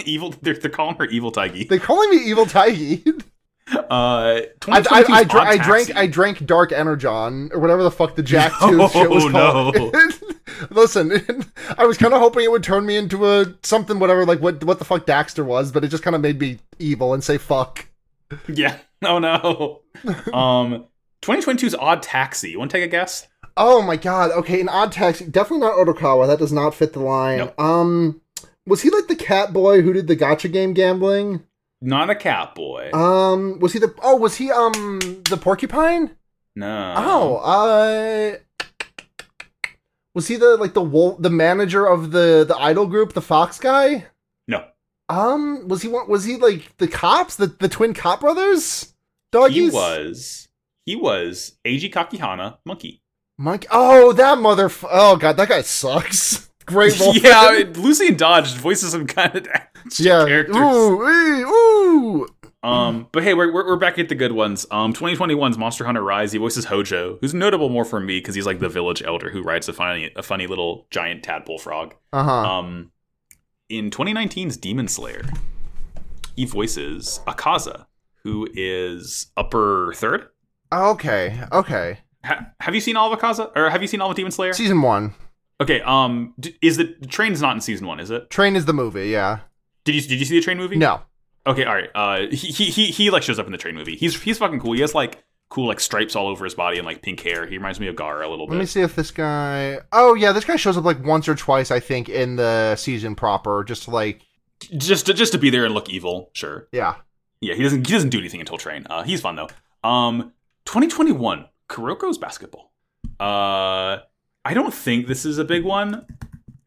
S3: evil. They're, they're calling her Evil Taigi.
S2: They're calling me evil Taigi.
S3: Uh,
S2: I, I, I, dr-
S3: Odd
S2: I drank
S3: Taxi.
S2: I drank Dark Energon or whatever the fuck the
S3: [laughs]
S2: Jack Two
S3: No,
S2: shit was called. [laughs]
S3: Oh, no.
S2: Listen, [laughs] I was kind of hoping it would turn me into a something whatever like what what the fuck Daxter was, but it just kind of made me evil and say fuck.
S3: [laughs] Yeah. Oh no. [laughs] um, 2022's Odd Taxi. You want to take a guess?
S2: Oh my god. Okay, an odd taxi. Definitely not Otokawa. That does not fit the line.
S3: Nope.
S2: Um, was he like the cat boy who did the gotcha game gambling?
S3: Not a cat boy.
S2: Um, was he the oh was he um the porcupine?
S3: no.
S2: Oh, uh was he the like the wolf, the manager of the the idol group, the Fox guy?
S3: No.
S2: Um, was he one? Was he like the cops, the the twin cop brothers? Doggies.
S3: He was. He was Eiji Kakihana Monkey.
S2: Mike. Oh, that motherfucker. Oh god, that guy sucks. [laughs] [laughs] Great role.
S3: [laughs] yeah, I mean, Lucy and Dodge voices some kind of [laughs]
S2: yeah.
S3: characters.
S2: Ooh, ee, ooh.
S3: Um, but hey, we're, we're, we're back at the good ones. Um, 2021's Monster Hunter Rise. He voices Hojo, who's notable more for me because he's like the village elder who rides a funny a funny little giant tadpole frog.
S2: Uh huh.
S3: Um, in 2019's Demon Slayer, he voices Akaza, who is upper third.
S2: Uh, okay. Okay.
S3: Ha- have you seen all of Akaza, or have you seen all of Demon Slayer?
S2: Season one.
S3: Okay. Um, d- is the, the train's not in season one? Is it?
S2: Train is the movie. Yeah.
S3: Did you did you see the train movie?
S2: No.
S3: Okay, all right. Uh, he, he he he like shows up in the train movie. He's he's fucking cool. He has like cool like stripes all over his body and like pink hair. He reminds me of Gara a little
S2: Let me
S3: bit.
S2: see if this guy. Oh yeah, this guy shows up like once or twice, I think, in the season proper. Just to, like
S3: Just to, just to be there and look evil, sure.
S2: yeah,
S3: Yeah, he doesn't he doesn't do anything until train. Uh, he's fun though. Um, 2021 Kuroko's basketball. Uh, I don't think this is a big one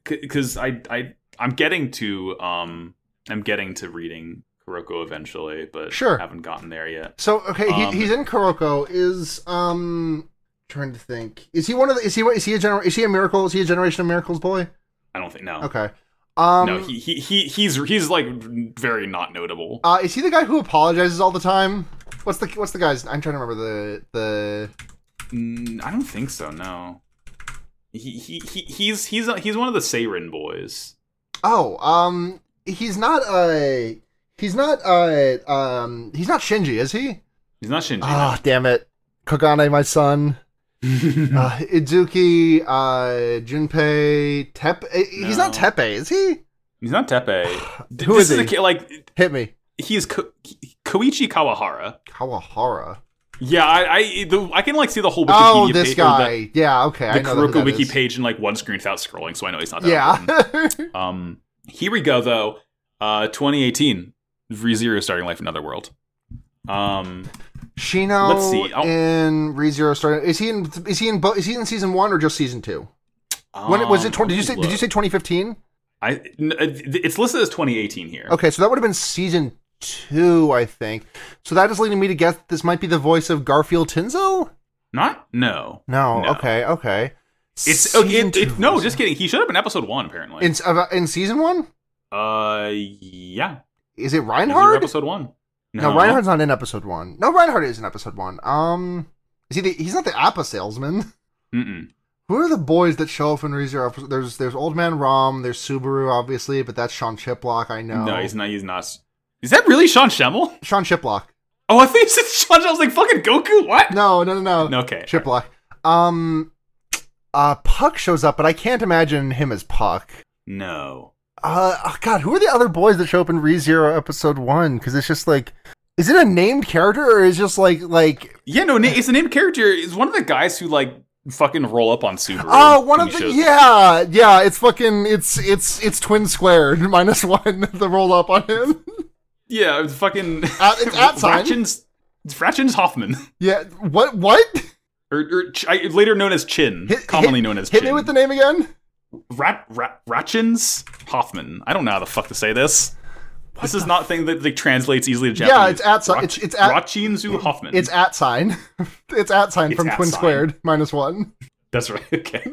S3: because I I I'm getting to um I'm getting to reading Kuroko eventually, but
S2: Sure.
S3: haven't gotten there yet.
S2: So okay, he,
S3: Um,
S2: he's in Kuroko. Is um trying to think. Is he one of the? Is he is he a gener- Is he a miracle? Is he a generation of miracles boy?
S3: I don't think no.
S2: Okay. Um,
S3: no, he, he he he's he's like very not notable.
S2: uh, is he the guy who apologizes all the time? What's the what's the guy's? I'm trying to remember the the.
S3: Mm, I don't think so. No, he he, he he's he's he's one of the Seirin boys.
S2: Oh, um, he's not a. He's not a. Um, he's not Shinji, is he?
S3: He's not Shinji.
S2: Ah, damn it, Kagane, my son.
S3: Hmm.
S2: uh, Izuki, uh, Junpei, Tepe. eh, He's not
S3: No.
S2: Tepe, is he?
S3: he's not [sighs] Tepe. D-
S2: Who
S3: this
S2: is
S3: a
S2: he?
S3: kid, like
S2: Hit me.
S3: he is Ko- Koichi Kawahara.
S2: Kawahara.
S3: Yeah, I I, the, I can like see the whole Wikipedia
S2: Oh, this
S3: pa- or
S2: guy. yeah, okay.
S3: The,
S2: I know
S3: the
S2: who
S3: Kuroko
S2: that
S3: wiki
S2: is.
S3: page in like one screen without scrolling, so I know he's not that.
S2: Yeah.
S3: important. Um. Here we go though. Uh, 2018. ReZero starting life in another world. Um.
S2: [laughs] Shino
S3: Let's see. I'll-
S2: in ReZero started. Is he in is he in bo- is he in season 1 or just season 2? When it was it
S3: um,
S2: 20 Did you say did you
S3: look.
S2: say 2015?
S3: I n- uh, th- it's listed as 2018 here.
S2: Okay, so that would have been season 2, I think. So that is leading me to guess this might be the voice of Garfield Tinzel?
S3: Not no.
S2: No.
S3: No.
S2: Okay, okay.
S3: It's okay.
S2: Season
S3: It, it-
S2: two.
S3: no, just kidding. He showed up in episode one apparently.
S2: in of- in season 1?
S3: uh, yeah.
S2: Is it
S3: Is it
S2: Reinhardt?
S3: Episode one.
S2: No, Reinhardt's not in episode 1. No, Reinhardt is in episode 1. Um is he the, he's not the Appa salesman. [laughs]
S3: Mm-mm.
S2: Who are the boys that show up in ReZero? There's there's Old Man Rom, there's Subaru, obviously, but that's Sean Chiplock. I know.
S3: No. he's not. He's not. Is that really Sean Schemmel?
S2: Sean Chiplock.
S3: Oh, I think it's [laughs] Sean. Schemmel. I was like, fucking Goku. What?
S2: No, no, no, no.
S3: No, okay.
S2: Chiplock. Um, uh, Puck shows up, but I can't imagine him as Puck.
S3: No.
S2: Uh, oh God, who are the other boys that show up in ReZero episode one? Because it's just like, is it a named character or is it just like like
S3: Yeah, no. na- It's a named character. It's one of the guys who like fucking roll up on Subaru.
S2: oh one
S3: when
S2: of
S3: he
S2: the
S3: shows-
S2: yeah yeah it's fucking it's it's it's twin squared [laughs] minus one the roll up on him [laughs]
S3: Yeah, it's fucking.
S2: At- Uh,
S3: [laughs]
S2: it's at sign.
S3: Ratchin's, it's Ratchin's Hoffman. [laughs]
S2: yeah what what.
S3: or, or Ch- I- later known as Chin,
S2: Hit-
S3: commonly
S2: hit-
S3: known as
S2: Hit
S3: Chin.
S2: me with the name again.
S3: Rat, Rat Ratchins Hoffman. I don't know how the fuck to say this. this is not a thing that like, translates easily to Japanese.
S2: Yeah, it's at si- it's- it's at-
S3: Ratchinzu Hoffman.
S2: It's at sign. [laughs] it's at sign
S3: It's
S2: from
S3: at
S2: twin
S3: sign.
S2: squared minus one.
S3: That's right. [laughs] Okay.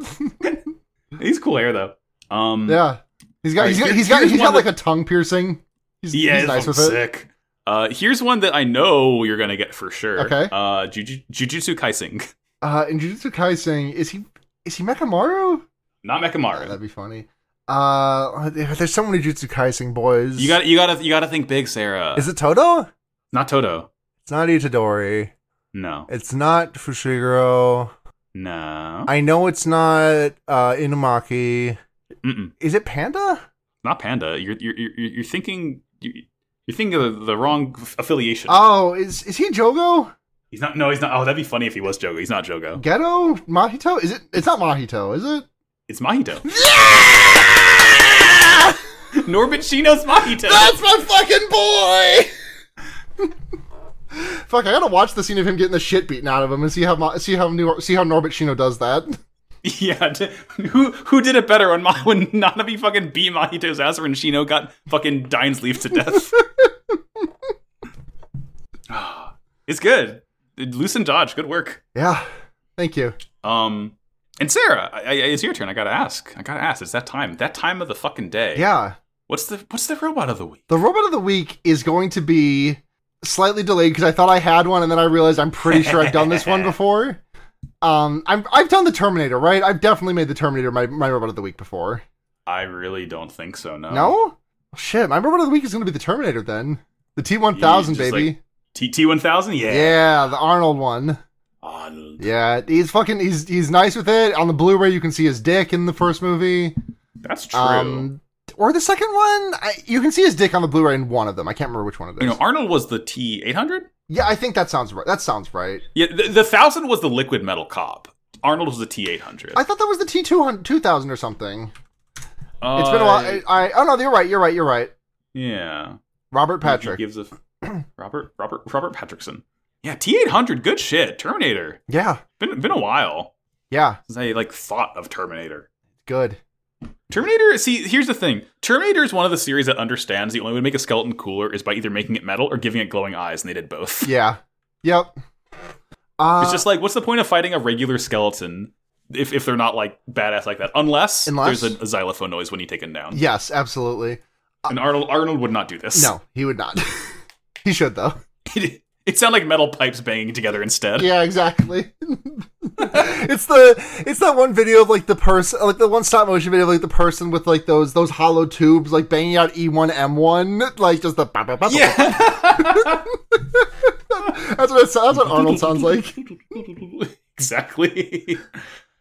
S3: He's cool hair though. Um,
S2: Yeah, he's got
S3: Alright,
S2: he's got
S3: here-
S2: he's got
S3: here's
S2: he's got
S3: one
S2: like a
S3: that-
S2: tongue piercing. He's,
S3: yeah,
S2: he's
S3: it's
S2: nice
S3: fucking
S2: with it.
S3: sick. Uh, here's one that I know you're gonna get for sure.
S2: Okay.
S3: Uh, Juju- Jujutsu Kaisen, [laughs]
S2: Uh, in Jujutsu Kaisen, is he is he Mekamaru?
S3: not
S2: Oh,
S3: Mekamaru.
S2: that'd be funny. Uh, there's so many Jujutsu Kaisen boys.
S3: you got you got to you got to think big, Sarah.
S2: Is it Toto?
S3: not Toto.
S4: It's not Itadori.
S3: No.
S4: It's not Fushiguro.
S3: No.
S4: I know it's not uh, Inumaki.
S3: Mm-mm.
S4: Is it Panda?
S3: Not Panda. You're you're you're, you're thinking you're, you're thinking of the wrong affiliation.
S2: Uh,
S4: Oh, is is he Jogo?
S3: he's not. No, he's not. Oh, that'd be funny if he was Jogo. He's not Jogo.
S2: Ghetto Mahito? Is it? It's not Mahito, is it?
S3: It's Mahito. [laughs] Norbit Shino's Mahito.
S2: That's my fucking boy. Fuck! I gotta watch the scene of him getting the shit beaten out of him and see how Ma- see how New- see how Norbert Shino does that.
S3: [laughs] Yeah, d- who who did it better when Ma- when Nanabe fucking beat Mahito's ass or when Shino got fucking Dine's leaf to [laughs] death? [sighs] it's good. Loosen dodge, good work.
S2: Yeah, thank you.
S3: Um, and Sarah, I, I, it's your turn. I gotta ask. I gotta ask. It's that time. That time of the fucking day.
S2: Yeah,
S3: What's the What's the robot of the week?
S2: the robot of the week is going to be slightly delayed because I thought I had one and then I realized I'm pretty sure I've done [laughs] this one before. Um, I'm I've done the Terminator, right? I've definitely made the Terminator my, my robot of the week before.
S3: I really don't think so.
S2: Oh.
S3: No.
S2: No, shit, my robot of the week is going to be the Terminator then. The T1000
S3: You just,
S2: baby.
S3: like, TT one thousand.
S2: eh.
S3: Yeah. Ah,
S2: yeah, the Arnold one.
S3: Arnold.
S2: Yeah, he's fucking he's he's nice with it. On the Blu-ray, you can see his dick in the first movie. Um,
S3: That's true.
S2: or the second one, I, you can see his dick on the Blu-ray in one of them. I can't remember which one it is.
S3: you know, Arnold was the T eight hundred.
S2: yeah, I think that sounds right. That sounds right.
S3: Yeah, the, the thousand was the liquid metal cop. Arnold was the T eight hundred.
S2: I thought that was the T two hundred two thousand or something. It's been a while.
S3: Uh,
S2: I, I oh no, you're right. You're right. You're right.
S3: Yeah,
S2: Robert
S3: He
S2: Patrick.
S3: gives a f- Robert Robert Robert Patrickson. Yeah, T eight hundred. Good shit. Terminator.
S2: Yeah,
S3: Been been a while
S2: yeah,
S3: since I like thought of Terminator.
S2: good.
S3: Terminator. See, here's the thing. Terminator is one of the series that understands the only way to make a skeleton cooler is by either making it metal or giving it glowing eyes, and they did both.
S2: Yeah, yep. Uh,
S3: [laughs] It's just like, what's the point of fighting a regular skeleton if, if they're not like badass like that? Unless,
S2: Unless-
S3: there's a, a xylophone noise when you take him down.
S2: yes, absolutely.
S3: And Arnold Arnold would not do this.
S2: No, he would not. [laughs] he should though.
S3: it, it sounded like metal pipes banging together instead.
S2: Yeah, exactly.
S4: [laughs] it's the it's that one video of like the person like the one stop motion video of like the person with like those those hollow tubes like banging out E one M one like just the bah, bah, bah, bah.
S3: Yeah.
S4: [laughs]
S3: [laughs]
S2: That's what it, so- that's what Arnold sounds [laughs] like.
S3: exactly. [laughs]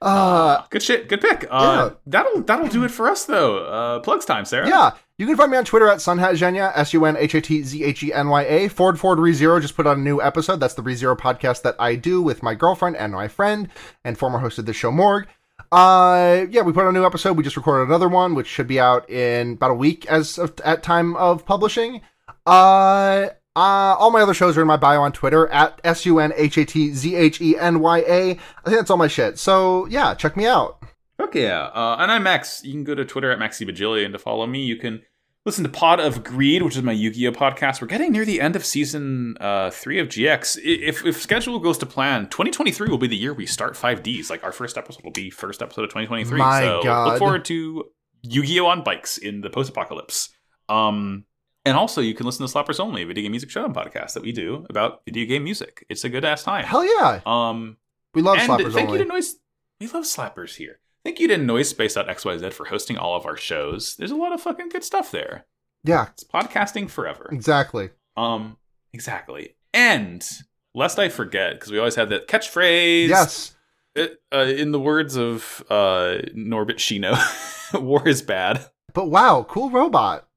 S4: Ah,
S2: Uh,
S3: Good shit. Good pick. Uh, That'll that'll do it for us though. Uh, plugs time, Sarah.
S2: yeah, you can find me on Twitter at sunhatgenya, s u n h a t z h e n y a. Ford Ford Rezero just put on a new episode. That's the Rezero podcast that I do with my girlfriend and my friend and former host of the show Morg. Uh, yeah, we put on a new episode. We just recorded another one, which should be out in about a week as of, at time of publishing. Uh, uh, all my other shows are in my bio on Twitter at s u n h a t z h e n y a. I think that's all my shit. So yeah, check me out.
S3: Fuck yeah. Uh, and I'm Max. You can go to Twitter at Maxi Bajillion to follow me. You can listen to Pod of Greed, which is my Yu Gi Oh podcast. We're getting near the end of season uh, three of GX. I- If, if schedule goes to plan, 2023 will be the year we start 5Ds. Like our first episode will be first episode of 2023.
S4: My
S3: so
S4: God.
S3: look forward to Yu Gi Oh on bikes in the post apocalypse. Um, and also, you can listen to Slappers Only, a video game music show and podcast that we do about video game music. It's a good ass time.
S2: Hell yeah,
S3: Um,
S2: we love
S3: and
S2: slappers
S3: thank
S2: only.
S3: you to Noise. We love slappers here. Thank you to NoiseSpace.xyz for hosting all of our shows. There's a lot of fucking good stuff there.
S2: yeah,
S3: It's podcasting forever.
S2: exactly.
S3: Um, exactly. And lest I forget, because we always have that catchphrase.
S2: Yes.
S3: Uh, uh, in the words of uh, Norbit Shino, [laughs] war is bad.
S2: But wow, cool robot.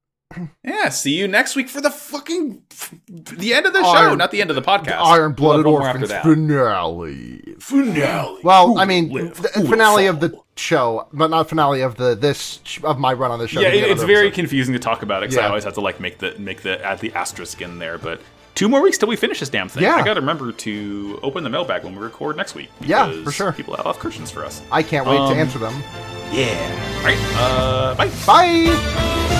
S3: Yeah. See you next week for the fucking the end of the show,
S2: Iron-
S3: not the end of the podcast.
S2: The Iron Blooded
S3: We'll have one
S2: Orphans
S3: more after that.
S2: finale.
S3: Finale.
S2: Well,
S3: Who
S2: I mean,
S3: will live?
S2: the
S3: Who will
S2: finale of
S3: fall?
S2: the show, but not finale of the this sh- of my run on the show.
S3: yeah,
S2: We
S3: it-
S2: got
S3: it's
S2: another
S3: very
S2: episode.
S3: confusing to talk about it because I
S2: Yeah.
S3: always have to like make the make the add the asterisk in there. But two more weeks till we finish this damn thing.
S2: Yeah.
S3: I got to remember to open the mailbag when we record next week.
S2: Yeah,
S3: because
S2: for sure.
S3: People have a lot of questions for us.
S2: I can't wait
S3: Um,
S2: to answer them.
S3: Yeah. All right. Uh, bye.
S2: Bye.